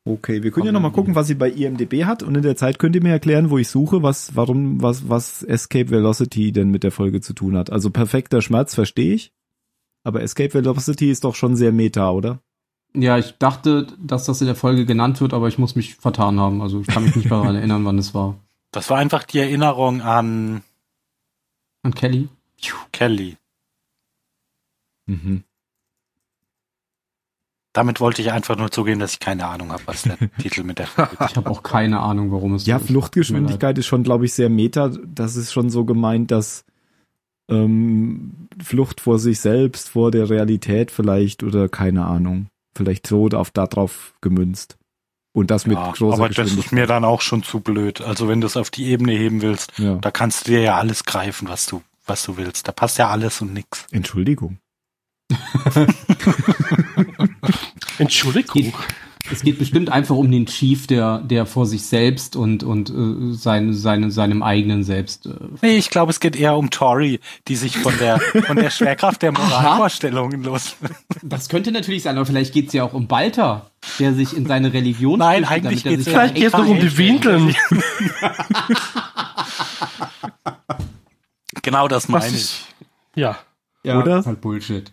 Okay, wir können ja nochmal gucken, was sie bei IMDB hat. Und in der Zeit könnt ihr mir erklären, wo ich suche, was, warum, was, was Escape Velocity denn mit der Folge zu tun hat. Also perfekter Schmerz verstehe ich. Aber Escape Velocity ist doch schon sehr meta, oder? Ja, ich dachte, dass das in der Folge genannt wird, aber ich muss mich vertan haben. Also ich kann mich nicht daran erinnern, wann es war. Das war einfach die Erinnerung an An Kelly? Kelly. Mhm. Damit wollte ich einfach nur zugeben, dass ich keine Ahnung habe, was der Titel mit der Folge Ich habe auch keine Ahnung, warum es Ja, so ist. Fluchtgeschwindigkeit ist schon, glaube ich, sehr meta. Das ist schon so gemeint, dass ähm, Flucht vor sich selbst, vor der Realität vielleicht oder keine Ahnung. Vielleicht so auf darauf gemünzt. Und das mit Ja, großer aber das ist Geschwindigkeit. mir dann auch schon zu blöd. Also wenn du es auf die Ebene heben willst, ja. da kannst du dir ja alles greifen, was du, was du willst. Da passt ja alles und nix. Entschuldigung. Entschuldigung. Es geht bestimmt einfach um den Chief, der, der vor sich selbst und, und äh, sein, seine, seinem eigenen Selbst. Äh, Nee, ich glaube, es geht eher um Tori, die sich von der, von der Schwerkraft der Moralvorstellungen los. das könnte natürlich sein, aber vielleicht geht's ja auch um Balta, der sich in seine Religion Nein, flüchtet, eigentlich damit er geht's sich ja- Vielleicht geht es noch um die Windeln. Genau das Was meine ist, ich. ja. Ja, Oder? Das ist halt Bullshit.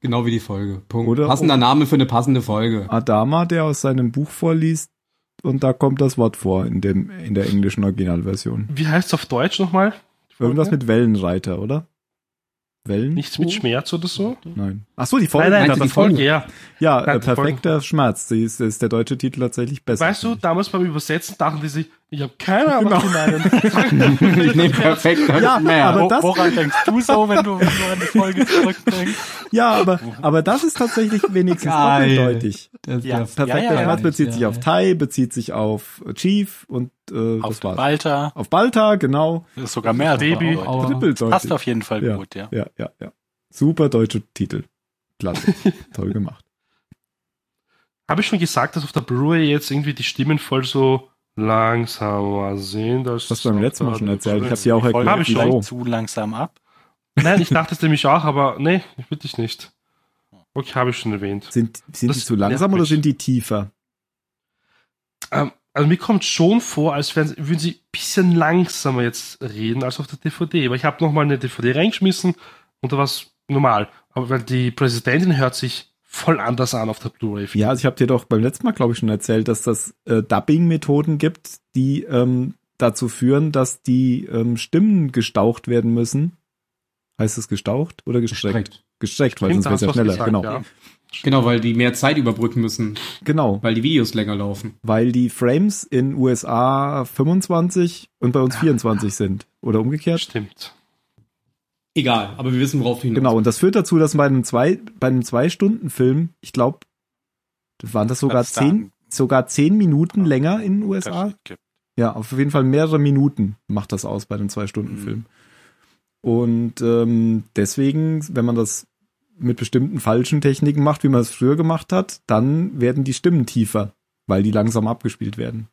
Genau wie die Folge. Punkt. Oder- Oh. Passender Name für eine passende Folge. Adama, der aus seinem Buch vorliest, und da kommt das Wort vor in, dem, in der englischen Originalversion. Wie heißt es auf Deutsch nochmal? Irgendwas mit Wellenreiter, oder? Wellen? Oh. Nichts mit Schmerz oder so? Nein. Ach so, die Nein, Folge. nein, Meinst du aber die Folge, Folge? ja. Ja, Nein, äh, die Folgen- perfekter Schmerz. Sie ist, ist der deutsche Titel tatsächlich besser. Weißt du, damals beim Übersetzen dachten die sich, ich habe keine Ahnung, Genau. was die meinen. Ich nehme perfekt Ja, aber- Wo- das- Woran denkst du so, wenn du, wenn du an die Folge zurückdenkst? Ja, aber, aber das ist tatsächlich wenigstens Geil. doppeldeutig. Das, Ja, das- Perfekter Ja, ja, Schmerz ja. bezieht sich Ja, auf ja. Tai, bezieht sich auf Chief und äh, Auf das war's. Walter. Auf Balta, genau. Das ist sogar mehr als Baby. Arbeit. Aua. Trippeldeutig. Passt auf jeden Fall Ja. gut, ja. Ja, ja, ja. Super deutsche Titel. Klasse. Toll gemacht. Habe ich schon gesagt, dass auf der Blu-ray jetzt irgendwie die Stimmen voll so langsamer sind als. Das hast du beim letzten Mal schon erzählt. Ich habe dir auch Die Folge erklärt, Hab ich schlägt wieso. zu langsam ab. Nein, ich dachte es nämlich auch, aber nee, ich bitte dich nicht. Okay, habe ich schon erwähnt. Sind, sind die Das zu langsam nervt oder mich. sind die tiefer? Ähm, also mir kommt schon vor, als wären, sie- würden sie ein bisschen langsamer jetzt reden als auf der DVD. Aber ich habe nochmal eine DVD reingeschmissen und da war es normal. Aber weil die Präsidentin hört sich voll anders an auf der Blu-ray. Ja, also ich habe dir doch beim letzten Mal, glaube ich, schon erzählt, dass das äh, Dubbing-Methoden gibt, die ähm, dazu führen, dass die ähm, Stimmen gestaucht werden müssen. Heißt es gestaucht oder gestreckt? Direkt. Gestreckt, weil Stimmt, sonst da wäre es ja hast du was schneller. gesagt, genau, ja. Genau, weil die mehr Zeit überbrücken müssen, genau, weil die Videos länger laufen. weil die Frames in USA 25 und bei uns 24 sind oder umgekehrt. Stimmt. Egal, aber wir wissen, worauf du hinaus Genau, und das führt dazu, dass bei einem zwei, bei einem zwei Stunden Film, ich glaube, waren das sogar Dass da zehn, sogar zehn Minuten Ja. länger in den einen USA. Unterschied gibt. Ja, auf jeden Fall mehrere Minuten macht das aus bei einem Zwei-Stunden-Film. Und ähm, deswegen, wenn man das mit bestimmten falschen Techniken macht, wie man es früher gemacht hat, dann werden die Stimmen tiefer, weil die langsam abgespielt werden.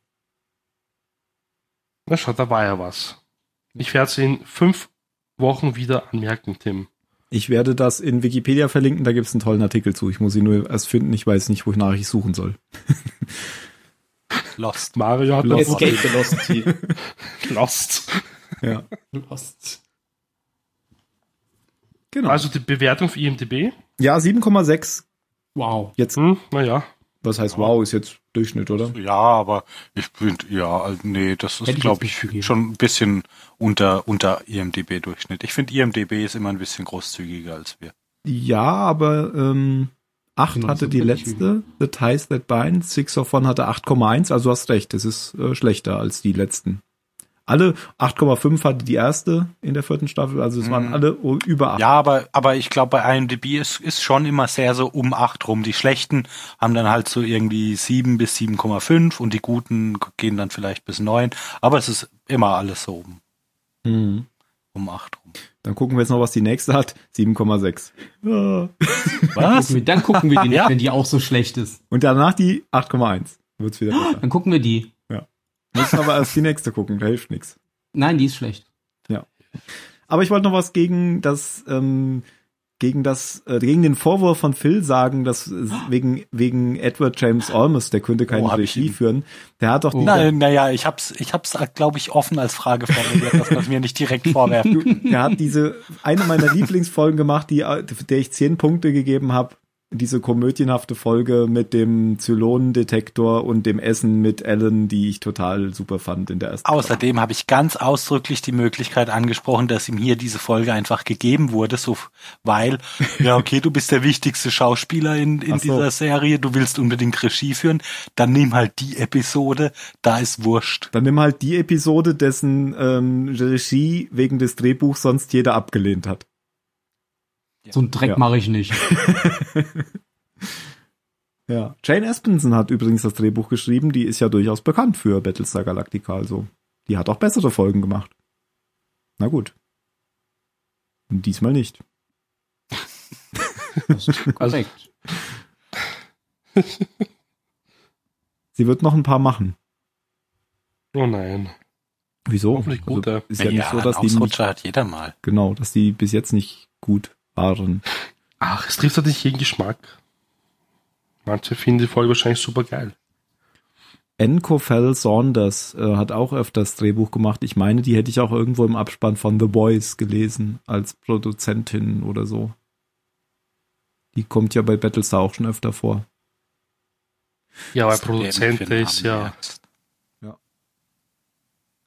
Na schau, da war ja was. Ich werde es in fünf Wochen wieder anmerken, Tim. Ich werde das in Wikipedia verlinken, da gibt es einen tollen Artikel zu. Ich muss ihn nur erst finden, ich weiß nicht, wonach ich suchen soll. Lost. Mario hat Lost. noch Escape Velocity. Lost. Ja, Lost. genau. Also die Bewertung für IMDB. ja, 7,6. Wow. Jetzt, Hm, naja. was heißt Ja. wow, ist jetzt Durchschnitt, oder? Ja, aber ich bin, ja, also nee, das Hätte ist, ich glaube jetzt nicht ich, gegeben. schon ein bisschen unter, unter IMDB-Durchschnitt. Ich finde, IMDB ist immer ein bisschen großzügiger als wir. Ja, aber ähm, 8 Genau, hatte das die hab ich letzte, The Ties That Bind, Six of One hatte 8,1, also hast recht, es ist äh, schlechter als die letzten. Alle 8,5 hatte die erste in der vierten Staffel, also es waren Mhm. alle o- Ah. über 8. Ja, aber, aber ich glaube, bei IMDb ist, ist schon immer sehr so um 8 rum. Die Schlechten haben dann halt so irgendwie 7 bis 7,5 und die Guten gehen dann vielleicht bis 9. Aber es ist immer alles so um, Mhm. um 8 rum. Dann gucken wir jetzt noch, was die nächste hat. 7,6. Ja. Was? Gucken wir, dann gucken wir die nicht, Ja. wenn die auch so schlecht ist. Und danach die 8,1. Wird's wieder besser. Dann gucken wir die. Müssen aber erst die nächste gucken, da hilft nichts. Nein, die ist schlecht. Aber ich wollte noch was gegen das, ähm, gegen das, äh, gegen den Vorwurf von Phil sagen, dass äh, wegen, wegen Edward James Olmos, der könnte keine Oh, hab ich Regie ihn. Oh. führen. Der hat doch die, Nein, naja, ich hab's, ich hab's, glaube ich, offen als Frage formuliert, dass man mir nicht direkt vorwerft. du, der hat diese, eine meiner Lieblingsfolgen gemacht, die, äh, der ich zehn Punkte gegeben habe. Diese komödienhafte Folge mit dem Zylonendetektor und dem Essen mit Ellen, die ich total super fand in der ersten Außerdem habe ich ganz ausdrücklich die Möglichkeit angesprochen, dass ihm hier diese Folge einfach gegeben wurde, so f- weil, ja, okay, du bist der wichtigste Schauspieler in, in Ach so. dieser Serie, du willst unbedingt Regie führen, dann nimm halt die Episode, da ist wurscht. Dann nimm halt die Episode, dessen ähm, Regie wegen des Drehbuchs sonst jeder abgelehnt hat. So einen Dreck Ja. mache ich nicht. Ja. Jane Espenson hat übrigens das Drehbuch geschrieben, die ist ja durchaus bekannt für Battlestar Galactica, also die hat auch bessere Folgen gemacht. Na gut. Und diesmal nicht. Das ist korrekt. Sie wird noch ein paar machen. Oh nein. Wieso? Also, Hoffentlich gute. ist ja, nicht so, dass einen die nicht, Ausrutscher hat jeder mal. genau, dass die bis jetzt nicht gut waren. Ach, es trifft halt nicht jeden Geschmack. Manche finden die Folge wahrscheinlich super geil. Enco Fell Saunders äh, hat auch öfters Drehbuch gemacht. Ich meine, die hätte ich auch irgendwo im Abspann von The Boys gelesen, als Produzentin oder so. Die kommt ja bei Battlestar auch schon öfter vor. Ja, weil Was du dir eben Produzent für einen ist Namen ja, merkst.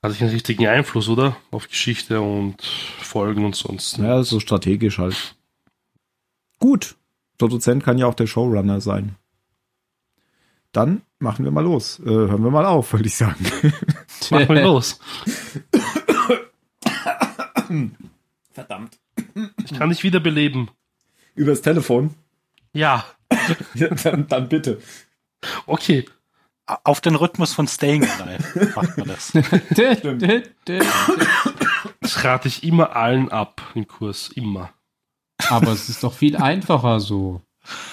hat sich einen richtigen Einfluss, oder? Auf Geschichte und Folgen und sonst. ne? Naja, so strategisch halt. Gut, Produzent kann ja auch der Showrunner sein. Dann machen wir mal los. Äh, hören wir mal auf, würde ich sagen. Mach mal los. Verdammt. Ich kann dich wiederbeleben. Übers Telefon. Ja, Ja, dann, dann bitte. okay. Auf den Rhythmus von Staying Alive macht man das. Das rate ich immer allen ab im Kurs. Immer. Aber es ist doch viel einfacher so.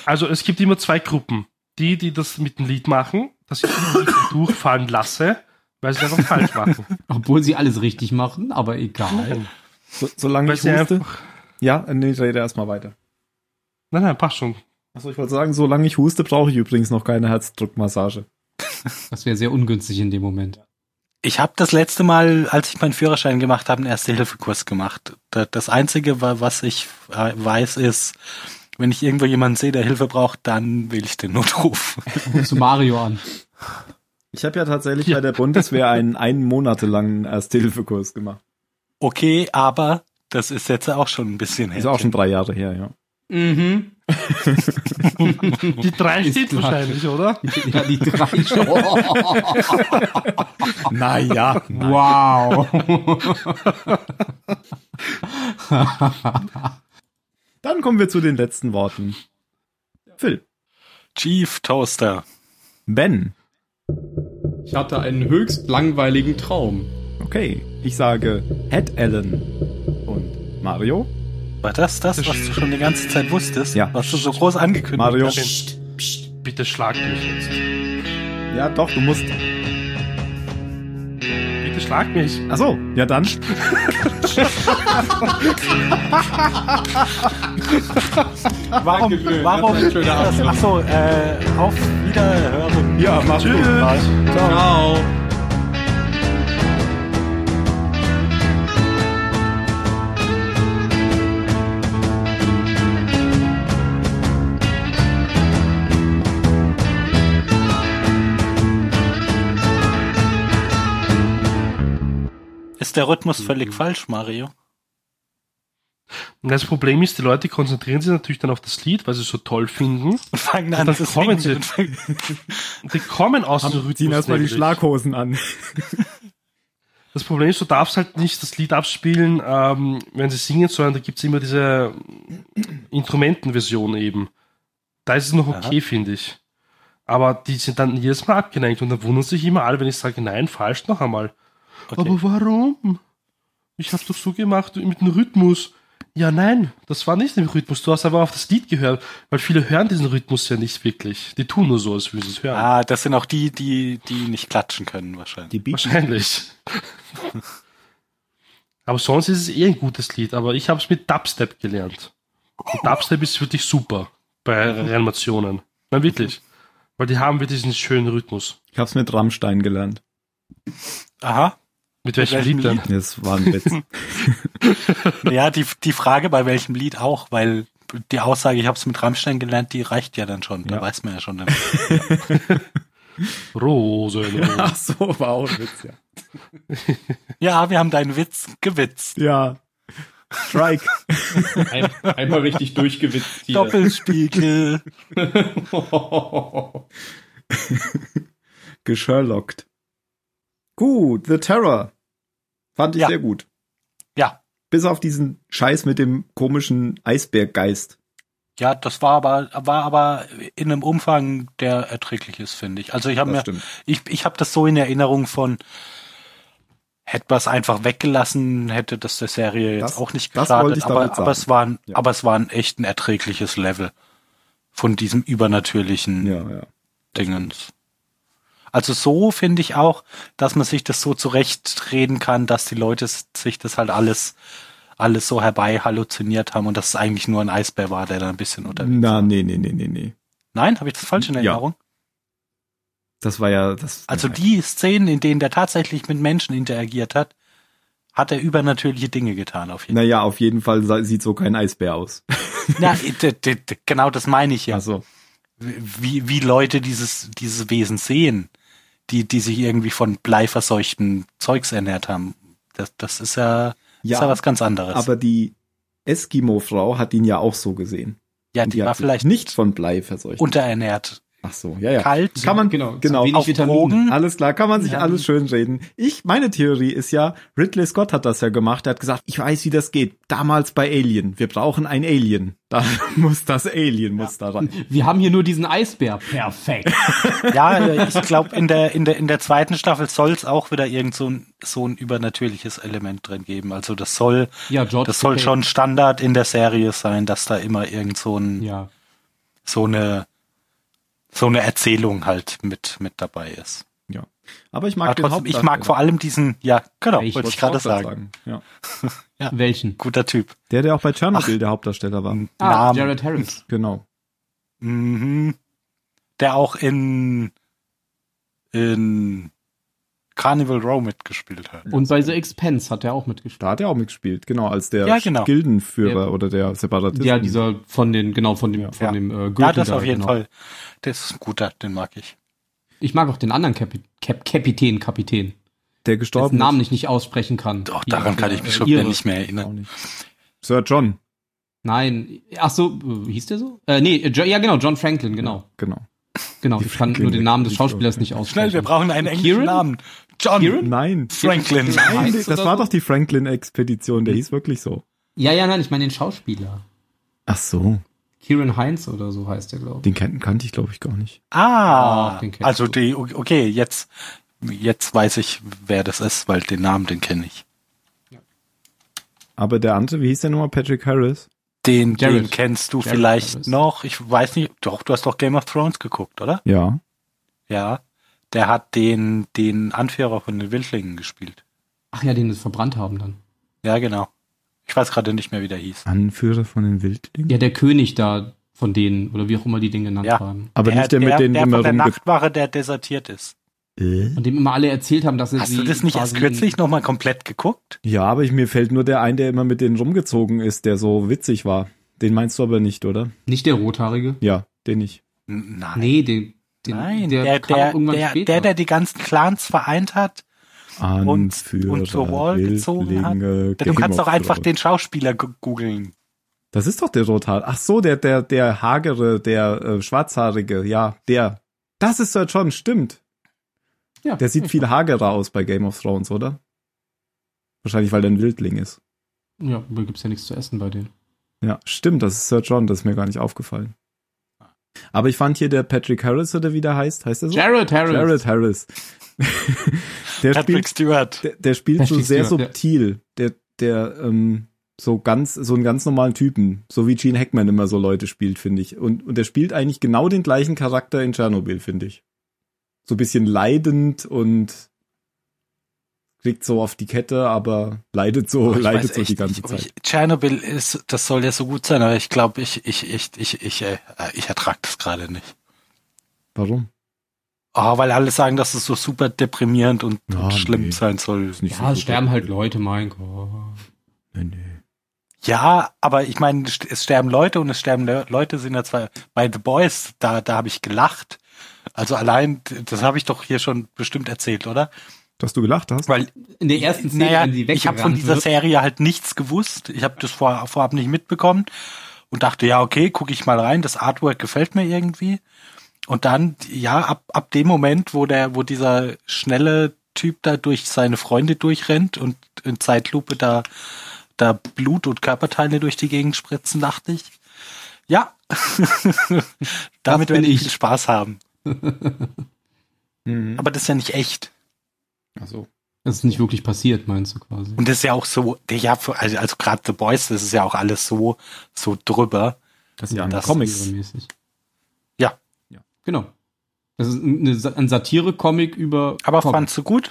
Also es gibt immer zwei Gruppen. Die, die das mit dem Lied machen, dass ich die Lied durchfallen lasse, weil sie es einfach falsch machen. Obwohl sie alles richtig machen, aber egal. So, solange Weil ich sie huste. einfach, Ja, äh, nee, ich rede erstmal weiter. nein, nein, passt schon. Achso, ich wollte sagen, solange ich huste, brauche ich übrigens noch keine Herzdruckmassage. Das wäre sehr ungünstig in dem Moment. Ich habe das letzte Mal, als ich meinen Führerschein gemacht habe, einen Erste-Hilfe-Kurs gemacht. Da- Das Einzige, wa- was ich äh, weiß, ist, wenn ich irgendwo jemanden sehe, der Hilfe braucht, dann wähle ich den Notruf. Ruf zu Mario an. Ich habe ja tatsächlich bei der Bundeswehr einen einen monatelangen Ersthilfekurs gemacht. Okay, aber das ist jetzt auch schon ein bisschen Ist auch schon drei Jahre her, ja. Mhm. Die drei Ist steht klar. wahrscheinlich, oder? Ja, die drei schon. Naja, Wow. Dann kommen wir zu den letzten Worten. Phil. Chief Toaster. Ben. Ich hatte einen höchst langweiligen Traum. Okay, ich sage Head Allen. Und Mario? War das das, was du schon die ganze Zeit wusstest? Ja. Was du so groß angekündigt Mario? hast? Bitte schlag mich jetzt. Ja, doch, du musst. Bitte schlag mich. Ach so, ja dann. Warum? ne? warum das, ach so, äh, auf Wiederhören. Ja, mach's Tschüss. Bye. Ciao. Ist der Rhythmus völlig falsch, Mario? Und das Problem ist, die Leute konzentrieren sich natürlich dann auf das Lied, weil sie es so toll finden. Und fangen Ja, an, dann zu kommen singen. Und die kommen aus dem Rhythmus. Ziehen erstmal die nämlich. Schlaghosen an. Das Problem ist, du darfst halt nicht das Lied abspielen, ähm, wenn sie singen, sondern da gibt's immer diese Instrumentenversion eben. Da ist es noch okay, finde ich. Aber die sind dann jedes Mal abgelenkt und dann wundern sich immer alle, wenn ich sage, nein, falsch noch einmal. Okay. Aber warum? Ich habe doch so gemacht mit dem Rhythmus. Ja, nein, das war nicht im Rhythmus. Du hast aber auf das Lied gehört, weil viele hören diesen Rhythmus ja nicht wirklich. Die tun nur so, als würden sie es hören. Ah, das sind auch die, die, die nicht klatschen können wahrscheinlich. Die Beach. Wahrscheinlich. aber sonst ist es eh ein gutes Lied, aber ich habe es mit Dubstep gelernt. Und Dubstep ist wirklich super bei Reanimationen. Nein, Mhm. wirklich. Weil die haben wirklich einen schönen Rhythmus. Ich hab's mit Rammstein gelernt. Aha. Mit welchem welchem Lied denn? Das war ein Witz. Ja, die, die Frage bei welchem Lied auch, weil die Aussage, ich habe es mit Rammstein gelernt, die reicht ja dann schon. Da Ja. weiß man ja schon. Dann. Rose. Ach so, war auch ein Witz, ja. Ja, wir haben deinen Witz gewitzt. Ja. Strike. Ein, einmal richtig durchgewitzt hier. Doppelspiegel. Gesherlockt. Gut, The Terror. Fand ich Ja. sehr gut. Ja. Bis auf diesen Scheiß mit dem komischen Eisberggeist. Ja, das war aber, war aber in einem Umfang, der erträglich ist, finde ich. Also ich habe Das mir, stimmt. ich, ich habe das so in Erinnerung von, hätte man es einfach weggelassen, hätte das der Serie jetzt Das- auch nicht das wollte ich geschadet. damit Aber, sagen. aber es war, ein, Ja. aber es war ein echt ein erträgliches Level von diesem übernatürlichen Ja, ja. Dingens. Also so finde ich auch, dass man sich das so zurechtreden kann, dass die Leute s- sich das halt alles, alles so herbei halluziniert haben und dass es eigentlich nur ein Eisbär war, der da ein bisschen unterwegs. Na, nee, nee, nee, nee, nee. Nein, habe ich das falsch in Hm? Ja. Erinnerung? Das war ja das. Also ja. die Szenen, in denen der tatsächlich mit Menschen interagiert hat, hat er übernatürliche Dinge getan auf jeden Fall. Naja, auf jeden Fall sa- sieht so kein Eisbär aus. Also, Na, d- d- d- genau das meine ich ja. Ach so. Wie, wie Leute dieses, dieses Wesen sehen, die, die sich irgendwie von bleiverseuchten Zeugs ernährt haben. Das, das ist ja, Ja, ist ja was ganz anderes. aber die Eskimo-Frau hat ihn ja auch so gesehen. Ja, Und die war hat sich vielleicht nicht von Blei verseucht. unterernähert. Ach so, ja, ja. Kalt. Kann man, Genau, genau, wenig auf Vitamine. Drogen. Alles klar, kann man sich Ja. alles schön reden. Ich, meine Theorie ist ja, Ridley Scott hat das ja gemacht. Er hat gesagt, ich weiß, wie das geht. Damals bei Alien. Wir brauchen ein Alien. Da muss das Alien, muss da rein. Wir haben hier nur diesen Eisbär. Perfekt. Ja, äh, ich glaube, in der, in, der, in der zweiten Staffel soll es auch wieder irgend so ein, so ein übernatürliches Element drin geben. Also das soll, Ja, George. das soll okay. schon Standard in der Serie sein, dass da immer irgend so, ein, Ja. so eine so eine Erzählung halt mit, mit dabei ist. Ja. Aber ich mag Aber den trotzdem, ich Hauptdarsteller. mag vor allem diesen, ja, genau, wollte Ich Wollte ich gerade auch grad sagen. Ja. Welchen? Guter Typ. Der, der auch bei Tschernobyl der Hauptdarsteller war. Ah, Name. Jared Harris. Genau. Mhm. Der auch in, in Carnival Row mitgespielt hat. Und bei The Expense hat er auch mitgespielt. Da hat er auch mitgespielt, genau, als der Ja, genau. Gildenführer Ja. oder der Separatist. Ja, dieser von den, genau, von dem, von Ja. dem äh, Gürtel. Ja, das da, auf jeden genau. Fall. Der ist ein guter, den mag ich. Ich mag auch den anderen Kapi Kap Kapitän, Kapitän. der Dessen gestorben Namen ich nicht aussprechen kann. Doch, Hier, daran äh, kann ich mich schon Ire. wieder nicht mehr ist. Auch erinnern. nicht. Sir John. Nein. Ach so, äh, hieß der so? Äh, nee, äh, Jo- ja genau, John Franklin, genau. Genau. Genau, Die ich kann Franklin- nur den Namen des die- Schauspielers nicht aussprechen. Schnell, wir brauchen einen englischen Kieran? Namen. John Kieran? Nein. Franklin. Nein, Heißt das oder war so? doch die Franklin-Expedition, der hieß wirklich so. Ja, ja, nein, ich meine den Schauspieler. Ach so, Kieran Heinz oder so heißt er, glaube ich. den kan kannte ich, glaube ich, gar nicht. Ah, Ach, den kennst also du. die, okay, jetzt, jetzt weiß ich, wer das ist, weil den Namen, den kenne ich. Aber der andere, wie hieß der nochmal? Patrick Harris? Den, den Jared. kennst du Jared vielleicht Harris. noch. Ich weiß nicht, doch, du hast doch Game of Thrones geguckt, oder? Ja. Ja. Der hat den, den Anführer von den Wildlingen gespielt. Ach ja, den sie verbrannt haben dann. Ja, genau. Ich weiß gerade nicht mehr, wie der hieß. Anführer von den Wildlingen? Ja, der König da von denen, oder wie auch immer die den genannt Ja. haben. Aber nicht der, mit den der immer von der rumge... Nachtwache, der desertiert ist. Äh? Und dem immer alle erzählt haben, dass er Hast sie du das nicht erst quasi- kürzlich nochmal komplett geguckt? Ja, aber ich, mir fällt nur der ein, der immer mit denen rumgezogen ist, der so witzig war. Den meinst du aber nicht, oder? Nicht der Rothaarige? Ja, den nicht. N- Nein. Nee, den, den Nein, der, der, kam der, irgendwann der, später. der, die ganzen Clans vereint hat, Anführer und zur Wall gezogen hat. Wildlinge, du Game kannst of doch einfach Thrones. den Schauspieler gu- googeln. Das ist doch der Rothaar. Ach so, der, der, der hagere, der äh, schwarzhaarige, ja, der. Das ist Sir John, stimmt. ja, Der sieht ich- viel hagerer aus bei Game of Thrones, oder? Wahrscheinlich, weil der ein Wildling ist. Ja, da gibt's ja nichts zu essen bei denen. Ja, stimmt, das ist Sir John, das ist mir gar nicht aufgefallen. Aber ich fand hier der Patrick Harris, oder wie der heißt, heißt er so? Jared Harris. Jared Harris. der Patrick spielt Stewart. Der, der spielt so Patrick sehr Stewart, ja. subtil. Der, der, ähm, so ganz, so einen ganz normalen Typen. So wie Gene Hackman immer so Leute spielt, finde ich. Und, und der spielt eigentlich genau den gleichen Charakter in Tschernobyl, finde ich. So ein bisschen leidend und kriegt so auf die Kette, aber leidet so, Ich weiß leidet so echt die ganze nicht, ob Zeit. Ich, Tschernobyl ist, das soll ja so gut sein, aber ich glaube, ich, ich, ich, ich, ich, äh, ich ertrage das gerade nicht. Warum? Oh, weil alle sagen, dass es so super deprimierend und, Ja, und schlimm Oh, nee. sein soll. Ist nicht Ja, es gut. sterben halt Leute, mein Gott. Nee, nee. Ja, aber ich meine, st- es sterben Leute und es sterben Le Leute sind ja zwei. Bei The Boys, da, da habe ich gelacht. Also allein, d- das habe ich doch hier schon bestimmt erzählt, oder? Dass du gelacht hast? Weil In der ersten Szene, naja, wenn sie ich habe von weggerannt dieser wird, Serie halt nichts gewusst. Ich habe das vor, vorab nicht mitbekommen und dachte, ja, okay, gucke ich mal rein. Das Artwork gefällt mir irgendwie. Und dann, ja, ab, ab dem Moment, wo der, wo dieser schnelle Typ da durch seine Freunde durchrennt und in Zeitlupe da, da Blut und Körperteile durch die Gegend spritzen, dachte ich, ja, damit bin werde ich ich. viel Spaß haben. Mhm. Aber das ist ja nicht echt. Ach so. das ist nicht wirklich passiert, meinst du quasi. Und das ist ja auch so, der ja, für- also, also gerade The Boys, das ist ja auch alles so, so drüber. Das Ja, alles Comics. serienmäßig. Ja. Ja. Genau. Das ist eine, Sa- ein Satire-Comic über. Aber Comic. fandst du gut?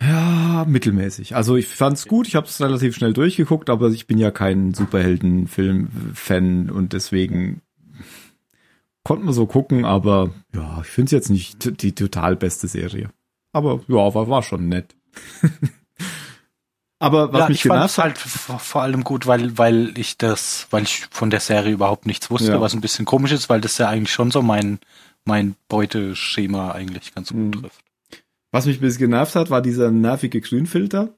Ja, mittelmäßig. Also ich fand's gut, ich habe es relativ schnell durchgeguckt, aber ich bin ja kein Superhelden-Film-Fan und deswegen konnte man so gucken, aber ja, ich finde es jetzt nicht t- die total beste Serie. Aber ja, war, war schon nett. aber was ja, mich ich fand es genervt hat, halt v- vor allem gut, weil, weil ich das, weil ich von der Serie überhaupt nichts wusste, Ja. was ein bisschen komisch ist, weil das ja eigentlich schon so mein, mein Beuteschema eigentlich ganz gut Mhm. trifft. was mich ein bisschen genervt hat, war dieser nervige Grünfilter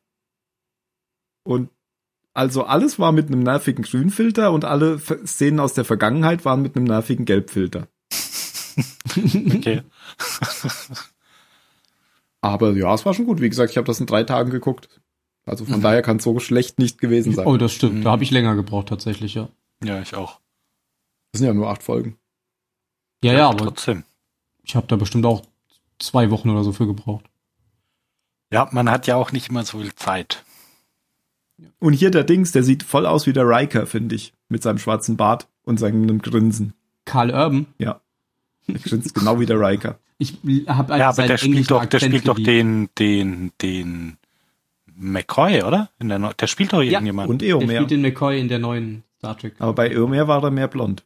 und Also alles war mit einem nervigen Grünfilter und alle F- Szenen aus der Vergangenheit waren mit einem nervigen Gelbfilter. Okay. Aber ja, es war schon gut. Wie gesagt, ich habe das in drei Tagen geguckt. Also von daher kann es so schlecht nicht gewesen sein. Mhm. Oh, das stimmt. Da habe ich länger gebraucht tatsächlich, ja. ja, ich auch. Das sind ja nur acht Folgen. Ja, ja, aber trotzdem. ich habe da bestimmt auch zwei Wochen oder so für gebraucht. Ja, man hat ja auch nicht immer so viel Zeit. Und hier der Dings, der sieht voll aus wie der Riker, finde ich. Mit seinem schwarzen Bart und seinem Grinsen. Karl Urban, Er grinst genau wie der Riker. ich habe ja, aber halt der spielt doch, der spielt doch den, den, den McCoy, oder? In der, Neu- der spielt doch irgendjemand. Und Der Eomer. spielt den McCoy in der neuen Star Trek. Aber bei Eomer war er mehr blond.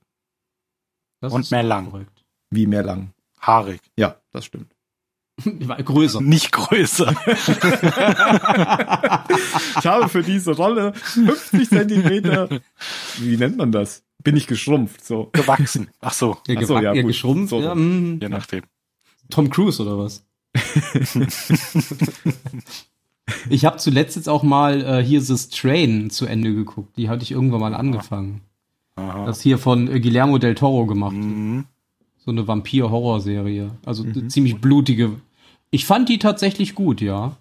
Das und ist mehr lang. Korrekt. Wie mehr lang. Haarig. Ja, das stimmt. War Größer. Nicht größer. Ich habe für diese Rolle 50 Zentimeter. Wie nennt man das? Bin ich geschrumpft, so. Gewachsen. Ach so, Ja, Ach so, gewack- ja, ja, gut. geschrumpft. So ja, rum. mm. je nachdem. Tom Cruise oder was? ich habe zuletzt jetzt auch mal äh, hier das Train zu Ende geguckt. Die hatte ich irgendwann mal angefangen. Aha. Das hier von äh, Guillermo del Toro gemacht. Mhm. So eine Vampir-Horrorserie. Also eine ziemlich blutige. Ich fand die tatsächlich gut, ja.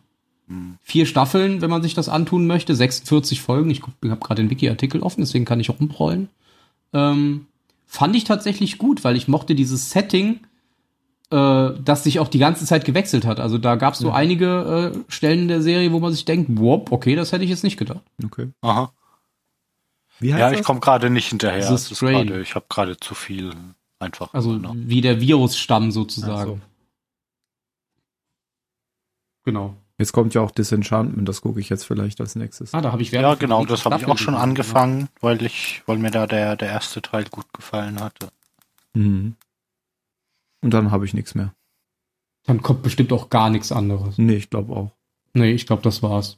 Vier Staffeln, wenn man sich das antun möchte, 46 Folgen. Ich habe gerade den Wiki-Artikel offen, deswegen kann ich rumrollen. Ähm, fand ich tatsächlich gut, weil ich mochte dieses Setting, äh, das sich auch die ganze Zeit gewechselt hat. Also da gab es so einige äh, Stellen der Serie, wo man sich denkt, wop, okay, das hätte ich jetzt nicht gedacht. Okay. Aha. Wie heißt Ja, das? ich komme gerade nicht hinterher. The Es ist Strain. gerade- ich habe gerade zu viel einfach. Also Genau. wie der Virusstamm Ach sozusagen. so. Genau. Jetzt kommt ja auch Disenchantment, das gucke ich jetzt vielleicht als nächstes. Ah, da habe ich Werbung ja, für die genau, nächste das habe ich Staffel auch schon gesehen. angefangen, weil ich, weil mir da der, der erste Teil gut gefallen hatte. Mhm. Und dann habe ich nichts mehr. Dann kommt bestimmt auch gar nichts anderes. Nee, ich glaube auch. Nee, ich glaube, das war's.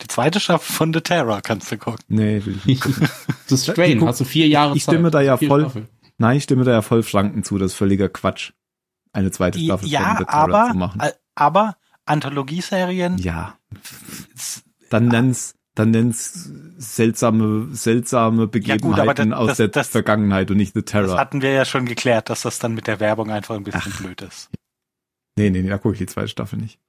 Die zweite Staffel von The Terror kannst du gucken. Nee, will ich nicht. Das ist Die Strain, guck- hast du vier Jahre Ich stimme da ja Vier voll- Staffeln. Nein, ich stimme da ja voll Franken zu, das ist völliger Quatsch. Eine zweite Staffel von The Terror zu machen. äh, aber Anthologieserien Ja. Dann nenn's, dann nenn's seltsame, seltsame gut, aber Begebenheiten das- aus das- der das- Vergangenheit und nicht The Das Terror. hatten wir ja schon geklärt, dass das dann mit der Werbung einfach ein bisschen blöd ist. Nee, nee, nee, da gucke ich die zweite Staffel nicht.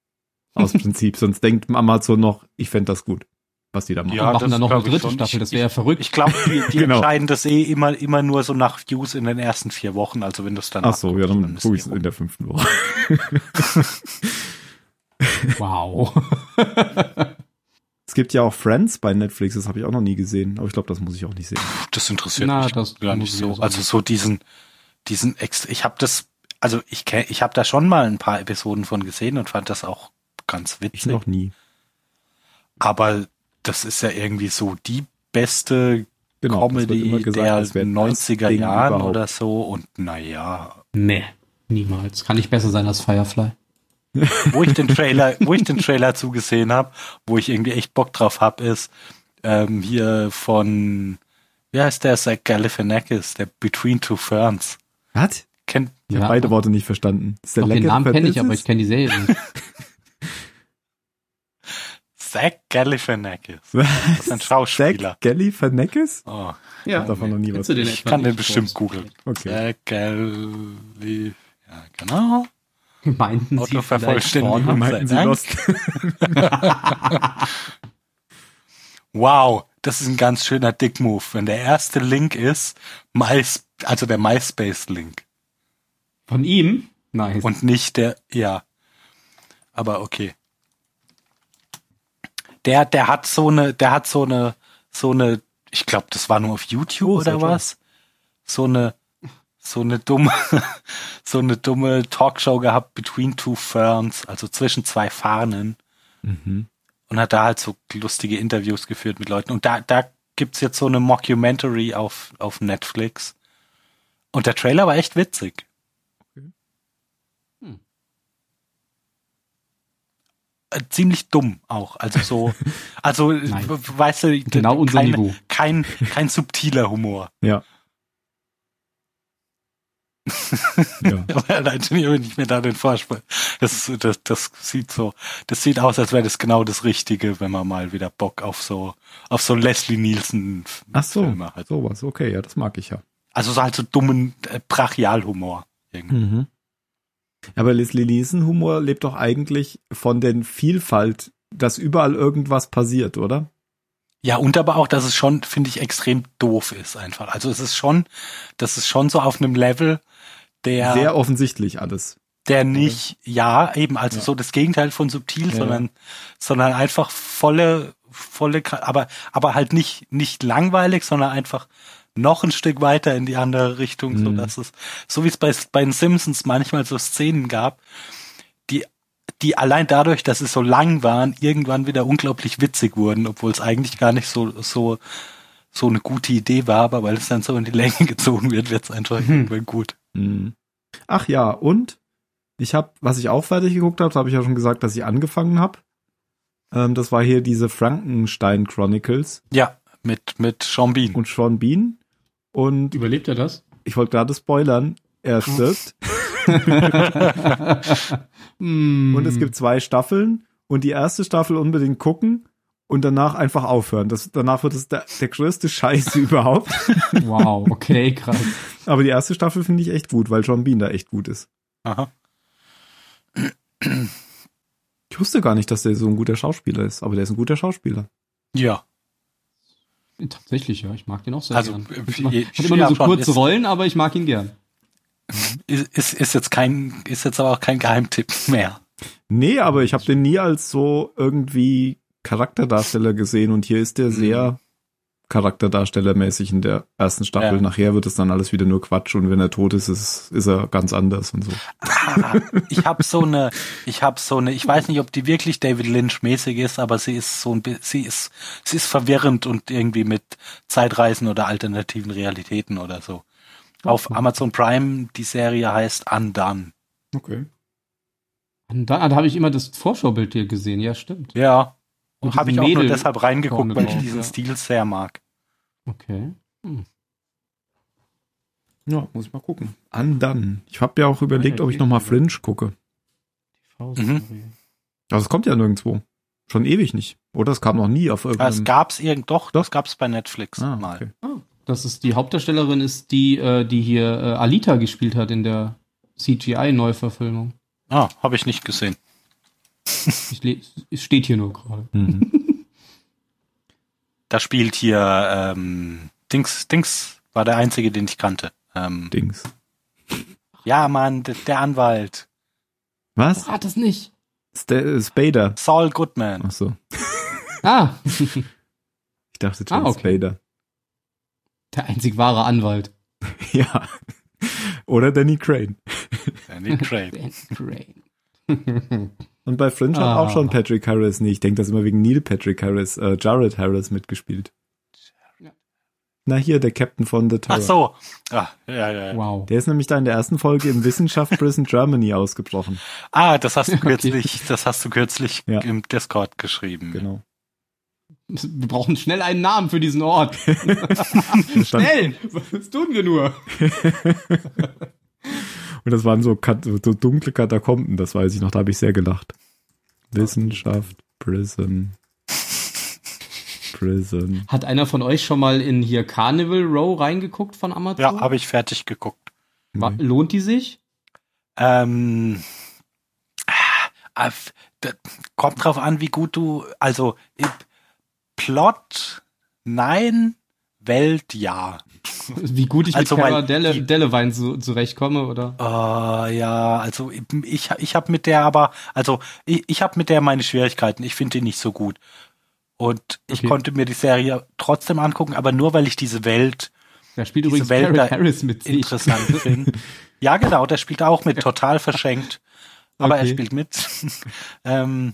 Aus Prinzip, sonst denkt Amazon noch, ich fänd das gut, was die da machen. Ja, Wir machen das dann noch eine glaub ich dritte schon. Staffel, das Ich- wäre ja verrückt. Ich glaube, die, die Genau. entscheiden das eh immer, immer nur so nach Views in den ersten vier Wochen. Also wenn du es dann Ach so, ja, dann ist gucke ich die- in der fünften Woche. wow. Es gibt ja auch Friends bei Netflix, das habe ich auch noch nie gesehen, aber ich glaube, das muss ich auch nicht sehen. Puh, das interessiert Na, mich das gar nicht muss ich so. ja sagen. Also so diesen, diesen Ex ich habe das, also ich kenn, ich habe da schon mal ein paar Episoden von gesehen und fand das auch ganz Ich witzig. noch nie. Aber das ist ja irgendwie so die beste Genau, das wird Comedy der das wäre das 90er Ding Jahren überhaupt. oder so. Und naja, Nee, niemals. Kann nicht besser sein als Firefly. wo ich den Trailer, wo ich den Trailer zugesehen habe, wo ich irgendwie echt Bock drauf hab, ist ähm, hier von wie heißt der Zach Galifianakis, der Between Two Ferns. Was? Kennt Ich habe beide Worte nicht verstanden. Ist der Doch, den leckere Namen kenne ich, aber ich Verpilzes? kenne die Serie nicht. Zach Galifianakis, Was? ist ein Schauspieler. Zack Galifianakis? Oh, Ja, davon noch nie was Kennst du den gehört. etwa kann den nicht? bestimmt googeln. Okay. Zach Galif ja, genau. Meinten Sie vielleicht Autovervollständigung. Pornhub? Meinten Sie Dank. Lost? Wow, das ist ein ganz schöner Dick-Move, wenn der erste Link ist, MySpace, also der MySpace-Link. Von ihm? Nice. Und nicht der, ja. Aber okay. Der, der hat so eine, der hat so eine, so eine, ich glaube, das war nur auf YouTube Oh, sehr oder toll. was? So eine, so eine dumme, so eine dumme Talkshow gehabt, Between Two Ferns, also zwischen zwei Fahnen. Mhm. Und hat da halt so lustige Interviews geführt mit Leuten. Und da, da gibt's jetzt so eine Mockumentary auf, auf Netflix. Und der Trailer war echt witzig. Hm. Äh, Ziemlich dumm auch. Also so, also äh, Nein. we- weißt du, Genau unser kein, Niveau. Kein, kein subtiler Humor. Ja. Ja. Allein schon hier, wenn ich mir da den Vorspann. Das, ist- das, das sieht so, das sieht aus, als wäre das genau das Richtige, wenn man mal wieder Bock auf so, auf so Leslie Nielsen Ach so, Filme hat. sowas. Okay, ja, das mag ich ja. Also so halt so dummen äh, Brachialhumor. irgendwie. Mhm. Aber Leslie Leeson Humor lebt doch eigentlich von den Vielfalt, dass überall irgendwas passiert, oder? Ja, und aber auch, dass es schon, finde ich, extrem doof ist einfach. Also es ist schon, das ist schon so auf einem Level, der, Sehr offensichtlich alles. der nicht, ja, eben, also so das Gegenteil von subtil, Ja. sondern, sondern einfach volle, volle, Kra- aber, aber halt nicht, nicht langweilig, sondern einfach noch ein Stück weiter in die andere Richtung, so Mhm. dass es, so wie es bei, bei den Simpsons manchmal so Szenen gab, die, die allein dadurch, dass sie so lang waren, irgendwann wieder unglaublich witzig wurden, obwohl es eigentlich gar nicht so, so, so eine gute Idee war, aber weil es dann so in die Länge gezogen wird, wird es einfach irgendwann gut. Mhm. Ach ja, und ich habe, was ich auch fertig geguckt habe, habe ich ja schon gesagt, dass ich angefangen habe. Ähm, das war hier diese Frankenstein Chronicles Ja, mit, mit Sean Bean. und Sean Bean. Und Überlebt er das? ich wollte gerade spoilern, er stirbt. Und Und Mm. es gibt zwei Staffeln und die erste Staffel unbedingt gucken und danach einfach aufhören. Das, danach wird es der, der größte Scheiß überhaupt. Wow, okay, krass. Aber die erste Staffel finde ich echt gut, weil John Bean da echt gut ist. Aha. Ich wusste gar nicht, dass der so ein guter Schauspieler ist, aber der ist ein guter Schauspieler. Ja, Tatsächlich, ja, ich mag den auch sehr also gern. äh, Hat immer nur so ja, schon, kurze ist, Rollen, aber ich mag ihn gern. ist, ist, ist jetzt kein, ist jetzt aber auch kein Geheimtipp mehr. Nee, aber ich habe den nie als so irgendwie Charakterdarsteller gesehen und hier ist der sehr Charakterdarstellermäßig in der ersten Staffel. Ja. Nachher wird es dann alles wieder nur Quatsch und wenn er tot ist, ist, ist er ganz anders und so. Ah, ich habe so eine, ich habe so eine, ich weiß nicht, ob die wirklich David Lynch mäßig ist, aber sie ist so ein, bi- sie ist, sie ist verwirrend und irgendwie mit Zeitreisen oder alternativen Realitäten oder so. Auf Amazon Prime die Serie heißt Undone. Okay. Und da, da habe ich immer das Vorschaubild hier gesehen, ja, stimmt. Ja, Mit habe ich diesem auch nur Mädel deshalb reingeguckt, vorne weil ich drauf, diesen ja. Stil sehr mag. Okay. Ja, muss ich mal gucken. Andan. Ich habe ja auch überlegt, ob ich nochmal Fringe gucke. Mhm. Also es kommt ja nirgendwo. Schon ewig nicht. Oder es kam noch nie auf Ah, Es irgendeinem... gab's irgend, doch, das gab's bei Netflix Ah, mal. okay. Das ist die Hauptdarstellerin ist die, äh, die hier äh, Alita gespielt hat in der CGI-Neuverfilmung. Ah, habe ich nicht gesehen. Ich le- Es steht hier nur gerade. Mhm. Da spielt hier ähm, Dings, Dings war der einzige, den ich kannte. Ähm, Dings. ja, Mann, d- der Anwalt. Was? Rat das nicht. St Spader. Saul Goodman. Ach so. Ah, Ich dachte James Ah, okay. Spader. der einzig wahre Anwalt. Ja. Oder Danny Crane. Danny Craig. Ben Crane. Und bei Fringe hat Ah. auch schon Patrick Harris, nee, ich denke das immer wegen Neil Patrick Harris, äh, Jared Harris mitgespielt. Ja. Na hier, der Captain von The Tower. Ach so. Ah, ja, ja, ja. wow. Der ist nämlich da in der ersten Folge im Wissenschaft Prison Germany ausgebrochen. ah, das hast du Okay. kürzlich, das hast du kürzlich Ja. im Discord geschrieben. Genau. Wir brauchen schnell einen Namen für diesen Ort. Stand, Schnell! Was tun wir nur? und das waren so, Kat so dunkle Katakomben, das weiß ich noch, da habe ich sehr gelacht. Wissenschaft Prison. Prison. Hat einer von euch schon mal in hier Carnival Row reingeguckt von Amazon? Ja, habe ich fertig geguckt. Wa- Mhm. Lohnt die sich? Ähm, ah, f- d- kommt drauf an, wie gut du, also i- Plot, nein, Welt, ja. Wie gut ich Also, mit Cara weil Dele, die- Delevingne zu, zurechtkomme, oder? Ah, ja, also ich, ich habe mit der aber, also ich, ich habe mit der meine Schwierigkeiten. Ich finde die nicht so gut. Und ich Okay. konnte mir die Serie trotzdem angucken, aber nur weil ich diese Welt Da spielt Diese übrigens Welt Carrie da- Harris mit. sehe ich. interessant finde. Ja, genau, der spielt auch mit, total verschenkt. Aber er Okay. spielt mit. ähm,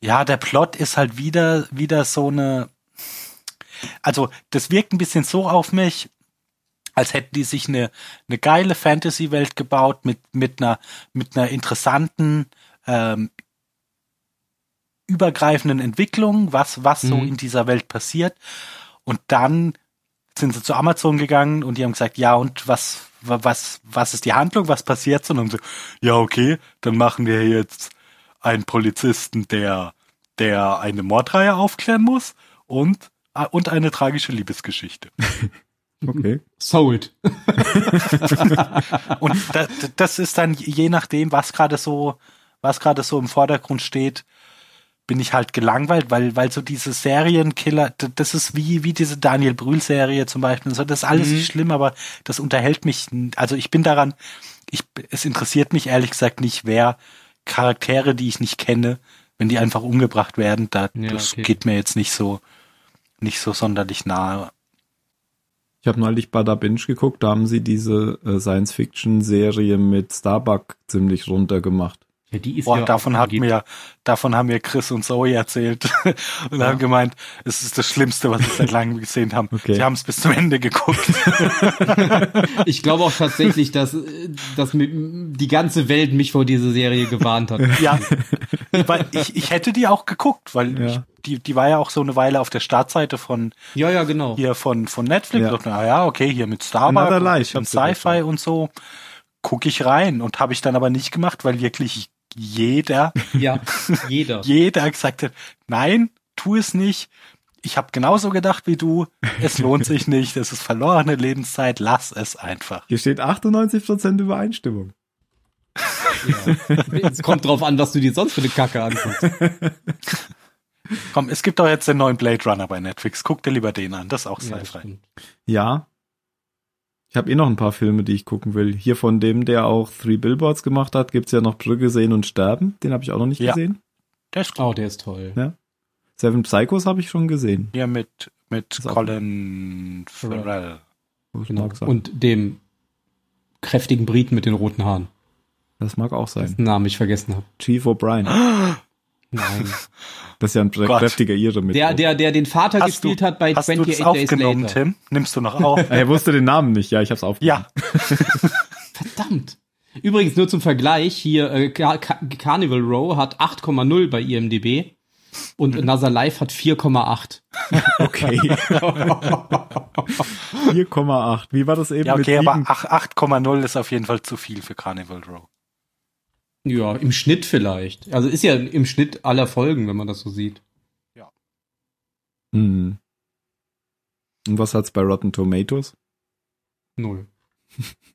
ja, der Plot ist halt wieder, wieder so eine. Also, das wirkt ein bisschen so auf mich, als hätten die sich eine, eine geile Fantasy-Welt gebaut mit, mit einer, mit einer interessanten, ähm, übergreifenden Entwicklung, was, was so Mhm. in dieser Welt passiert. Und dann sind sie zu Amazon gegangen und die haben gesagt, ja, und was, wa- was, was ist die Handlung, was passiert? Und haben so, ja, okay, dann machen wir jetzt einen Polizisten, der, der eine Mordreihe aufklären muss und, ah, und eine tragische Liebesgeschichte. Okay. Sold. Und da, da- das ist dann je nachdem, was gerade so, was gerade so im Vordergrund steht, bin ich halt gelangweilt, weil, weil so diese Serienkiller, d- das ist wie, wie diese Daniel Brühl-Serie zum Beispiel. und So, das ist alles Mhm. nicht schlimm, aber das unterhält mich. n- Also ich bin daran, ich, es interessiert mich ehrlich gesagt nicht, wer Charaktere, die ich nicht kenne, wenn die einfach umgebracht werden, da, Ja, das okay. geht mir jetzt nicht so, nicht so sonderlich nahe. Ich habe neulich Bada Binge geguckt, da haben sie diese äh, Science-Fiction-Serie mit Starbuck ziemlich runtergemacht. Ja, die ist Boah, ja davon hat abgegeben. mir, davon haben mir Chris und Zoe erzählt und haben gemeint, es ist das Schlimmste, was sie seit langem gesehen haben. Okay. Sie haben es bis zum Ende geguckt. Ich glaube auch tatsächlich, dass, äh, dass mi- die ganze Welt mich vor dieser Serie gewarnt hat. ja, weil ich, ich hätte die auch geguckt, weil Ja. ich, die, die war ja auch so eine Weile auf der Startseite von Ja, ja, genau. hier von von Netflix. Ja. Ja. Na ja, okay, hier mit Star Another Lie, Wars ich und hab's ja Sci-Fi und so gucke ich rein und habe ich dann aber nicht gemacht, weil wirklich jeder Ja, jeder. jeder gesagt hat, nein, tu es nicht. Ich habe genauso gedacht wie du. Es lohnt sich nicht. Es ist verlorene Lebenszeit. Lass es einfach. Hier steht 98% Übereinstimmung. Ja. Es kommt drauf an, was du dir sonst für eine Kacke anguckst. Komm, es gibt doch jetzt den neuen Blade Runner bei Netflix. Guck dir lieber den an. Das ist auch sci-fi. Ja. Ich habe eh noch ein paar Filme, die ich gucken will. Hier von dem, der auch Three Billboards gemacht hat, gibt's ja noch Brücke sehen und sterben. Den habe ich auch noch nicht Ja. gesehen. Der ist gut. oh, der ist toll. Seven Psychos habe ich schon gesehen. Hier mit, mit Ist auch- Colin Farrell. Das, Genau. mag sein. Und dem kräftigen Briten mit den roten Haaren, das mag auch sein. dessen Namen ich vergessen habe. Chief O'Brien. Nein. Das ist ja ein Gott. kräftiger Ire mit. Der, der, der den Vater um. Hast du, gespielt hat bei hast du 28 das Days aufgenommen, Later. Tim? Nimmst du noch auf? er wusste den Namen nicht. Ja, ich hab's auf. ja, Verdammt. Übrigens nur zum Vergleich, hier äh, Car Car Carnival Row hat 8,0 bei IMDb und Mhm. Another Life hat 4,8. Okay. 4,8. Wie war das eben ja, okay, mit aber Liegen? ach- 8,0 ist auf jeden Fall zu viel für Carnival Row. Ja, im Schnitt vielleicht. Also ist ja im Schnitt aller Folgen, wenn man das so sieht. ah. Hm. Und was hat's bei Rotten Tomatoes? Null.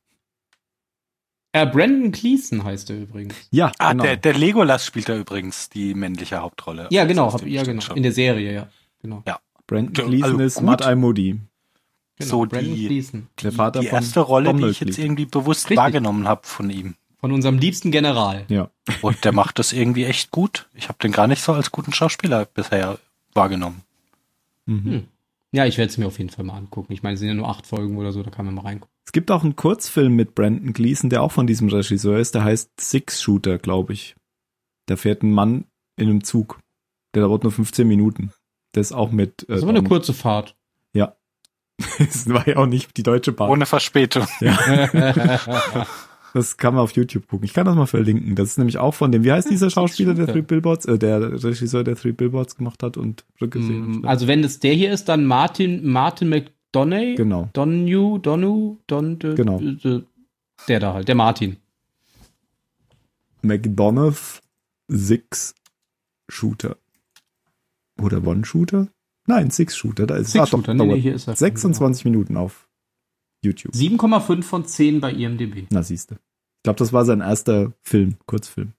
äh, Brandon Cleason heißt er übrigens. Ja, Ah, genau. der, der Legolas spielt da übrigens die männliche Hauptrolle. Ja, Also genau. aus Hab, dem ja, stimmt genau. schon. In der Serie, ja. Genau. Brandon der- Gleason also ist gut. Matt Eye Moody. genau. So Brandon die- Gleason. Der Vater die von erste Rolle, die Donald ich jetzt Gleason. irgendwie bewusst Richtig. wahrgenommen habe von ihm. Von unserem liebsten General. Ja. Und der macht das irgendwie echt gut. Ich habe den gar nicht so als guten Schauspieler bisher wahrgenommen. Mhm. Hm. Ja, ich werde es mir auf jeden Fall mal angucken. Ich meine, es sind ja nur acht Folgen oder so, da kann man mal reingucken. Es gibt auch einen Kurzfilm mit Brandon Gleason, der auch von diesem Regisseur ist. Der heißt Six Shooter, glaube ich. Da fährt ein Mann in einem Zug. Der dauert nur 15 Minuten. Der ist auch mit. Äh, Das ist aber eine Donald- kurze Fahrt. das war ja auch nicht die deutsche Bahn. Ohne Verspätung. Das kann man auf YouTube gucken. Ich kann das mal verlinken. Das ist nämlich auch von dem, wie Hm, heißt dieser Schauspieler, der Three Billboards, äh, der Regisseur, der Three Billboards gemacht hat und Brücke sehen. Mm, also wenn es der hier ist, dann Martin, Martin McDonough. Genau. Donu, Donu, Don, de, Genau. de, de, der da halt, der Martin. McDonough Six Shooter. Oder One Shooter? Nein, Six Shooter, da ist es. Ah, doch, Six-Shooter. Nee, nee, dauert hier ist er. Genau. 26 Minuten auf YouTube. 7,5 von 10 bei IMDb. Na, siehste. Ich glaube, das war sein erster Film, Kurzfilm.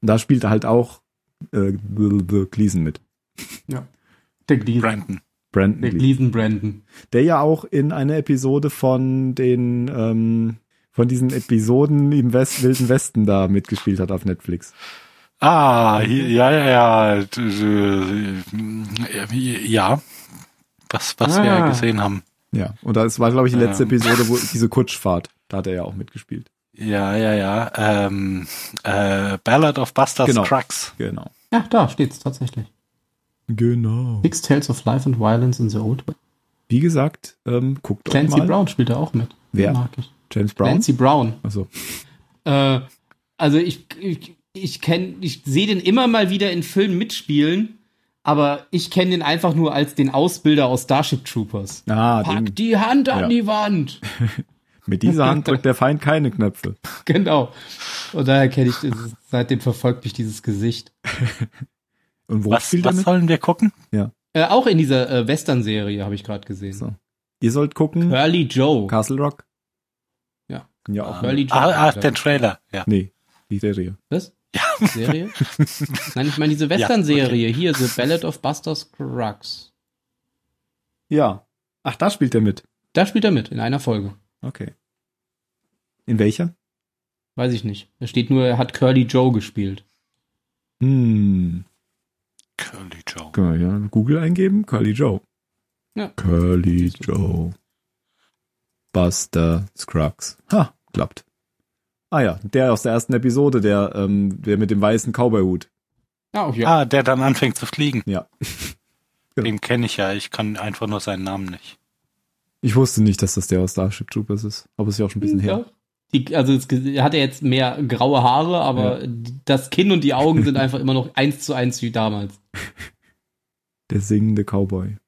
Und da spielt er halt auch äh, Gleason mit. Der Gleason. Brandon. Brandon Der Gleason. Gleason Brandon. der ja auch in einer Episode von den ähm, von diesen Episoden im West, Wilden Westen da mitgespielt hat auf Netflix. Ah, hier, ja, ja, ja. Äh, Ja. Was, was wir Ah. ja gesehen haben. Ja, und das war, glaube ich, die letzte Ähm. Episode, wo diese Kutschfahrt, da hat er ja auch mitgespielt. Ja, ja, ja. Ähm, äh, Ballad of Buster Genau. Scruggs. Genau. Ja, da steht's tatsächlich. Genau. Six Tales of Life and Violence in the Old West. Wie gesagt, ähm, guckt Clancy euch mal. Brown spielt da auch mit. Wer? Mag ich. James Brown. Clancy Brown. Also, Äh, also ich, ich, ich kenne, ich sehe den immer mal wieder in Filmen mitspielen, Aber ich kenne den einfach nur als den Ausbilder aus Starship Troopers. Ah, Pack den, die Hand an Ja. die Wand! mit dieser Hand drückt der Feind keine Knöpfe. Genau. Und daher kenne ich, dieses- seitdem verfolgt mich dieses Gesicht. Und wo Was, spielt er was mit? sollen wir gucken? Äh, auch in dieser äh, Western-Serie habe ich gerade gesehen. So. Ihr sollt gucken, Curly Joe. Castle Rock. Ja. Ja, auch. Curly Joe. Ah, ah der Trailer, ja. Nee, die Serie. Was? Serie? Nein, ich meine diese Western-Serie. Hier, The Ballad of Buster Scruggs. Ja. Ach, da spielt er mit. Da spielt er mit, in einer Folge. Okay. In welcher? Weiß ich nicht. Da steht nur, er hat Curly Joe gespielt. Hm. Curly Joe. Können wir ja in Google eingeben? Curly Joe. Ja. Curly Joe. Buster Scruggs. Ha, klappt. Ah ja, der aus der ersten Episode, der, ähm, der mit dem weißen Cowboy-Hut. Ah, oh, ja. Ah, der dann anfängt zu fliegen. Ja. Genau. Den kenne ich ja. Ich kann einfach nur seinen Namen nicht. Ich wusste nicht, dass das der aus Starship Troopers ist. Aber es ist ja auch schon ein bisschen her. Ja. Hm, Die, also es ge- hat er jetzt mehr graue Haare, aber die- das Kinn und die Augen sind einfach immer noch eins zu eins wie damals. Der singende Cowboy.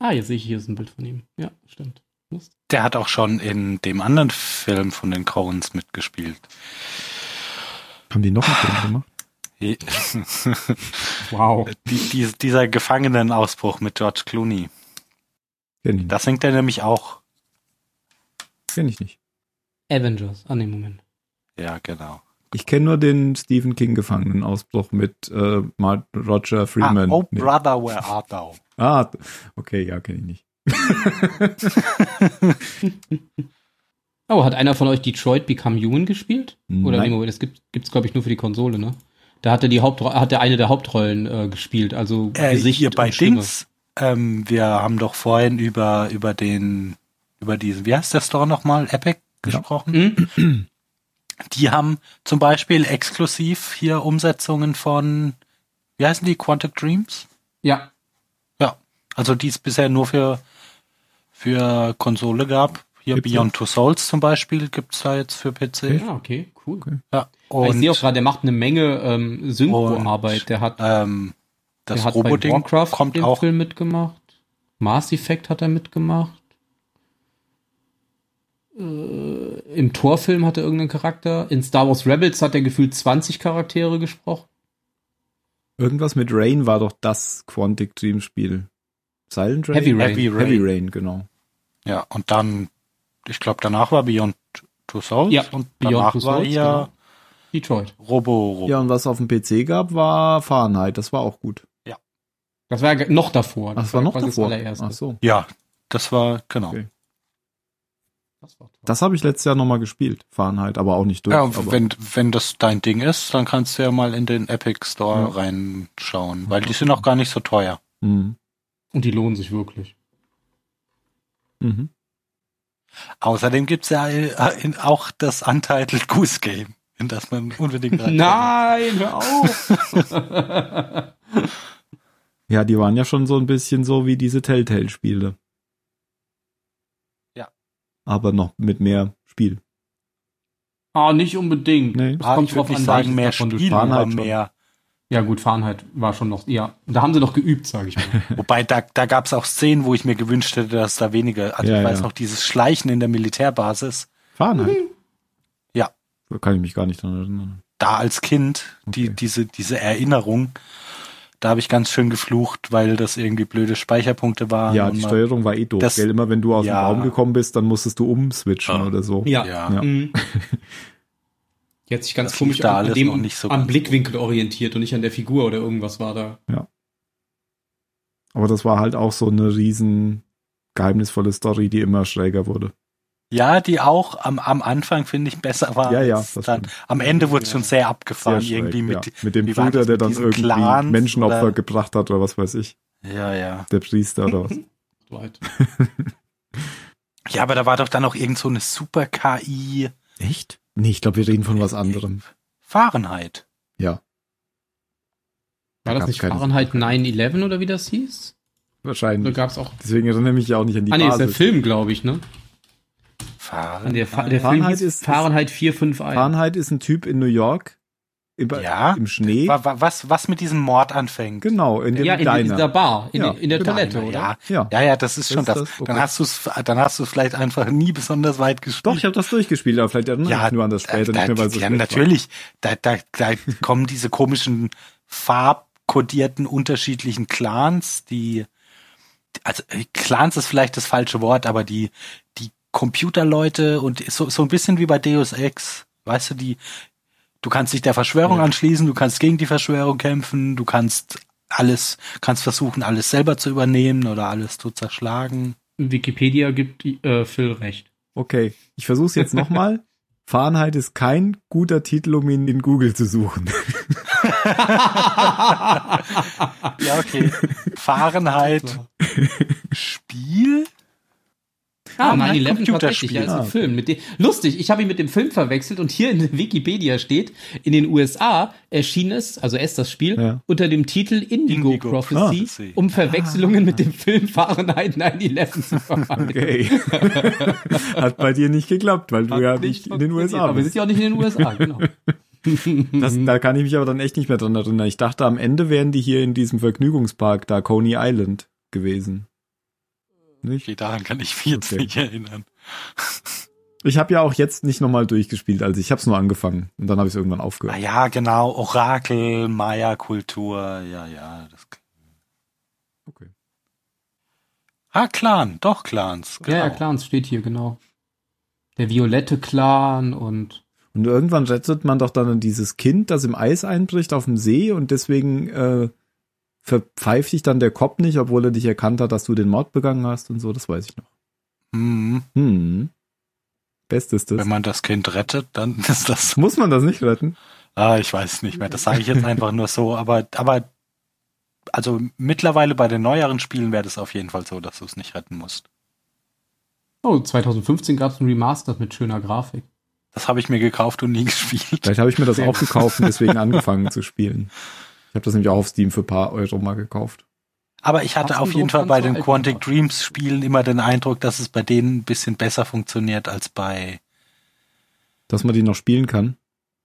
Ah, jetzt sehe ich, hier ist ein Bild von ihm. Ja, stimmt. Der hat auch schon in dem anderen Film von den Coens mitgespielt. Haben die noch einen Film gemacht? Die, Wow. die, dieser Gefangenenausbruch mit George Clooney. Kenn ich nicht. Das singt er nämlich auch. Kenn ich nicht. Avengers. Ah, nee, Moment. Ja, genau. Ich kenne nur den Stephen King-Gefangenen-Ausbruch mit äh, Mar- Roger Freeman. Ah, oh, Nee. Brother, where art thou? Ah, okay, ja, kenne ich nicht. Oh, hat einer von euch Detroit Become Human gespielt? Oder nee, Nein. Moment, das gibt, gibt's, glaube ich, nur für die Konsole, ne? Da hat er die Hauptro hat er eine der Hauptrollen äh, gespielt, also Äh, Gesicht hier bei und Stimme. Dings. Ähm, wir haben doch vorhin über, über den, über diesen, wie heißt der Store nochmal? Epic gesprochen. Hm? Die haben zum Beispiel exklusiv hier Umsetzungen von, wie heißen die, Quantic Dreams? Ja, Ja. Also die es bisher nur für, für Konsole gab. Hier Gibt's Beyond Two Souls zum Beispiel gibt's da jetzt für PC. ja, Ah, okay, cool. Ja. ich sehe auch Und gerade, der macht eine Menge ähm, Synchroarbeit. Und- Der hat, ähm, der das hat bei Roboding Warcraft kommt den auch. Film mitgemacht. Mass Effect hat er mitgemacht. Äh, Im Torfilm hat er irgendeinen Charakter. In Star Wars Rebels hat er gefühlt 20 Charaktere gesprochen. Irgendwas mit Rain war doch das Quantic Dream Spiel. Silent Rain? Heavy Rain. Heavy Rain. Heavy Rain, genau. Ja, und dann, ich glaube, danach war Beyond Two Souls Ja, und Beyond danach Two war Souls, hier genau. Detroit. Robo, Robo. Ja, und was auf dem PC gab, war Fahrenheit. Das war auch gut. Das war ja noch davor. Ach, das war noch quasi davor. Das allererste. Ach so. Ja, das war, genau. Okay. Das war toll. Das habe ich letztes Jahr nochmal gespielt. Fahrenheit, aber auch nicht durch. Ja, aber und wenn, wenn das dein Ding ist, dann kannst du ja mal in den Epic Store Ja. reinschauen, weil die sind auch gar nicht so teuer. Mhm. Und die lohnen sich wirklich. Mhm. Außerdem gibt's ja äh, in, auch das Untitled Goose Game, in das man unbedingt reinkommt. Nein, hör auf! Ja, die waren ja schon so ein bisschen so wie diese Telltale-Spiele. Ja. Aber noch mit mehr Spiel. ah, nicht unbedingt. Nee. Das Ah, kommt ich drauf würde nicht an, sagen, sagen, mehr davon du Spiel, Fahrenheit aber schon. mehr. Ja gut, Fahrenheit war schon noch, ja. Da haben sie noch geübt, sage ich mal. Wobei, da, da gab's auch Szenen, wo ich mir gewünscht hätte, dass da weniger. Also Ja, ich weiß ja. noch, dieses Schleichen in der Militärbasis, Fahrenheit? Mhm. Ja. Da kann ich mich gar nicht dran erinnern. da als Kind, die, Okay. diese, diese Erinnerung, da habe ich ganz schön geflucht, weil das irgendwie blöde Speicherpunkte waren. Ja, und die man- Steuerung war eh doof. das- gell? Immer wenn du aus Ja. dem Raum gekommen bist, dann musstest du umswitchen Ja. oder so. Ja. Ja. Mhm. Die hat sich ganz Das komisch lief da an alles noch dem, nicht so am ganz. Blickwinkel orientiert und nicht an der Figur oder irgendwas war da. Aber das war halt auch so eine riesen geheimnisvolle Story, die immer schräger wurde. Ja, die auch am, am Anfang, finde ich, besser war. Ja, ja, als das dann, am Ende wurde es schon sehr Sehr abgefahren, schräg, irgendwie mit. ja. mit dem wie war Bruder, das der mit dann diesen irgendwie Clans Menschenopfer oder- gebracht hat oder was weiß ich. Ja, ja. Der Priester oder was. Leute. Ja, aber da war doch dann auch irgend so eine super KI Echt? Nee, ich glaube, wir reden von was anderem. Fahrenheit. Ja. War das gab's nicht keine- Fahrenheit 9-11 oder wie das hieß? Oder Wahrscheinlich. gab es auch... Deswegen erinnere ich mich ja auch nicht an die ah nee, ist ein Basis. Film, glaube ich, ne? Fahrenheit. Der, Fa- der Film Fahrenheit hieß ist- Fahrenheit 451. Fahrenheit ist ein Typ in New York, Im, Ja. Im Schnee. Wa- wa- Was, was mit diesem Mord anfängt. Genau, in dem Ja, in, in Diner. dieser Bar, in, Ja, in der genau. Toilette, oder? ja. Ja. Ja. ja, ja, das ist schon Das das. ist das Problem. Dann hast du es, dann hast du es vielleicht einfach nie besonders weit Doch, gespielt. ich habe das durchgespielt, aber vielleicht erinnere ich nur an das später da, nicht mehr, weil es so ja, schlecht war. natürlich, da, da, da kommen diese komischen farbkodierten unterschiedlichen Clans, die also äh, Clans ist vielleicht das falsche Wort, aber die die Computerleute und so so ein bisschen wie bei Deus Ex, weißt du, die du kannst dich der Verschwörung anschließen, du kannst gegen die Verschwörung kämpfen, du kannst alles kannst versuchen alles selber zu übernehmen oder alles zu zerschlagen. Wikipedia gibt äh, Phil recht. Okay, ich versuche es jetzt nochmal. Fahrenheit ist kein guter Titel, um ihn in Google zu suchen. Ja, okay. Fahrenheit Spiel Ah, Ah, mein 9-11 tatsächlich, Computerspiel. ja, ist ein ne? Ah, okay. Film. Mit dem, lustig, ich habe ihn mit dem Film verwechselt und hier in der Wikipedia steht, in den USA erschien es, also erst das Spiel, Ja. unter dem Titel Indigo, Indigo Prophecy, Prophecy. Ah. um Verwechslungen mit dem Film Fahrenheit 9-11 zu vermeiden. Okay. Hat bei dir nicht geklappt, weil du ja nicht in den USA Aber wir sind bist. ja auch nicht in den USA, genau. Das, da kann ich mich aber dann echt nicht mehr dran erinnern. Ich dachte, am Ende wären die hier in diesem Vergnügungspark, da Coney Island gewesen. Nicht? Okay, daran kann ich mich jetzt Okay. nicht erinnern. Ich habe ja auch jetzt nicht nochmal durchgespielt, also ich habe es nur angefangen und dann habe ich es irgendwann Ah aufgehört. ja, genau, Orakel, Maya-Kultur, ja, ja. Das Okay. ah, Clan, doch Clans, genau. Ja, ja, Clans steht hier, genau. Der violette Clan und Und irgendwann rettet man doch dann dieses Kind, das im Eis einbricht auf dem See und deswegen äh, verpfeift dich dann der Cop nicht, obwohl er dich erkannt hat, dass du den Mord begangen hast und so, das weiß ich noch. Mhm. Hm. Bestes das. Wenn man das Kind rettet, dann ist das. Muss man das nicht retten? Ah, ich weiß nicht mehr. Das sage ich jetzt einfach nur so, aber, aber also mittlerweile bei den neueren Spielen wäre das auf jeden Fall so, dass du es nicht retten musst. oh, 2015 gab es ein Remastered mit schöner Grafik. Das habe ich mir gekauft und nie gespielt. Vielleicht habe ich mir das auch gekauft und deswegen angefangen zu spielen. Ich habe das nämlich auch auf Steam für ein paar Euro mal gekauft. Aber ich hatte Hast auf du jeden so Fall ganz bei so den alt Quantic gemacht? Dreams Spielen immer den Eindruck, dass es bei denen ein bisschen besser funktioniert als bei Dass man die noch spielen kann.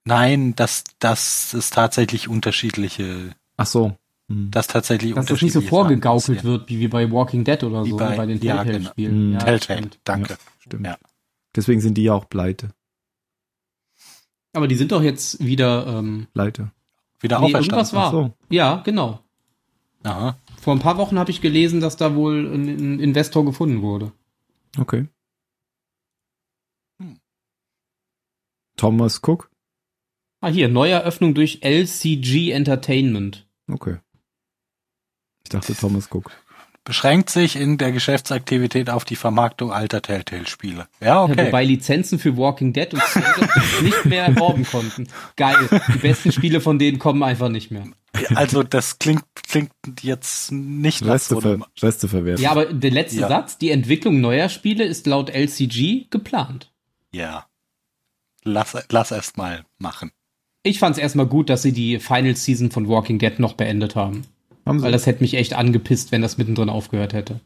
Nein, dass dass es tatsächlich unterschiedliche, Ach so. Hm. dass tatsächlich Dass das nicht unterschiedliche so vorgegaukelt Sachen wird, wie, wie bei Walking Dead oder Wie so, bei- bei, bei den ja, Telltale-Spielen. genau. passieren. Ja, Telltale, stimmt. danke. Stimmt. Ja. Deswegen sind die ja auch pleite. Aber die sind doch jetzt wieder, ähm, Pleite. Wieder Nee, irgendwas auferstanden. war- Ach so. ja, genau. Aha. Vor ein paar Wochen habe ich gelesen, dass da wohl ein, ein Investor gefunden wurde. Okay. Hm. Thomas Cook? Ah, hier, Neueröffnung durch LCG Entertainment. Okay. Ich dachte Thomas Cook. Beschränkt sich in der Geschäftsaktivität auf die Vermarktung alter Telltale-Spiele. Ja, Ja, okay. Wobei Lizenzen für Walking Dead und Stranger nicht mehr erworben konnten. Geil. Die besten Spiele von denen kommen einfach nicht mehr. also das klingt klingt jetzt nicht nach so Restever einem, Resteverwertung. Ja, aber der letzte Ja. Satz, die Entwicklung neuer Spiele ist laut LCG geplant. Ja. Lass, lass erst mal machen. Ich fand es erstmal gut, dass sie die Final Season von Walking Dead noch beendet haben. Haben Weil sie, das hätte mich echt angepisst, wenn das mittendrin aufgehört hätte.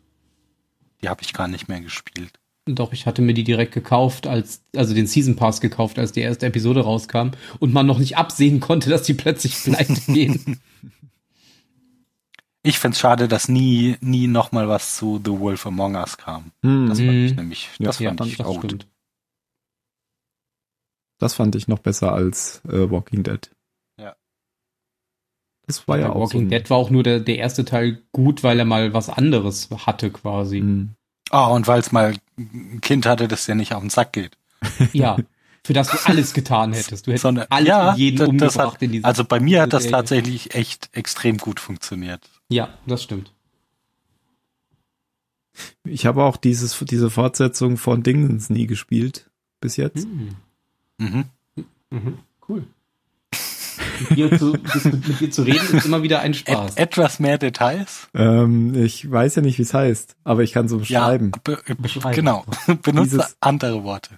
Die habe ich gar nicht mehr gespielt. Doch, ich hatte mir die direkt gekauft, als, also den Season Pass gekauft, als die erste Episode rauskam und man noch nicht absehen konnte, dass die plötzlich pleite gehen. Ich find's schade, dass nie nie noch mal was zu The Wolf Among Us kam. hm, Das das, Mhm. fand ich nämlich, Ja, das fand das ich gut. stimmt. fand ich noch besser als äh, Walking Dead. Ja. Das war ja Bei auch Walking so ein- Dead war auch nur der, der erste Teil gut, weil er mal was anderes hatte quasi. Hm. Ah, und weil's mal ein Kind hatte, das dir nicht auf den Sack geht. Ja, für das du alles getan hättest. Du hättest Sondern- alles ja, und jeden das- das umgebracht hat- in diesem. Also bei mir hat das Serie. tatsächlich echt extrem gut funktioniert. ja, das stimmt. Ich habe auch dieses, diese Fortsetzung von Dingens nie gespielt. Bis Hm? jetzt. Mhm. Cool. Mit dir, zu, mit dir zu reden ist immer wieder ein Spaß. Et, etwas mehr Details. Ähm, ich weiß ja nicht, wie es heißt, aber ich kann es umschreiben. Ja, be, be, Beschreiben. genau. Benutze Dieses- andere Worte.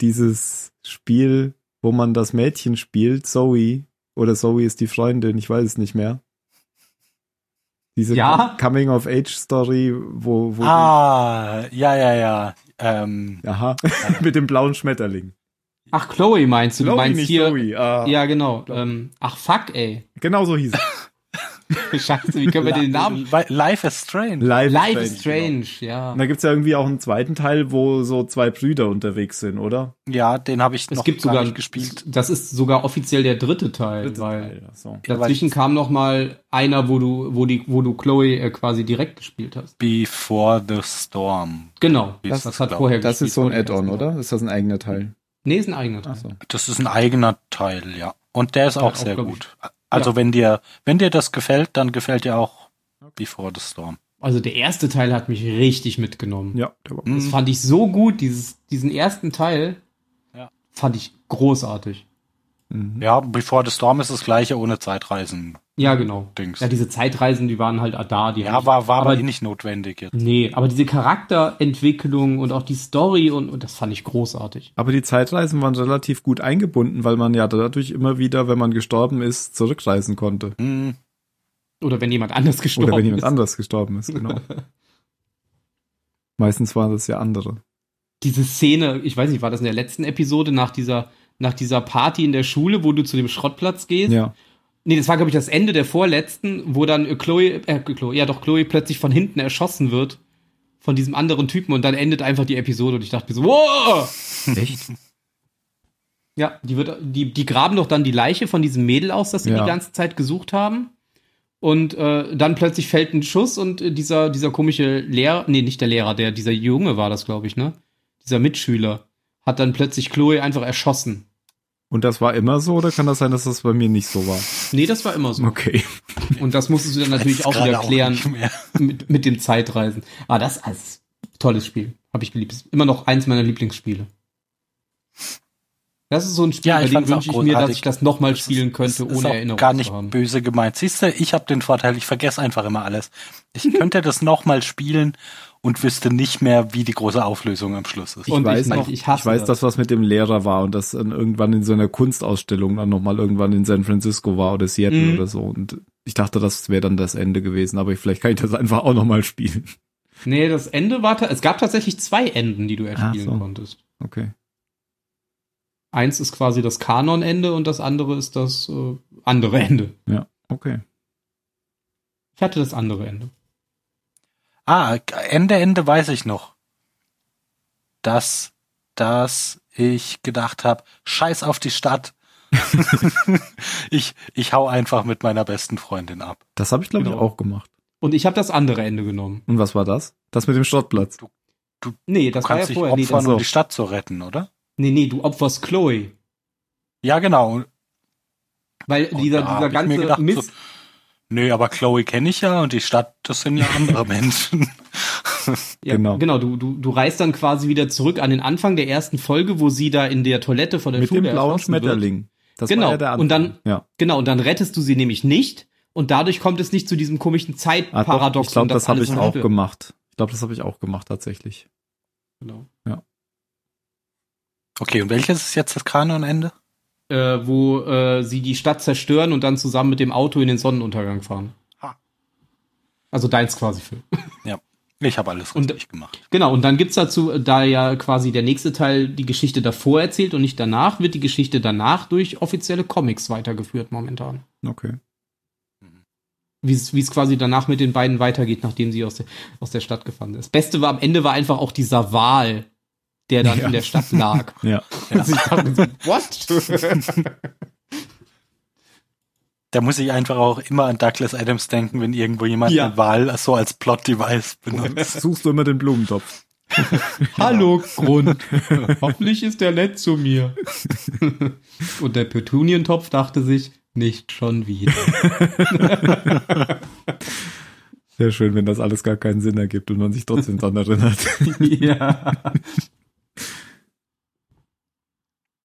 dieses Spiel, wo man das Mädchen spielt, Zoe, oder Zoe ist die Freundin, ich weiß es nicht mehr. Diese Ja? Coming-of-Age-Story, wo, wo Ah, ja, Ähm, ja, ja. Ähm, die, aha, mit dem blauen Schmetterling. Ach, Chloe meinst du? Chloe, du meinst nicht hier. Chloe. Ah, Ja, genau. Ähm, ach, fuck, ey. Genau so hieß es. Scheiße, wie können wir den Namen? Li- Life is Strange. Live Life is genau. Strange, ja. Und da gibt's ja irgendwie auch einen zweiten Teil, wo so zwei Brüder unterwegs sind, oder? Ja, den habe ich Es noch gibt gar sogar, nicht gespielt. das ist sogar offiziell der dritte Teil, Dritte weil Teil, ja, so. dazwischen kam noch mal einer, wo du, wo die, wo du Chloe äh, quasi direkt gespielt hast. Before the Storm. Genau, Wie das, ist das das, hat glaub vorher Das gespielt, ist so ein glaub ich, Add-on, erst. oder? Ist das ein eigener Teil? Nee, ist ein eigener Teil. Ach so. Das ist ein eigener Teil, ja. Und der ist auch auch, sehr glaub gut. Also wenn dir, wenn dir das gefällt, dann gefällt dir auch Before the Storm. Also der erste Teil hat mich richtig mitgenommen. Ja, der war. Hm. Das fand ich so gut, dieses, diesen ersten Teil. Ja. Fand ich großartig. Mhm. Ja, Before the Storm ist das gleiche ohne Zeitreisen. Ja, genau. Dings. Ja, diese Zeitreisen, die waren halt da. Die hab Ja, ich- war, war aber, aber eh nicht notwendig jetzt. Nee, aber diese Charakterentwicklung und auch die Story und, und das fand ich großartig. Aber die Zeitreisen waren relativ gut eingebunden, weil man ja dadurch immer wieder, wenn man gestorben ist, zurückreisen konnte. Hm, Oder wenn jemand anders gestorben Oder wenn jemand ist. anders gestorben ist, genau. Meistens waren das ja andere. Diese Szene, ich weiß nicht, war das in der letzten Episode nach dieser, nach dieser Party in der Schule, wo du zu dem Schrottplatz gehst? Ja. Nee, das war, glaube ich, das Ende der vorletzten, wo dann äh, Chloe, äh, Chloe, ja doch, Chloe plötzlich von hinten erschossen wird. Von diesem anderen Typen und dann endet einfach die Episode und ich dachte mir so, wow! Echt? Ja, die wird, die, die graben doch dann die Leiche von diesem Mädel aus, das sie Ja. die ganze Zeit gesucht haben. Und äh, dann plötzlich fällt ein Schuss und äh, dieser, dieser komische Lehrer, nee, nicht der Lehrer, der, dieser Junge war das, glaube ich, ne? Dieser Mitschüler hat dann plötzlich Chloe einfach erschossen. Und das war immer so, oder kann das sein, dass das bei mir nicht so war? Nee, das war immer so. Okay. Und das musstest du dann natürlich jetzt auch gerade wieder klären. nicht mehr. mit, mit dem Zeitreisen. Ah, das ist ein tolles Spiel. Habe ich geliebt. Ist immer noch eins meiner Lieblingsspiele. Das ist so ein Spiel, Ja, bei ich dem fand's auch wünsche ich mir, dass großartig. ich das nochmal Das spielen ist- könnte, das ist ohne auch Erinnerung Gar nicht zu haben. böse gemeint. Siehst du, ich habe den Vorteil, ich vergesse einfach immer alles. Ich könnte das nochmal spielen und wüsste nicht mehr, wie die große Auflösung am Schluss ist. Ich Und ich weiß noch, noch, ich hasse ich weiß, das. dass was mit dem Lehrer war und das dann irgendwann in so einer Kunstausstellung dann nochmal irgendwann in San Francisco war oder Seattle Mhm. oder so. Und ich dachte, das wäre dann das Ende gewesen, aber ich, vielleicht kann ich das einfach auch nochmal spielen. Nee, das Ende war, ta- es gab tatsächlich zwei Enden, die du erspielen Ach so. konntest. Okay. Eins ist quasi das Kanon-Ende und das andere ist das äh, andere Ende. Okay. Ich hatte das andere Ende. Ah, Ende, Ende weiß ich noch. Dass, dass ich gedacht habe, scheiß auf die Stadt. ich, ich hau einfach mit meiner besten Freundin ab. Das habe ich, glaube Genau. ich, auch gemacht. Und ich habe das andere Ende genommen. Und was war das? Das mit dem Schrottplatz. Nee, das Du war ja kannst dich vorher. Nee, opfern, das, das- um die Stadt zu retten, oder? nee, nee, du opferst Chloe. Ja, genau. Weil Und dieser, Oh, da hab dieser ich mir ganze gedacht, so- Mist, Nö, aber Chloe kenne ich ja und die Stadt, das sind ja andere Menschen. Ja, Genau. genau. genau du, du, du reist dann quasi wieder zurück an den Anfang der ersten Folge, wo sie da in der Toilette von Äh, der Mit Schule dem blauen erschossen wird. Schmetterling. Das Genau. Und dann- Anfang. ja. Genau, und dann rettest du sie nämlich nicht und dadurch kommt es nicht zu diesem komischen Ah, doch, Zeitparadoxon. ich glaube, dass das habe alles ich auch Lüge- gemacht. Ich glaube, das habe ich auch gemacht tatsächlich. Genau. Okay, und welches ist jetzt das Kanonende? Äh, wo äh, sie die Stadt zerstören und dann zusammen mit dem Auto in den Sonnenuntergang fahren. Ha. Also deins quasi für. Ich habe alles Und- richtig gemacht. Genau, und dann gibt's dazu, äh, da ja quasi der nächste Teil die Geschichte davor erzählt und nicht danach, wird die Geschichte danach durch offizielle Comics weitergeführt momentan. Okay. wie es wie es quasi danach mit den beiden weitergeht, nachdem sie aus der, aus der Stadt gefahren ist. Das Beste war am Ende war einfach auch dieser Wal, der dann Ja. in der Stadt lag. Ja. Also ich dachte mir so, What? Da muss ich einfach auch immer an Douglas Adams denken, wenn irgendwo jemand Ja. eine Wahl so als Plot-Device benutzt. Suchst du immer den Blumentopf. Hallo Grund. Hoffentlich ist der nett zu mir. Und der Petunientopf dachte sich, nicht schon wieder. Sehr schön, wenn das alles gar keinen Sinn ergibt und man sich trotzdem dran erinnert. ja.